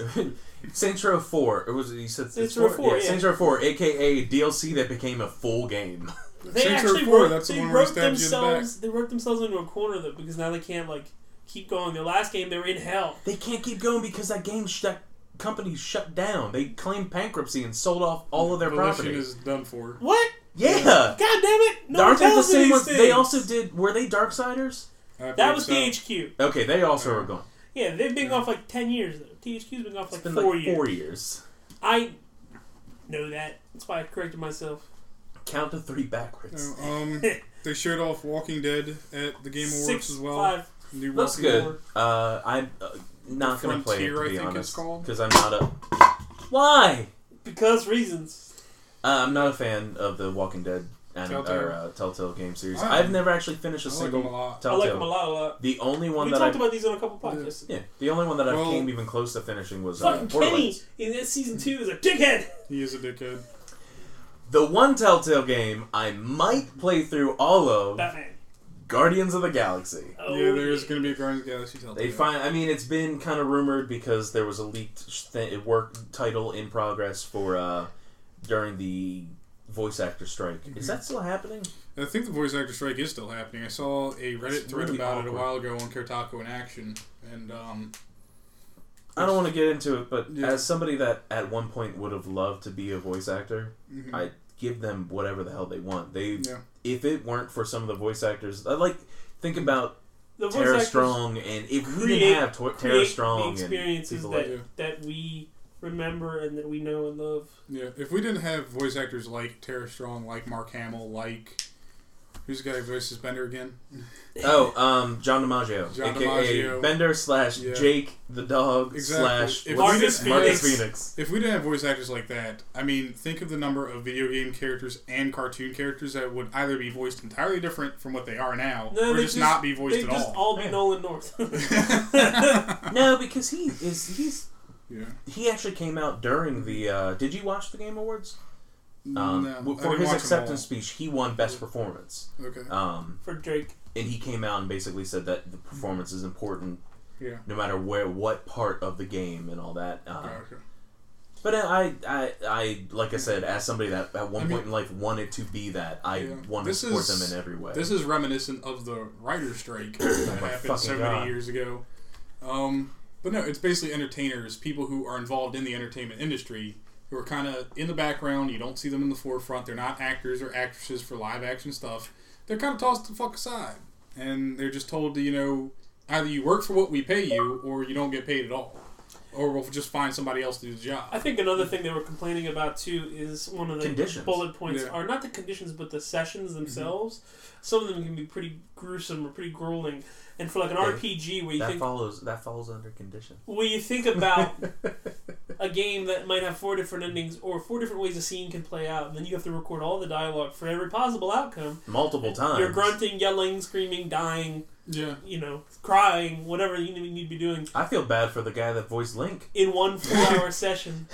[SPEAKER 2] of the Matrix.
[SPEAKER 1] Saints Row Four. It was you said
[SPEAKER 2] Saints Row 4, yeah.
[SPEAKER 1] Saints Row Four, aka DLC that became a full game.
[SPEAKER 2] They
[SPEAKER 3] Saints Row
[SPEAKER 2] actually
[SPEAKER 3] 4,
[SPEAKER 2] wrote,
[SPEAKER 3] that's the
[SPEAKER 2] they
[SPEAKER 3] one where he
[SPEAKER 2] wrote
[SPEAKER 3] stabs you in the back.
[SPEAKER 2] themselves. They wrote themselves into a corner though, because now they can't like keep going. Their last game, they were in hell.
[SPEAKER 1] They can't keep going because that game sh- that company shut down. They claimed bankruptcy and sold off all of their
[SPEAKER 3] Volition
[SPEAKER 1] property.
[SPEAKER 3] is done for.
[SPEAKER 2] What?
[SPEAKER 1] yeah.
[SPEAKER 2] God damn it! No one
[SPEAKER 1] Aren't they the
[SPEAKER 2] tells me
[SPEAKER 1] same
[SPEAKER 2] these
[SPEAKER 1] ones? They
[SPEAKER 2] things.
[SPEAKER 1] also did. Were they Darksiders?
[SPEAKER 3] I believe
[SPEAKER 2] That was
[SPEAKER 3] so.
[SPEAKER 2] THQ.
[SPEAKER 1] Okay, they also
[SPEAKER 3] Yeah.
[SPEAKER 1] were gone.
[SPEAKER 2] Yeah, they've been off like ten years though. THQ's been off like
[SPEAKER 1] It's been
[SPEAKER 2] four
[SPEAKER 1] like
[SPEAKER 2] years.
[SPEAKER 1] four years.
[SPEAKER 2] I know that. That's why I corrected myself.
[SPEAKER 1] Count to three
[SPEAKER 2] Oh.
[SPEAKER 1] backwards.
[SPEAKER 3] No, um, they showed off Walking Dead at the Game Awards
[SPEAKER 2] Six,
[SPEAKER 3] as well.
[SPEAKER 2] five.
[SPEAKER 3] New
[SPEAKER 1] Looks
[SPEAKER 3] Walking
[SPEAKER 1] good.
[SPEAKER 3] Dead.
[SPEAKER 1] Uh, I'm uh, not gonna play it
[SPEAKER 3] Frontier,
[SPEAKER 1] to
[SPEAKER 3] I
[SPEAKER 1] be
[SPEAKER 3] think it's
[SPEAKER 1] honest
[SPEAKER 3] called.
[SPEAKER 1] because I'm not a. Why?
[SPEAKER 2] because reasons.
[SPEAKER 1] Uh, I'm not a fan of the Walking Dead anim-
[SPEAKER 3] Telltale.
[SPEAKER 1] or uh, Telltale game series.
[SPEAKER 3] Oh.
[SPEAKER 1] I've never actually finished a
[SPEAKER 3] I like
[SPEAKER 1] single
[SPEAKER 3] them a lot.
[SPEAKER 2] I
[SPEAKER 1] Telltale.
[SPEAKER 2] like them a lot, a lot.
[SPEAKER 1] The only one
[SPEAKER 2] we
[SPEAKER 1] that
[SPEAKER 2] talked
[SPEAKER 1] I
[SPEAKER 2] about these on a couple podcasts.
[SPEAKER 1] yeah, the only one that I
[SPEAKER 3] Well-
[SPEAKER 1] came even close to finishing was uh,
[SPEAKER 2] Fucking Kenny
[SPEAKER 1] Borderlands.
[SPEAKER 2] in this season two is a dickhead.
[SPEAKER 3] He is a dickhead.
[SPEAKER 1] The one Telltale game I might play through all of
[SPEAKER 2] Batman.
[SPEAKER 1] Guardians of the Galaxy.
[SPEAKER 2] Oh,
[SPEAKER 3] yeah, there's going to be a Guardians of the Galaxy Telltale.
[SPEAKER 1] They find. I mean, it's been kind of rumored because there was a leaked th- work title in progress for uh, during the voice actor strike.
[SPEAKER 2] Mm-hmm.
[SPEAKER 1] Is that still happening?
[SPEAKER 3] I think the voice actor strike is still happening. I saw a Reddit
[SPEAKER 1] It's
[SPEAKER 3] thread
[SPEAKER 1] really
[SPEAKER 3] about it
[SPEAKER 1] awkward.
[SPEAKER 3] a while ago on Kotaku in action, and um,
[SPEAKER 1] I don't want to get into it, but
[SPEAKER 3] Yeah.
[SPEAKER 1] as somebody that at one point would have loved to be a voice actor,
[SPEAKER 3] mhm.
[SPEAKER 1] I give them whatever the hell they want. They,
[SPEAKER 3] yeah,
[SPEAKER 1] if it weren't for some of the voice actors, I like think about
[SPEAKER 2] the voice
[SPEAKER 1] Tara
[SPEAKER 2] actors
[SPEAKER 1] Strong, and if we
[SPEAKER 2] create-
[SPEAKER 1] didn't have Tor- Tara
[SPEAKER 2] create
[SPEAKER 1] Strong,
[SPEAKER 2] the
[SPEAKER 1] and
[SPEAKER 2] experiences
[SPEAKER 1] people
[SPEAKER 2] that,
[SPEAKER 1] like-
[SPEAKER 2] that we remember and that we know and love.
[SPEAKER 3] yeah. If we didn't have voice actors like Tara Strong, like Mark Hamill, like who's the guy who voices Bender again?
[SPEAKER 1] oh, um, John DiMaggio,
[SPEAKER 3] John
[SPEAKER 1] aka
[SPEAKER 3] DiMaggio.
[SPEAKER 1] Bender slash
[SPEAKER 3] Yeah.
[SPEAKER 1] Jake the dog
[SPEAKER 3] Exactly.
[SPEAKER 1] slash
[SPEAKER 3] If
[SPEAKER 1] what's
[SPEAKER 2] we
[SPEAKER 1] his-
[SPEAKER 2] didn't have-
[SPEAKER 1] Marcus Phoenix.
[SPEAKER 3] If we didn't have voice actors like that, I mean, think of the number of video game characters and cartoon characters that would either be voiced entirely different from what they are now,
[SPEAKER 2] No,
[SPEAKER 3] or
[SPEAKER 2] they
[SPEAKER 3] just,
[SPEAKER 2] just-
[SPEAKER 3] not be voiced
[SPEAKER 2] They
[SPEAKER 3] at
[SPEAKER 2] just
[SPEAKER 3] all.
[SPEAKER 2] all be
[SPEAKER 1] Yeah.
[SPEAKER 2] Nolan North.
[SPEAKER 1] No, because he is he's
[SPEAKER 3] yeah.
[SPEAKER 1] he actually came out during the. Uh, did you watch the Game Awards? Um,
[SPEAKER 3] No,
[SPEAKER 1] w- for
[SPEAKER 3] I didn't
[SPEAKER 1] his
[SPEAKER 3] watch 'em
[SPEAKER 1] acceptance speech, he won Best Performance.
[SPEAKER 3] all. Okay.
[SPEAKER 1] Um,
[SPEAKER 2] for Drake.
[SPEAKER 1] and he came out and basically said that the performance is important
[SPEAKER 3] Yeah.
[SPEAKER 1] no matter where what part of the game and all that uh,
[SPEAKER 3] Okay.
[SPEAKER 1] but uh, I, I i like i said as somebody that at one
[SPEAKER 3] I mean-
[SPEAKER 1] point in life wanted to be that i
[SPEAKER 3] Yeah.
[SPEAKER 1] want to
[SPEAKER 3] This
[SPEAKER 1] support
[SPEAKER 3] is-
[SPEAKER 1] them in every way
[SPEAKER 3] This is reminiscent of the writer's strike that
[SPEAKER 1] my
[SPEAKER 3] happened
[SPEAKER 1] fucking
[SPEAKER 3] so
[SPEAKER 1] God.
[SPEAKER 3] many years ago. Um, but no, it's basically entertainers, people who are involved in the entertainment industry, who are kind of in the background. You don't see them in the forefront. They're not actors or actresses for live action stuff. They're kind of tossed the fuck aside, and they're just told to you know either you work for what we pay you, or you don't get paid at all, or we'll just find somebody else to do the
[SPEAKER 2] I
[SPEAKER 3] job.
[SPEAKER 2] think another thing they were complaining about too is one of the
[SPEAKER 1] Conditions. Mm-hmm.
[SPEAKER 2] bullet points
[SPEAKER 3] Yeah.
[SPEAKER 2] are not the conditions but the sessions themselves. Some of them can be pretty gruesome or pretty grueling. And for like an
[SPEAKER 1] Yeah.
[SPEAKER 2] RPG where you
[SPEAKER 1] that
[SPEAKER 2] think
[SPEAKER 1] follows that falls under condition
[SPEAKER 2] when you think about a game that might have four different endings or four different ways a scene can play out, and then you have to record all the dialogue for every possible outcome.
[SPEAKER 1] multiple times
[SPEAKER 2] You're grunting, yelling, screaming, dying,
[SPEAKER 3] Yeah,
[SPEAKER 2] you know, crying, whatever you need need to be doing
[SPEAKER 1] i feel bad for the guy that voiced link
[SPEAKER 2] in one four-hour session.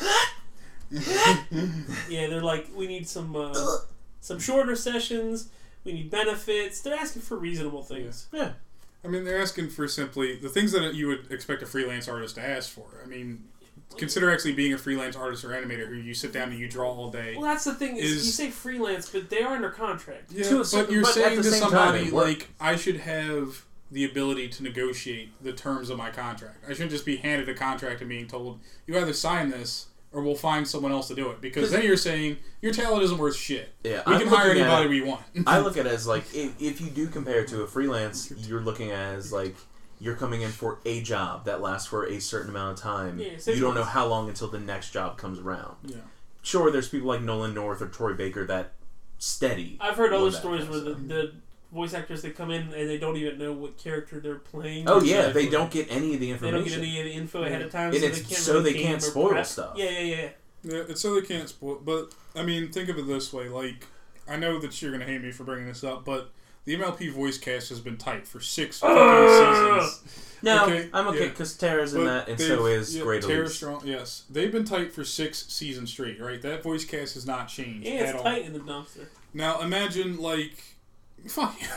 [SPEAKER 2] yeah, they're like, we need some uh, some shorter sessions. We need benefits. They're asking for reasonable things.
[SPEAKER 1] yeah
[SPEAKER 3] I mean they're asking for simply the things that you would expect a freelance artist to ask for. I mean, consider actually being a freelance artist or animator who you sit down and you draw all day.
[SPEAKER 2] Well, that's the thing is,
[SPEAKER 3] Is-
[SPEAKER 2] you say freelance, but they are under contract.
[SPEAKER 3] Yeah,
[SPEAKER 1] To a
[SPEAKER 3] but
[SPEAKER 1] certain-
[SPEAKER 3] you're
[SPEAKER 1] but at
[SPEAKER 3] saying
[SPEAKER 1] the
[SPEAKER 3] to
[SPEAKER 1] same time,
[SPEAKER 3] somebody
[SPEAKER 1] it works.
[SPEAKER 3] like, "I should have the ability to negotiate the terms of my contract. I shouldn't just be handed a contract and being told you either sign this or we'll find someone else to do it." Because then you're saying your talent isn't worth shit.
[SPEAKER 1] yeah
[SPEAKER 3] We
[SPEAKER 1] I'm
[SPEAKER 3] can hire
[SPEAKER 1] looking at it-
[SPEAKER 3] anybody we want.
[SPEAKER 1] I look at it as like if, if you do compare it to a freelance, you're looking at it as like you're coming in for a job that lasts for a certain amount of time.
[SPEAKER 2] Yeah, six
[SPEAKER 1] you don't know
[SPEAKER 2] months.
[SPEAKER 1] how long until the next job comes around.
[SPEAKER 3] Yeah.
[SPEAKER 1] Sure, there's people like Nolan North or Troy Baker that steady.
[SPEAKER 2] I've heard
[SPEAKER 1] Well,
[SPEAKER 2] other
[SPEAKER 1] that
[SPEAKER 2] stories where
[SPEAKER 1] kind
[SPEAKER 2] the, the
[SPEAKER 1] of
[SPEAKER 2] voice actors they come in and they don't even know what character they're playing.
[SPEAKER 1] Oh yeah, they
[SPEAKER 3] Exactly.
[SPEAKER 1] don't get any of the
[SPEAKER 2] They
[SPEAKER 1] information.
[SPEAKER 2] don't get any of the info ahead of time,
[SPEAKER 1] And
[SPEAKER 2] so
[SPEAKER 1] it's-
[SPEAKER 2] they can't.
[SPEAKER 1] so
[SPEAKER 2] really
[SPEAKER 1] they can't
[SPEAKER 2] game or
[SPEAKER 1] spoil
[SPEAKER 2] prep.
[SPEAKER 1] stuff.
[SPEAKER 2] Yeah, yeah, yeah.
[SPEAKER 3] Yeah, it's so they can't spoil. But I mean, think of it this way: like, I know that you're gonna hate me for bringing this up, but the MLP voice cast has been tight for six fucking
[SPEAKER 2] Ugh.
[SPEAKER 3] seasons.
[SPEAKER 1] No,
[SPEAKER 3] Okay,
[SPEAKER 1] I'm okay
[SPEAKER 3] yeah.
[SPEAKER 1] because Tara's in
[SPEAKER 3] But
[SPEAKER 1] that, and
[SPEAKER 3] they've-
[SPEAKER 1] so is
[SPEAKER 3] yeah,
[SPEAKER 1] Great
[SPEAKER 3] Tara
[SPEAKER 1] Elise.
[SPEAKER 3] Strong. Yes, they've been tight for six seasons straight. Right, that voice cast has not changed
[SPEAKER 2] Yeah,
[SPEAKER 3] at
[SPEAKER 2] it's
[SPEAKER 3] all.
[SPEAKER 2] tight in the dumpster.
[SPEAKER 3] Now imagine like, fuck you.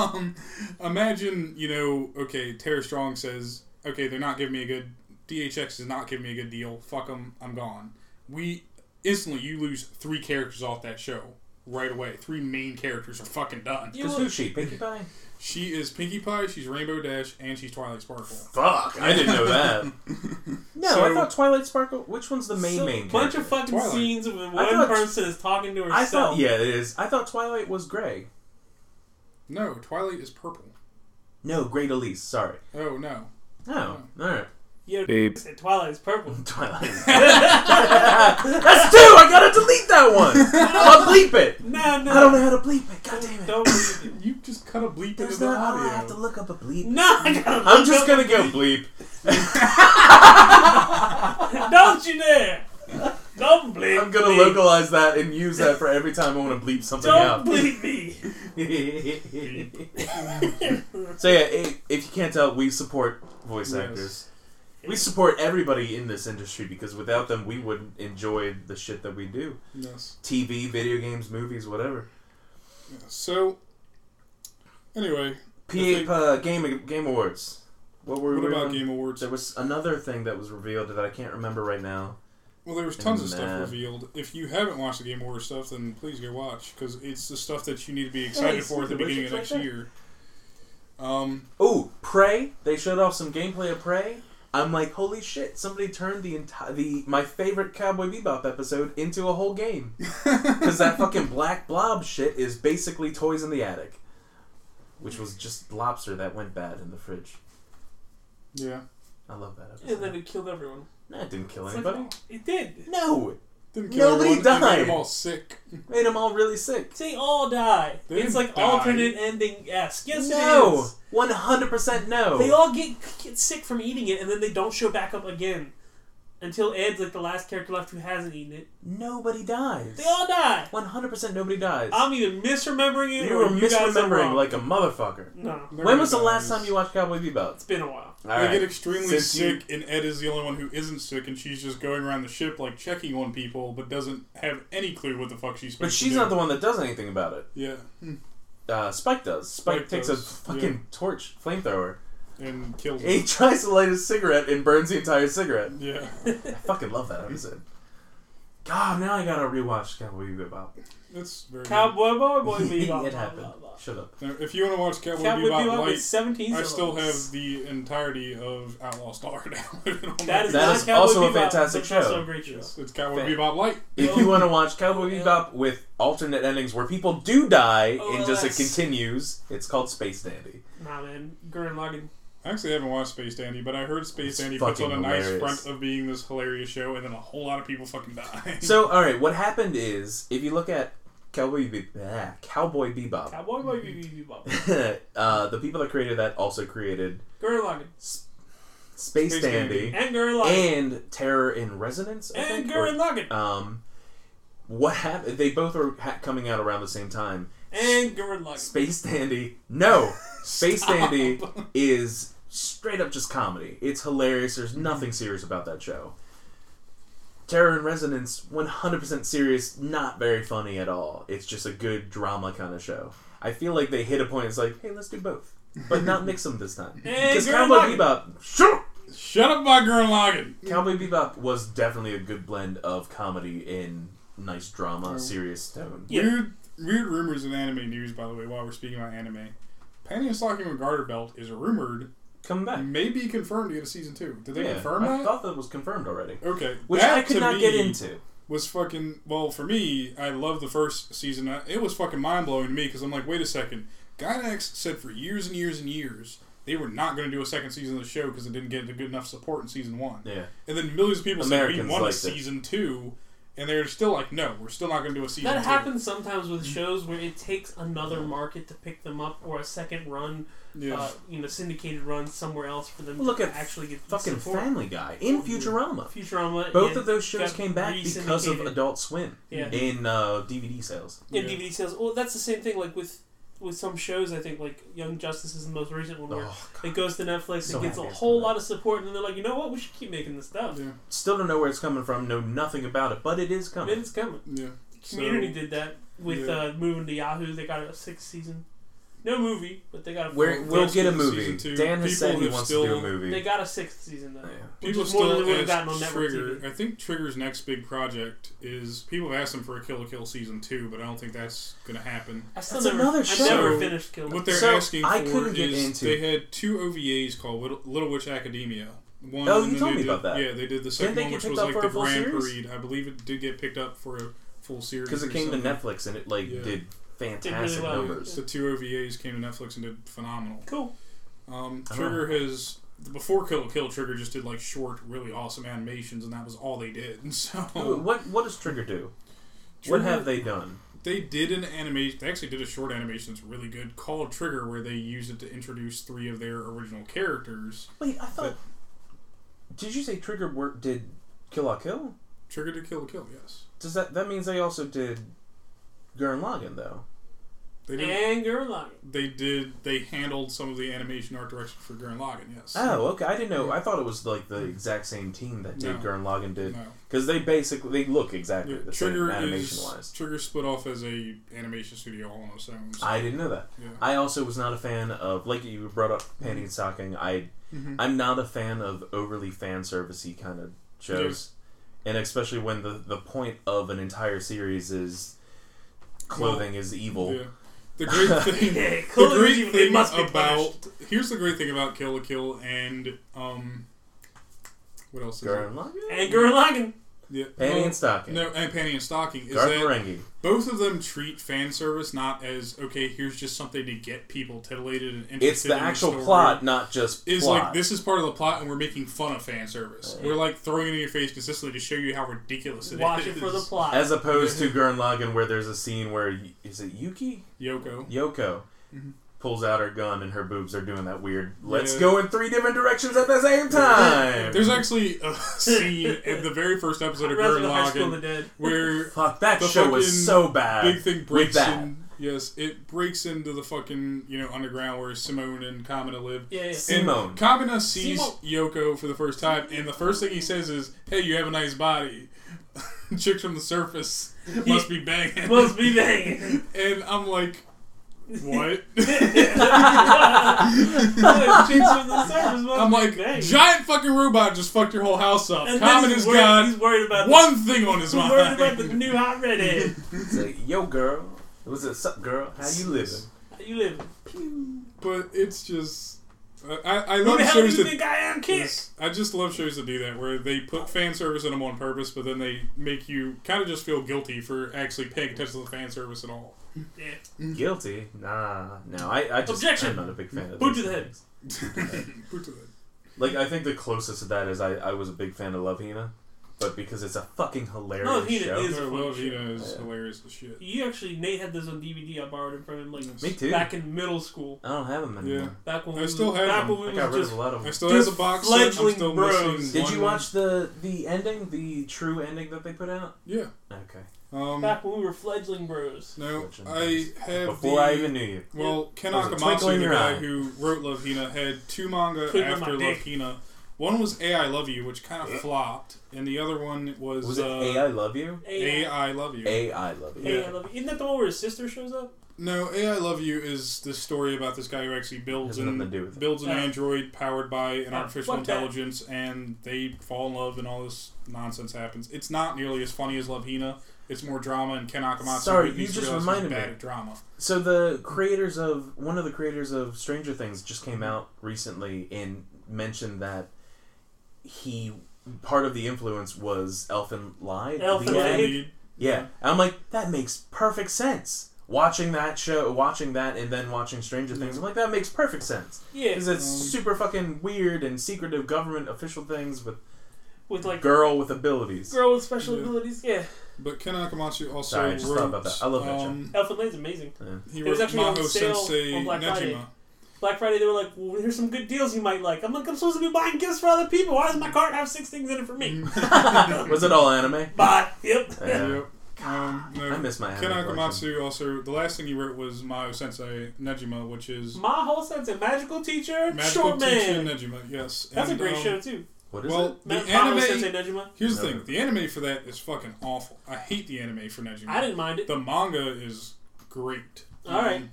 [SPEAKER 3] um, imagine you know, okay, Tara Strong says, okay, they're not giving me a good. DHX is not giving me a good deal. Fuck them. I'm gone. We instantly you lose three characters off that show right away. Three main characters are fucking done.
[SPEAKER 2] You
[SPEAKER 1] Because
[SPEAKER 2] know,
[SPEAKER 1] who's she? Pinkie Pie?
[SPEAKER 3] She is Pinkie Pie. She's Rainbow Dash, and she's Twilight Sparkle.
[SPEAKER 1] Fuck, I didn't know that. no, I
[SPEAKER 3] So-
[SPEAKER 1] thought Twilight Sparkle. Which one's the main
[SPEAKER 2] so
[SPEAKER 1] main?
[SPEAKER 2] bunch
[SPEAKER 1] character?
[SPEAKER 2] of fucking
[SPEAKER 3] Twilight.
[SPEAKER 2] scenes when
[SPEAKER 1] I
[SPEAKER 2] one
[SPEAKER 1] thought-
[SPEAKER 2] person is talking to herself.
[SPEAKER 1] I thought yeah, it is. I thought Twilight was gray.
[SPEAKER 3] No, Twilight is purple.
[SPEAKER 1] No, Great Elise. Sorry.
[SPEAKER 3] Oh no.
[SPEAKER 1] Oh, all right.
[SPEAKER 2] Yeah,
[SPEAKER 4] Beep.
[SPEAKER 2] said Twilight is purple.
[SPEAKER 1] Twilight. That's two. I gotta delete that one. I'll bleep it.
[SPEAKER 2] No, no,
[SPEAKER 1] I don't know how to bleep it. God damn it.
[SPEAKER 2] Don't believe
[SPEAKER 3] You just cut a bleep into
[SPEAKER 1] There's
[SPEAKER 3] the
[SPEAKER 1] not. oh, I
[SPEAKER 3] audio.
[SPEAKER 1] don't have to look up a
[SPEAKER 2] it.
[SPEAKER 1] bleep.
[SPEAKER 2] No, I don't.
[SPEAKER 1] I'm just gonna go bleep.
[SPEAKER 2] Don't you dare! Don't bleep.
[SPEAKER 1] I'm gonna
[SPEAKER 2] me.
[SPEAKER 1] localize that and use that for every time I want to bleep something
[SPEAKER 2] Don't
[SPEAKER 1] out.
[SPEAKER 2] bleep me.
[SPEAKER 1] so yeah, i if you can't tell, we support voice
[SPEAKER 3] Yes.
[SPEAKER 1] actors. We support everybody in this industry because without them, we wouldn't enjoy the shit that we do.
[SPEAKER 3] Yes.
[SPEAKER 1] TV, video games, movies, whatever.
[SPEAKER 3] Yeah. So, anyway,
[SPEAKER 1] PA uh, Game Game Awards. What were
[SPEAKER 3] what
[SPEAKER 1] we
[SPEAKER 3] about
[SPEAKER 1] on?
[SPEAKER 3] Game Awards?
[SPEAKER 1] There was another thing that was revealed that I can't remember right now.
[SPEAKER 3] Well, there was tons of
[SPEAKER 1] Nah.
[SPEAKER 3] stuff revealed. If you haven't watched the Game Awards stuff, then please go watch because it's the stuff that you need to be excited
[SPEAKER 1] Nice.
[SPEAKER 3] for at the
[SPEAKER 1] Wish
[SPEAKER 3] beginning
[SPEAKER 1] it's
[SPEAKER 3] of
[SPEAKER 1] like
[SPEAKER 3] next
[SPEAKER 1] that.
[SPEAKER 3] year. Um,
[SPEAKER 1] Oh, Prey! They showed off some gameplay of Prey. I'm like, holy shit! Somebody turned the entire the my favorite Cowboy Bebop episode into a whole game because that fucking black blob shit is basically toys in the attic, which was just lobster that went bad in the fridge.
[SPEAKER 3] yeah,
[SPEAKER 1] I love that episode.
[SPEAKER 2] And then it killed everyone.
[SPEAKER 1] No, it didn't kill
[SPEAKER 6] It's
[SPEAKER 1] anybody.
[SPEAKER 6] like-
[SPEAKER 2] It did.
[SPEAKER 1] No,
[SPEAKER 3] didn't kill
[SPEAKER 1] Nobody
[SPEAKER 3] everyone, it Made
[SPEAKER 1] died.
[SPEAKER 3] them all sick.
[SPEAKER 1] made them all really sick.
[SPEAKER 2] They all die.
[SPEAKER 3] They
[SPEAKER 2] it's
[SPEAKER 3] didn't
[SPEAKER 2] like
[SPEAKER 3] die.
[SPEAKER 2] alternate ending esque. Yes, it
[SPEAKER 1] no,
[SPEAKER 2] is.
[SPEAKER 1] one hundred percent no.
[SPEAKER 2] They all get, get sick from eating it, and then they don't show back up again until Ed's like the last character left who hasn't eaten it.
[SPEAKER 1] nobody dies.
[SPEAKER 2] They all die.
[SPEAKER 1] one hundred percent nobody dies.
[SPEAKER 2] I'm either misremembering it
[SPEAKER 1] you
[SPEAKER 2] or
[SPEAKER 1] were
[SPEAKER 2] you guys are
[SPEAKER 1] misremembering
[SPEAKER 2] wrong.
[SPEAKER 1] like a motherfucker.
[SPEAKER 2] no,
[SPEAKER 1] When was the last time you watched Cowboy Bebop?
[SPEAKER 2] it's been a while.
[SPEAKER 1] All
[SPEAKER 3] They
[SPEAKER 1] right.
[SPEAKER 3] get extremely
[SPEAKER 1] Since you-
[SPEAKER 3] sick, and Ed is the only one who isn't sick, and she's just going around the ship like checking on people, but doesn't have any clue what the fuck she's.
[SPEAKER 1] But
[SPEAKER 3] Supposed
[SPEAKER 1] she's
[SPEAKER 3] to
[SPEAKER 1] not the one that does anything about it.
[SPEAKER 3] Yeah, Hmm.
[SPEAKER 1] Uh, Spike does. Spike,
[SPEAKER 3] Spike
[SPEAKER 1] takes
[SPEAKER 3] does,
[SPEAKER 1] a fucking torch, flamethrower.
[SPEAKER 3] and kills.
[SPEAKER 1] He
[SPEAKER 3] Eight.
[SPEAKER 1] tries to light his cigarette and burns the entire cigarette.
[SPEAKER 3] Yeah,
[SPEAKER 1] I fucking love that episode. God, now I gotta rewatch Cowboy Bebop.
[SPEAKER 3] that's very.
[SPEAKER 2] Cowboy boy boy
[SPEAKER 1] it
[SPEAKER 2] bebop.
[SPEAKER 1] happened.
[SPEAKER 2] Blah, blah, blah.
[SPEAKER 1] Shut up.
[SPEAKER 3] Now, if you want to watch Cowboy,
[SPEAKER 2] Cowboy
[SPEAKER 3] Bebop,
[SPEAKER 2] Bebop
[SPEAKER 3] Light,
[SPEAKER 2] is 17
[SPEAKER 3] I still
[SPEAKER 2] syllables.
[SPEAKER 3] have the entirety of Outlaw Star downloaded on my
[SPEAKER 2] That is
[SPEAKER 1] That
[SPEAKER 2] not
[SPEAKER 1] is
[SPEAKER 2] Cowboy
[SPEAKER 1] also a
[SPEAKER 2] Bebop,
[SPEAKER 1] fantastic
[SPEAKER 2] but it's
[SPEAKER 1] show.
[SPEAKER 2] Also a great show.
[SPEAKER 3] Yes, it's Cowboy
[SPEAKER 1] Fan.
[SPEAKER 3] Bebop Light.
[SPEAKER 1] If you want to watch Cowboy
[SPEAKER 2] Oh,
[SPEAKER 1] Bebop with alternate endings where people do die and just it
[SPEAKER 2] OLS.
[SPEAKER 1] continues, it's called Space Dandy.
[SPEAKER 2] Nah, man, Gurren Lagann.
[SPEAKER 3] I actually haven't watched Space Dandy, but I heard Space
[SPEAKER 1] It's
[SPEAKER 3] Dandy puts on
[SPEAKER 1] fucking
[SPEAKER 3] a nice
[SPEAKER 1] hilarious.
[SPEAKER 3] front of being this hilarious show, and then a whole lot of people fucking die.
[SPEAKER 1] So, all right, what happened is if you look at Cowboy Be- ah, Cowboy Bebop,
[SPEAKER 2] Cowboy boy bebop.
[SPEAKER 1] uh, the people that created that also created
[SPEAKER 2] Gurren Lagann.
[SPEAKER 1] Space,
[SPEAKER 3] Space
[SPEAKER 1] Dandy,
[SPEAKER 2] And Gurren Lagann.
[SPEAKER 1] and Terror in Resonance. I
[SPEAKER 2] And,
[SPEAKER 1] think, or-
[SPEAKER 2] Gurren Lagann.
[SPEAKER 1] um, what happened? They both are ha- coming out around the same time.
[SPEAKER 2] And Gurren Lagann.
[SPEAKER 1] Space Dandy, no, Space Dandy is straight up just comedy. It's hilarious. There's nothing serious about that show. Terror in Resonance, 100% serious, not very funny at all. It's just a good drama kind of show. I feel like they hit a point. It's like, hey, let's do both, but not mix them this time.
[SPEAKER 2] And
[SPEAKER 1] Because
[SPEAKER 2] Gurren
[SPEAKER 1] Cowboy
[SPEAKER 2] Lagann.
[SPEAKER 1] Bebop, shut up!
[SPEAKER 3] Shut up, my girl Logan.
[SPEAKER 1] Cowboy Bebop was definitely a good blend of comedy and nice drama, serious tone.
[SPEAKER 2] Yeah.
[SPEAKER 3] Weird, weird rumors in anime news, by the way. While we're speaking about anime, Panty and Stocking with Garter Belt is rumored,
[SPEAKER 1] Come back.
[SPEAKER 3] maybe confirmed to get a season two. Did they
[SPEAKER 1] Yeah,
[SPEAKER 3] confirm
[SPEAKER 1] I
[SPEAKER 3] that?
[SPEAKER 1] thought that was confirmed already.
[SPEAKER 3] okay,
[SPEAKER 1] Which
[SPEAKER 3] that
[SPEAKER 1] I could
[SPEAKER 3] to
[SPEAKER 1] not get
[SPEAKER 3] me
[SPEAKER 1] into.
[SPEAKER 3] Was fucking well for me. I love the first season. I- It was fucking mind blowing to me because I'm like, wait a second. Gynax said for years and years and years they were not going to do a second season of the show because it didn't get the good enough support in season one.
[SPEAKER 1] Yeah.
[SPEAKER 3] And then millions of people said
[SPEAKER 1] Americans
[SPEAKER 3] we want a
[SPEAKER 1] liked it.
[SPEAKER 3] season two, and they're still like, no, we're still not going to do a season.
[SPEAKER 2] That
[SPEAKER 3] two.
[SPEAKER 2] happens sometimes with shows where it takes another market to pick them up or a second run,
[SPEAKER 3] Yeah.
[SPEAKER 2] uh, you know, syndicated run somewhere else for them
[SPEAKER 1] Well, look
[SPEAKER 2] to
[SPEAKER 1] at
[SPEAKER 2] actually get
[SPEAKER 1] Fucking
[SPEAKER 2] support.
[SPEAKER 1] Family Guy in Futurama.
[SPEAKER 2] Futurama.
[SPEAKER 1] Both
[SPEAKER 2] and
[SPEAKER 1] of those shows
[SPEAKER 2] got
[SPEAKER 1] came back because of
[SPEAKER 2] re-syndicated.
[SPEAKER 1] Adult Swim
[SPEAKER 2] Yeah.
[SPEAKER 1] in uh, DVD sales.
[SPEAKER 2] Yeah,
[SPEAKER 3] Yeah.
[SPEAKER 2] DVD sales. Well, that's the same thing. Like with with some shows, I think like Young Justice is the most recent one where
[SPEAKER 1] Oh,
[SPEAKER 2] it goes to Netflix,
[SPEAKER 1] So
[SPEAKER 2] it gets a
[SPEAKER 1] happy it's
[SPEAKER 2] whole
[SPEAKER 1] coming
[SPEAKER 2] lot of support, and then they're like, you know what, we should keep making this stuff.
[SPEAKER 3] Yeah.
[SPEAKER 1] still don't know where it's coming from. Know nothing about it, but it is
[SPEAKER 2] I
[SPEAKER 1] coming.
[SPEAKER 2] mean, it's coming.
[SPEAKER 3] Yeah. So-
[SPEAKER 2] Community did that with
[SPEAKER 3] Yeah.
[SPEAKER 2] uh, moving to Yahoo. They got a sixth season, no movie, but they got a
[SPEAKER 1] We're, we'll
[SPEAKER 3] that's
[SPEAKER 1] get a
[SPEAKER 3] season
[SPEAKER 1] movie.
[SPEAKER 3] two.
[SPEAKER 1] Dan has
[SPEAKER 3] People
[SPEAKER 1] said he
[SPEAKER 3] have
[SPEAKER 1] wants
[SPEAKER 3] still-
[SPEAKER 1] to do a movie.
[SPEAKER 2] they got a sixth season though.
[SPEAKER 1] Yeah.
[SPEAKER 2] Which
[SPEAKER 3] People
[SPEAKER 2] is more than
[SPEAKER 3] still
[SPEAKER 2] they would have
[SPEAKER 3] ask
[SPEAKER 2] gotten on network
[SPEAKER 3] Trigger.
[SPEAKER 2] TV.
[SPEAKER 3] I think Trigger's next big project is people have asked him for a Kill a Kill season two, but I don't think that's going to happen.
[SPEAKER 2] I still
[SPEAKER 1] That's
[SPEAKER 2] never,
[SPEAKER 1] another
[SPEAKER 2] I
[SPEAKER 1] show.
[SPEAKER 2] never finished Kill.
[SPEAKER 3] What they're
[SPEAKER 1] So,
[SPEAKER 3] asking
[SPEAKER 1] I
[SPEAKER 3] for
[SPEAKER 1] couldn't get
[SPEAKER 3] is
[SPEAKER 1] into-
[SPEAKER 3] they had two OVAs called Little, Little Witch Academia. One,
[SPEAKER 1] Oh,
[SPEAKER 3] and
[SPEAKER 1] you
[SPEAKER 3] then
[SPEAKER 1] told
[SPEAKER 3] they
[SPEAKER 1] me
[SPEAKER 3] did-
[SPEAKER 1] about that.
[SPEAKER 3] Yeah, they did the
[SPEAKER 1] they
[SPEAKER 3] second one,
[SPEAKER 1] get
[SPEAKER 3] which
[SPEAKER 1] picked
[SPEAKER 3] was
[SPEAKER 1] up
[SPEAKER 3] like
[SPEAKER 1] for
[SPEAKER 3] the
[SPEAKER 1] a full
[SPEAKER 3] Grand
[SPEAKER 1] series?
[SPEAKER 3] Parade. I believe it did get picked up for a full series
[SPEAKER 1] Because it
[SPEAKER 3] or
[SPEAKER 1] came to
[SPEAKER 3] something.
[SPEAKER 1] Netflix and it like
[SPEAKER 3] Yeah.
[SPEAKER 1] did fantastic
[SPEAKER 2] well.
[SPEAKER 1] numbers.
[SPEAKER 3] The two OVAs came to Netflix and did phenomenal.
[SPEAKER 2] Cool.
[SPEAKER 3] Um,
[SPEAKER 1] Oh.
[SPEAKER 3] Trigger has before Kill Kill Trigger just did like short, really awesome animations, and that was all they did. And so
[SPEAKER 1] What what does Trigger do?
[SPEAKER 3] Trigger-
[SPEAKER 1] What have they done?
[SPEAKER 3] they did an animation. They actually did a short animation that's really good called Trigger, where they used it to introduce three of their original characters.
[SPEAKER 1] Wait, I thought. Did you say Trigger work did Kill La Kill?
[SPEAKER 3] Trigger to Kill Kill, yes.
[SPEAKER 1] Does that that means they also did Gurren Lagann though?
[SPEAKER 3] They did.
[SPEAKER 2] And Gerlachen.
[SPEAKER 3] They did. They handled some of the animation art direction for Gurren Lagann. Yes.
[SPEAKER 2] Ah.
[SPEAKER 1] Oh, okay. I didn't know. I thought it was like the exact same team that did
[SPEAKER 3] No.
[SPEAKER 1] Gurren Lagann did
[SPEAKER 3] No.
[SPEAKER 1] because they basically they look exactly
[SPEAKER 3] Yeah,
[SPEAKER 1] the
[SPEAKER 3] Trigger
[SPEAKER 1] same animation
[SPEAKER 3] is
[SPEAKER 1] wise.
[SPEAKER 3] Trigger split off as a animation studio all on its own. so-
[SPEAKER 1] I didn't know that.
[SPEAKER 3] Yeah.
[SPEAKER 1] I also was not a fan of like you brought up panty and stocking. I
[SPEAKER 3] Mhm.
[SPEAKER 1] I'm not a fan of overly fan servicey kind of shows, and especially when the the point of an entire series is clothing is evil.
[SPEAKER 3] Yeah. The great thing.
[SPEAKER 2] Yeah,
[SPEAKER 3] the
[SPEAKER 2] clearly
[SPEAKER 3] great
[SPEAKER 2] they
[SPEAKER 3] thing
[SPEAKER 2] must be
[SPEAKER 3] about
[SPEAKER 2] punished.
[SPEAKER 3] here's the great thing about Kill a Kill and um, what else? Is
[SPEAKER 1] Gurren
[SPEAKER 3] it?
[SPEAKER 1] Lagann,
[SPEAKER 2] And Gerlachen.
[SPEAKER 3] Yeah.
[SPEAKER 1] panty
[SPEAKER 3] no,
[SPEAKER 1] and stocking,
[SPEAKER 3] No, and Panty and Stocking is
[SPEAKER 1] Garth
[SPEAKER 3] that
[SPEAKER 1] Marenghi.
[SPEAKER 3] both of them treat fan service not as okay. Here's just something to get people titillated and interested.
[SPEAKER 1] It's the
[SPEAKER 3] in
[SPEAKER 1] actual
[SPEAKER 3] story.
[SPEAKER 1] plot, not just
[SPEAKER 3] Is
[SPEAKER 1] plot.
[SPEAKER 3] like this is part of the plot, and we're making fun of fan service. We're like throwing it in your face consistently to show you how ridiculous it is.
[SPEAKER 2] Watch it for the plot.
[SPEAKER 1] As opposed to Gurren Lagann, where there's a scene where y- is it Yuki
[SPEAKER 3] Yoko.
[SPEAKER 1] Yoko pulls out her gun and her boobs are doing that weird. Let's
[SPEAKER 3] Mm-hmm. Yeah.
[SPEAKER 1] go in three different directions at the same time.
[SPEAKER 3] There's actually a scene in the very first episode of Gurren
[SPEAKER 2] Resident High School of the
[SPEAKER 3] Lagann
[SPEAKER 2] Dead.
[SPEAKER 3] where
[SPEAKER 1] Fuck that
[SPEAKER 3] The
[SPEAKER 1] show
[SPEAKER 3] fucking
[SPEAKER 1] was so bad.
[SPEAKER 3] Big Thing breaks
[SPEAKER 1] that.
[SPEAKER 3] in. Yes, it breaks into the fucking you know underground where Simone and Kamina live.
[SPEAKER 2] Yeah, yeah.
[SPEAKER 1] See-
[SPEAKER 3] And
[SPEAKER 1] Simone.
[SPEAKER 3] Kamina sees
[SPEAKER 2] Simone.
[SPEAKER 3] Yoko for the first time, and the first thing he says is, "Hey, you have a nice body." Chicks from the surface must be banging.
[SPEAKER 2] Must be banging.
[SPEAKER 3] And I'm like, what?
[SPEAKER 2] Like, chicks from the surface must
[SPEAKER 3] I'm
[SPEAKER 2] be
[SPEAKER 3] like,
[SPEAKER 2] banging.
[SPEAKER 3] giant fucking robot just fucked your whole house up.
[SPEAKER 2] And then
[SPEAKER 3] Common
[SPEAKER 2] he's
[SPEAKER 3] has
[SPEAKER 2] worried,
[SPEAKER 3] got
[SPEAKER 2] He's worried about the-
[SPEAKER 3] one thing on his
[SPEAKER 2] he's worried about the
[SPEAKER 3] mind.
[SPEAKER 2] new hot redhead.
[SPEAKER 1] It's like, yo, girl. Was it sup, girl? How you living?
[SPEAKER 2] How you living?
[SPEAKER 3] But it's just, I, I, I
[SPEAKER 2] Who
[SPEAKER 3] love
[SPEAKER 2] the hell do
[SPEAKER 3] shows
[SPEAKER 2] you
[SPEAKER 3] that
[SPEAKER 2] think I am, kid?
[SPEAKER 3] Yes, I just love shows that do that, where they put fan service in them on purpose, but then they make you kind of just feel guilty for actually paying attention to the fan service at all.
[SPEAKER 2] Yeah.
[SPEAKER 1] Guilty? Nah, no. I, I just
[SPEAKER 2] Objection.
[SPEAKER 1] I'm not a big fan of
[SPEAKER 2] Boot
[SPEAKER 1] these
[SPEAKER 2] to the head.
[SPEAKER 1] things.
[SPEAKER 3] Put to that.
[SPEAKER 1] Like I think the closest to that is I, I was a big fan of Love Hina, but because it's a fucking hilarious
[SPEAKER 2] Love Hina
[SPEAKER 1] show.
[SPEAKER 2] is- It's a
[SPEAKER 3] No,
[SPEAKER 2] funny
[SPEAKER 3] Love Hina
[SPEAKER 2] show.
[SPEAKER 3] is
[SPEAKER 1] Yeah.
[SPEAKER 3] hilarious as shit.
[SPEAKER 2] You actually, Nate had this on DVD. I borrowed it from him like
[SPEAKER 1] Me too.
[SPEAKER 2] back in middle school.
[SPEAKER 1] I don't have them anymore.
[SPEAKER 3] Yeah.
[SPEAKER 2] Back when
[SPEAKER 3] I
[SPEAKER 2] we was-
[SPEAKER 3] still have
[SPEAKER 2] back
[SPEAKER 3] them.
[SPEAKER 2] when
[SPEAKER 1] I
[SPEAKER 2] we
[SPEAKER 1] got
[SPEAKER 2] was
[SPEAKER 1] rid of
[SPEAKER 2] just
[SPEAKER 1] a lot of
[SPEAKER 3] I
[SPEAKER 1] them.
[SPEAKER 3] still
[SPEAKER 2] Dude,
[SPEAKER 3] have the box set. I'm
[SPEAKER 2] fledgling
[SPEAKER 3] still
[SPEAKER 2] bros.
[SPEAKER 3] missing
[SPEAKER 1] Did
[SPEAKER 3] one
[SPEAKER 1] you
[SPEAKER 3] more.
[SPEAKER 1] watch the the ending, the true ending that they put out?
[SPEAKER 3] Yeah.
[SPEAKER 1] Okay.
[SPEAKER 3] Um,
[SPEAKER 2] back when we were fledgling bros.
[SPEAKER 3] no,
[SPEAKER 1] Which
[SPEAKER 3] I have
[SPEAKER 1] Before
[SPEAKER 3] the,
[SPEAKER 1] I even knew you.
[SPEAKER 3] Well, Ken
[SPEAKER 1] Was it Twinkle
[SPEAKER 3] Akamatsu,
[SPEAKER 1] in
[SPEAKER 3] the
[SPEAKER 1] Your
[SPEAKER 3] guy
[SPEAKER 1] Eye?
[SPEAKER 3] who wrote Love Hina, had two manga
[SPEAKER 2] Twinkle in my
[SPEAKER 3] after Love
[SPEAKER 2] dick.
[SPEAKER 3] Hina. One was A I Love You, which kind of flopped, and the other one was,
[SPEAKER 1] Was it
[SPEAKER 3] uh,
[SPEAKER 1] A I Love You?
[SPEAKER 2] Hey,
[SPEAKER 3] A I Love You.
[SPEAKER 1] A I Love You.
[SPEAKER 2] hey, I love you. Isn't that the one where his sister shows up?
[SPEAKER 3] No, AI Love You is the story about this guy who actually builds
[SPEAKER 1] Has nothing to
[SPEAKER 3] an,
[SPEAKER 1] do with it.
[SPEAKER 3] builds an
[SPEAKER 2] Yeah.
[SPEAKER 3] android powered by an
[SPEAKER 2] Yeah,
[SPEAKER 3] artificial
[SPEAKER 2] fuck that.
[SPEAKER 3] intelligence, and they fall in love, and all this nonsense happens. It's not nearly as funny as Love Hina. It's more drama, and Ken Akamatsu
[SPEAKER 1] Sorry,
[SPEAKER 3] needs
[SPEAKER 1] you
[SPEAKER 3] to
[SPEAKER 1] just
[SPEAKER 3] realize he's
[SPEAKER 1] reminded
[SPEAKER 3] bad
[SPEAKER 1] me.
[SPEAKER 3] at drama.
[SPEAKER 1] So the creators of one of the creators of Stranger Things just came out recently and mentioned that he part of the influence was Elfin Lied.
[SPEAKER 2] Elfin
[SPEAKER 1] Lied?
[SPEAKER 2] Yeah. Lied.
[SPEAKER 3] Lead.
[SPEAKER 1] Yeah. I'm like, that makes perfect sense. Watching that show, watching that, and then watching Stranger Things, I'm like, that makes perfect sense
[SPEAKER 2] Yeah,
[SPEAKER 1] because it's
[SPEAKER 3] Um,
[SPEAKER 1] super fucking weird and secretive government official things with
[SPEAKER 2] with like
[SPEAKER 1] girl with abilities.
[SPEAKER 2] girl with special
[SPEAKER 3] Yeah.
[SPEAKER 2] abilities. Yeah,
[SPEAKER 3] But Ken Akamatsu also
[SPEAKER 1] Sorry, I just
[SPEAKER 3] wrote.
[SPEAKER 1] thought about that. I love that show.
[SPEAKER 3] um,
[SPEAKER 2] Elfin Lane's amazing.
[SPEAKER 3] He
[SPEAKER 2] It
[SPEAKER 3] wrote
[SPEAKER 2] was actually on
[SPEAKER 3] Maho
[SPEAKER 2] sale
[SPEAKER 3] Sensei
[SPEAKER 2] on Black Friday.
[SPEAKER 3] Nejima.
[SPEAKER 2] Black Friday, they were like, "Well, here's some good deals you might like." I'm like, "I'm supposed to be buying gifts for other people. Why does my cart have six things in it for
[SPEAKER 3] Mm.
[SPEAKER 2] me?"
[SPEAKER 1] Was it all anime?
[SPEAKER 2] Bye. Yep.
[SPEAKER 1] Yeah.
[SPEAKER 3] Yep. Um, no,
[SPEAKER 1] I miss my anime.
[SPEAKER 3] Ken
[SPEAKER 1] collection.
[SPEAKER 3] Akamatsu also. The last thing he wrote was Maho Sensei Nejima, which is.
[SPEAKER 2] My whole sense of magical teacher,
[SPEAKER 3] Magical
[SPEAKER 2] short
[SPEAKER 3] Teacher
[SPEAKER 2] man.
[SPEAKER 3] Nejima, yes.
[SPEAKER 2] That's a
[SPEAKER 3] And,
[SPEAKER 2] great
[SPEAKER 3] um,
[SPEAKER 2] show too.
[SPEAKER 1] What is
[SPEAKER 3] Well,
[SPEAKER 1] it?
[SPEAKER 3] the
[SPEAKER 2] Ma- Maho Sensei
[SPEAKER 3] anime.
[SPEAKER 2] Nejima.
[SPEAKER 3] Here's the
[SPEAKER 1] No.
[SPEAKER 3] thing: the anime for that is fucking awful. I hate the anime for Nejima.
[SPEAKER 2] I didn't mind it.
[SPEAKER 3] The manga is great. Um,
[SPEAKER 2] All right.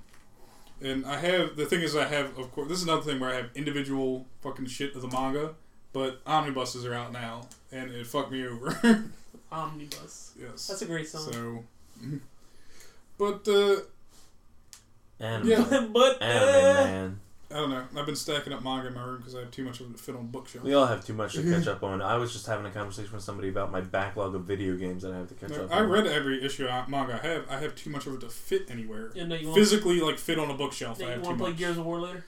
[SPEAKER 3] And I have the thing is I have of course this is another thing where I have individual fucking shit of the manga, but omnibuses are out now and it fucked me over.
[SPEAKER 2] Omnibus.
[SPEAKER 3] yes.
[SPEAKER 2] That's a great song.
[SPEAKER 3] so. mhm. But uh,
[SPEAKER 1] Anime.
[SPEAKER 3] Yeah.
[SPEAKER 2] but
[SPEAKER 1] Anime,
[SPEAKER 2] uh,
[SPEAKER 1] man.
[SPEAKER 3] I don't know. I've been stacking up manga in my room because I have too much of it to fit on bookshelf.
[SPEAKER 1] We all have too much to catch up on. I was just having a conversation with somebody about my backlog of video games that I have to catch
[SPEAKER 3] No,
[SPEAKER 1] up
[SPEAKER 3] I
[SPEAKER 1] on.
[SPEAKER 3] read every issue of manga I have. I have too much of it to fit anywhere.
[SPEAKER 2] yeah, no, you want,
[SPEAKER 3] Physically, like fit on a bookshelf. I
[SPEAKER 2] no, you
[SPEAKER 3] have
[SPEAKER 2] want
[SPEAKER 3] too
[SPEAKER 2] to play
[SPEAKER 3] much.
[SPEAKER 2] Gears of War later?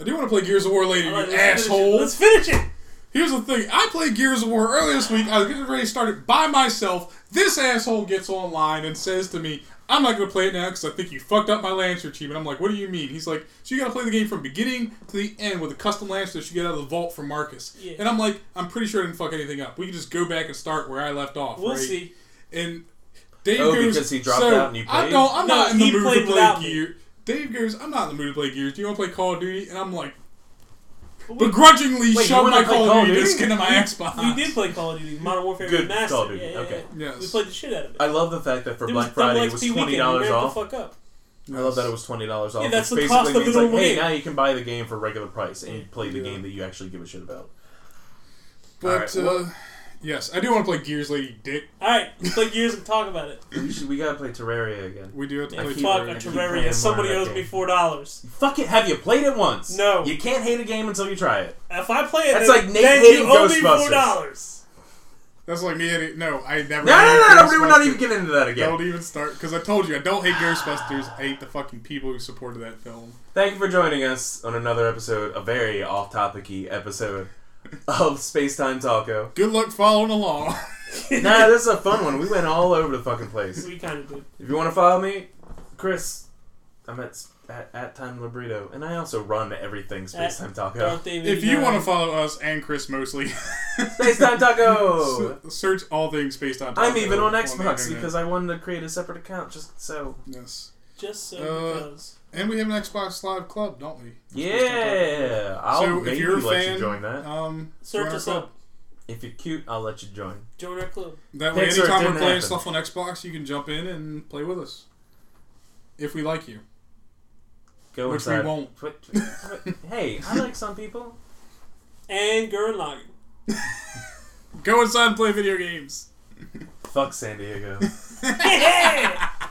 [SPEAKER 3] I do want to play Gears of War later,
[SPEAKER 2] All right,
[SPEAKER 3] you
[SPEAKER 2] let's finish it.
[SPEAKER 3] asshole.
[SPEAKER 2] Let's finish it.
[SPEAKER 3] Here's the thing: I played Gears of War earlier this week. I was getting ready to start it by myself. This asshole gets online and says to me, "I'm not going to play it now because I think you fucked up my Lancer achievement." I'm like, "What do you mean?" He's like, "So you got to play the game from beginning to the end with a custom Lancer that you get out of the vault from Marcus."
[SPEAKER 2] Yeah.
[SPEAKER 3] And I'm like, "I'm pretty sure I didn't fuck anything up. We can just go back and start where I left off."
[SPEAKER 2] We'll
[SPEAKER 3] right?"
[SPEAKER 2] see.
[SPEAKER 3] And Dave
[SPEAKER 1] Oh,
[SPEAKER 3] goes,
[SPEAKER 1] because he dropped
[SPEAKER 3] so,
[SPEAKER 1] out and you
[SPEAKER 3] I
[SPEAKER 1] played?"
[SPEAKER 3] don't. I'm
[SPEAKER 2] No,
[SPEAKER 3] not in the
[SPEAKER 2] he
[SPEAKER 3] mood
[SPEAKER 2] played
[SPEAKER 3] to play
[SPEAKER 2] without me.
[SPEAKER 3] Gear. Dave goes, I'm not in the mood to play Gears. Do you want to play Call of Duty? And I'm like,
[SPEAKER 2] But we-
[SPEAKER 3] begrudgingly
[SPEAKER 1] Wait, you
[SPEAKER 3] shove
[SPEAKER 1] wanna
[SPEAKER 3] my
[SPEAKER 1] play
[SPEAKER 3] Call
[SPEAKER 1] Call
[SPEAKER 3] of
[SPEAKER 1] of
[SPEAKER 3] Duty
[SPEAKER 1] Duty?
[SPEAKER 3] disc into my Xbox.
[SPEAKER 2] We did play Call of Duty Modern Warfare
[SPEAKER 1] Ah. Good
[SPEAKER 2] Remastered.
[SPEAKER 1] Call of Duty,
[SPEAKER 2] Yeah, yeah,
[SPEAKER 1] okay.
[SPEAKER 2] yeah.
[SPEAKER 3] Yes.
[SPEAKER 2] We played the shit out of it.
[SPEAKER 1] I love the fact that for
[SPEAKER 2] It
[SPEAKER 1] Black
[SPEAKER 2] double
[SPEAKER 1] Friday it was
[SPEAKER 2] XP weekend.
[SPEAKER 1] twenty
[SPEAKER 2] We
[SPEAKER 1] dollars
[SPEAKER 2] ramped
[SPEAKER 1] off.
[SPEAKER 2] The fuck up.
[SPEAKER 1] I love that it was twenty dollars off.
[SPEAKER 2] Yeah, that's
[SPEAKER 1] which
[SPEAKER 2] the cost
[SPEAKER 1] basically
[SPEAKER 2] of
[SPEAKER 1] means
[SPEAKER 2] it
[SPEAKER 1] like,
[SPEAKER 2] all
[SPEAKER 1] hey,
[SPEAKER 2] in.
[SPEAKER 1] now you can buy the game for regular price and you play the
[SPEAKER 3] Yeah.
[SPEAKER 1] game that you actually give a shit about.
[SPEAKER 3] But,
[SPEAKER 1] All right,
[SPEAKER 3] uh, yes, I do want to play Gears Lady Dick.
[SPEAKER 2] All right, let's play Gears and talk about it.
[SPEAKER 1] we should, we gotta play Terraria again.
[SPEAKER 3] We do have to
[SPEAKER 2] Yeah,
[SPEAKER 3] play
[SPEAKER 2] fuck a
[SPEAKER 1] I
[SPEAKER 3] Terraria.
[SPEAKER 1] keep playing
[SPEAKER 2] Terraria.
[SPEAKER 1] more
[SPEAKER 2] Somebody
[SPEAKER 1] of that
[SPEAKER 2] owes me
[SPEAKER 1] game.
[SPEAKER 2] four dollars.
[SPEAKER 1] Fuck it, have you played it once?
[SPEAKER 2] No.
[SPEAKER 1] You can't hate a game until you try it.
[SPEAKER 2] If I play it,
[SPEAKER 1] That's
[SPEAKER 2] then,
[SPEAKER 1] like Nate
[SPEAKER 2] then
[SPEAKER 1] hating
[SPEAKER 2] you owe me
[SPEAKER 1] Ghostbusters.
[SPEAKER 2] four dollars.
[SPEAKER 3] That's like me and it. No, I
[SPEAKER 1] No, no,
[SPEAKER 3] never.
[SPEAKER 1] no,
[SPEAKER 3] hated
[SPEAKER 1] no, we're not
[SPEAKER 3] Ghostbusters.
[SPEAKER 1] even getting into that again.
[SPEAKER 3] Don't even start because I told you I don't hate Ghostbusters. I hate the fucking people who supported that film.
[SPEAKER 1] Thank you for joining us on another episode, a very off topicy episode of Space Time Taco.
[SPEAKER 3] Good luck following along.
[SPEAKER 1] nah, this is a fun one. We went all over the fucking place.
[SPEAKER 2] We kind of did.
[SPEAKER 1] If you want to follow me, Chris, I'm at at, at Time Librito, and I also run everything Space Time Taco.
[SPEAKER 2] Darth David,
[SPEAKER 3] if you
[SPEAKER 2] uh,
[SPEAKER 3] want to follow us and Chris mostly,
[SPEAKER 1] Space Time Taco.
[SPEAKER 3] s- search all things Space Time.
[SPEAKER 1] I'm even on
[SPEAKER 3] the
[SPEAKER 1] Xbox
[SPEAKER 3] internet.
[SPEAKER 1] because I wanted to create a separate account just so.
[SPEAKER 3] yes,
[SPEAKER 2] just so
[SPEAKER 3] Uh,
[SPEAKER 2] because
[SPEAKER 3] and we have an Xbox Live Club, don't we?
[SPEAKER 1] Yeah, I'll
[SPEAKER 3] So, if
[SPEAKER 1] maybe
[SPEAKER 3] you're a
[SPEAKER 1] let
[SPEAKER 3] fan,
[SPEAKER 1] you join that.
[SPEAKER 3] Um,
[SPEAKER 2] search
[SPEAKER 3] join our
[SPEAKER 2] us
[SPEAKER 3] club.
[SPEAKER 2] up,
[SPEAKER 1] If you're cute, I'll let you join.
[SPEAKER 2] join our club.
[SPEAKER 3] That way,
[SPEAKER 1] Thanks, sir, it
[SPEAKER 3] anytime we're
[SPEAKER 1] didn't
[SPEAKER 3] playing
[SPEAKER 1] happen.
[SPEAKER 3] stuff on Xbox, you can jump in and play with us if we like you.
[SPEAKER 1] Go
[SPEAKER 3] Which we
[SPEAKER 1] inside.
[SPEAKER 3] won't.
[SPEAKER 1] What- what- hey, I like some people.
[SPEAKER 2] And Gurren Lagann.
[SPEAKER 3] Go inside and play video games.
[SPEAKER 1] Fuck San Diego.
[SPEAKER 2] Yeah.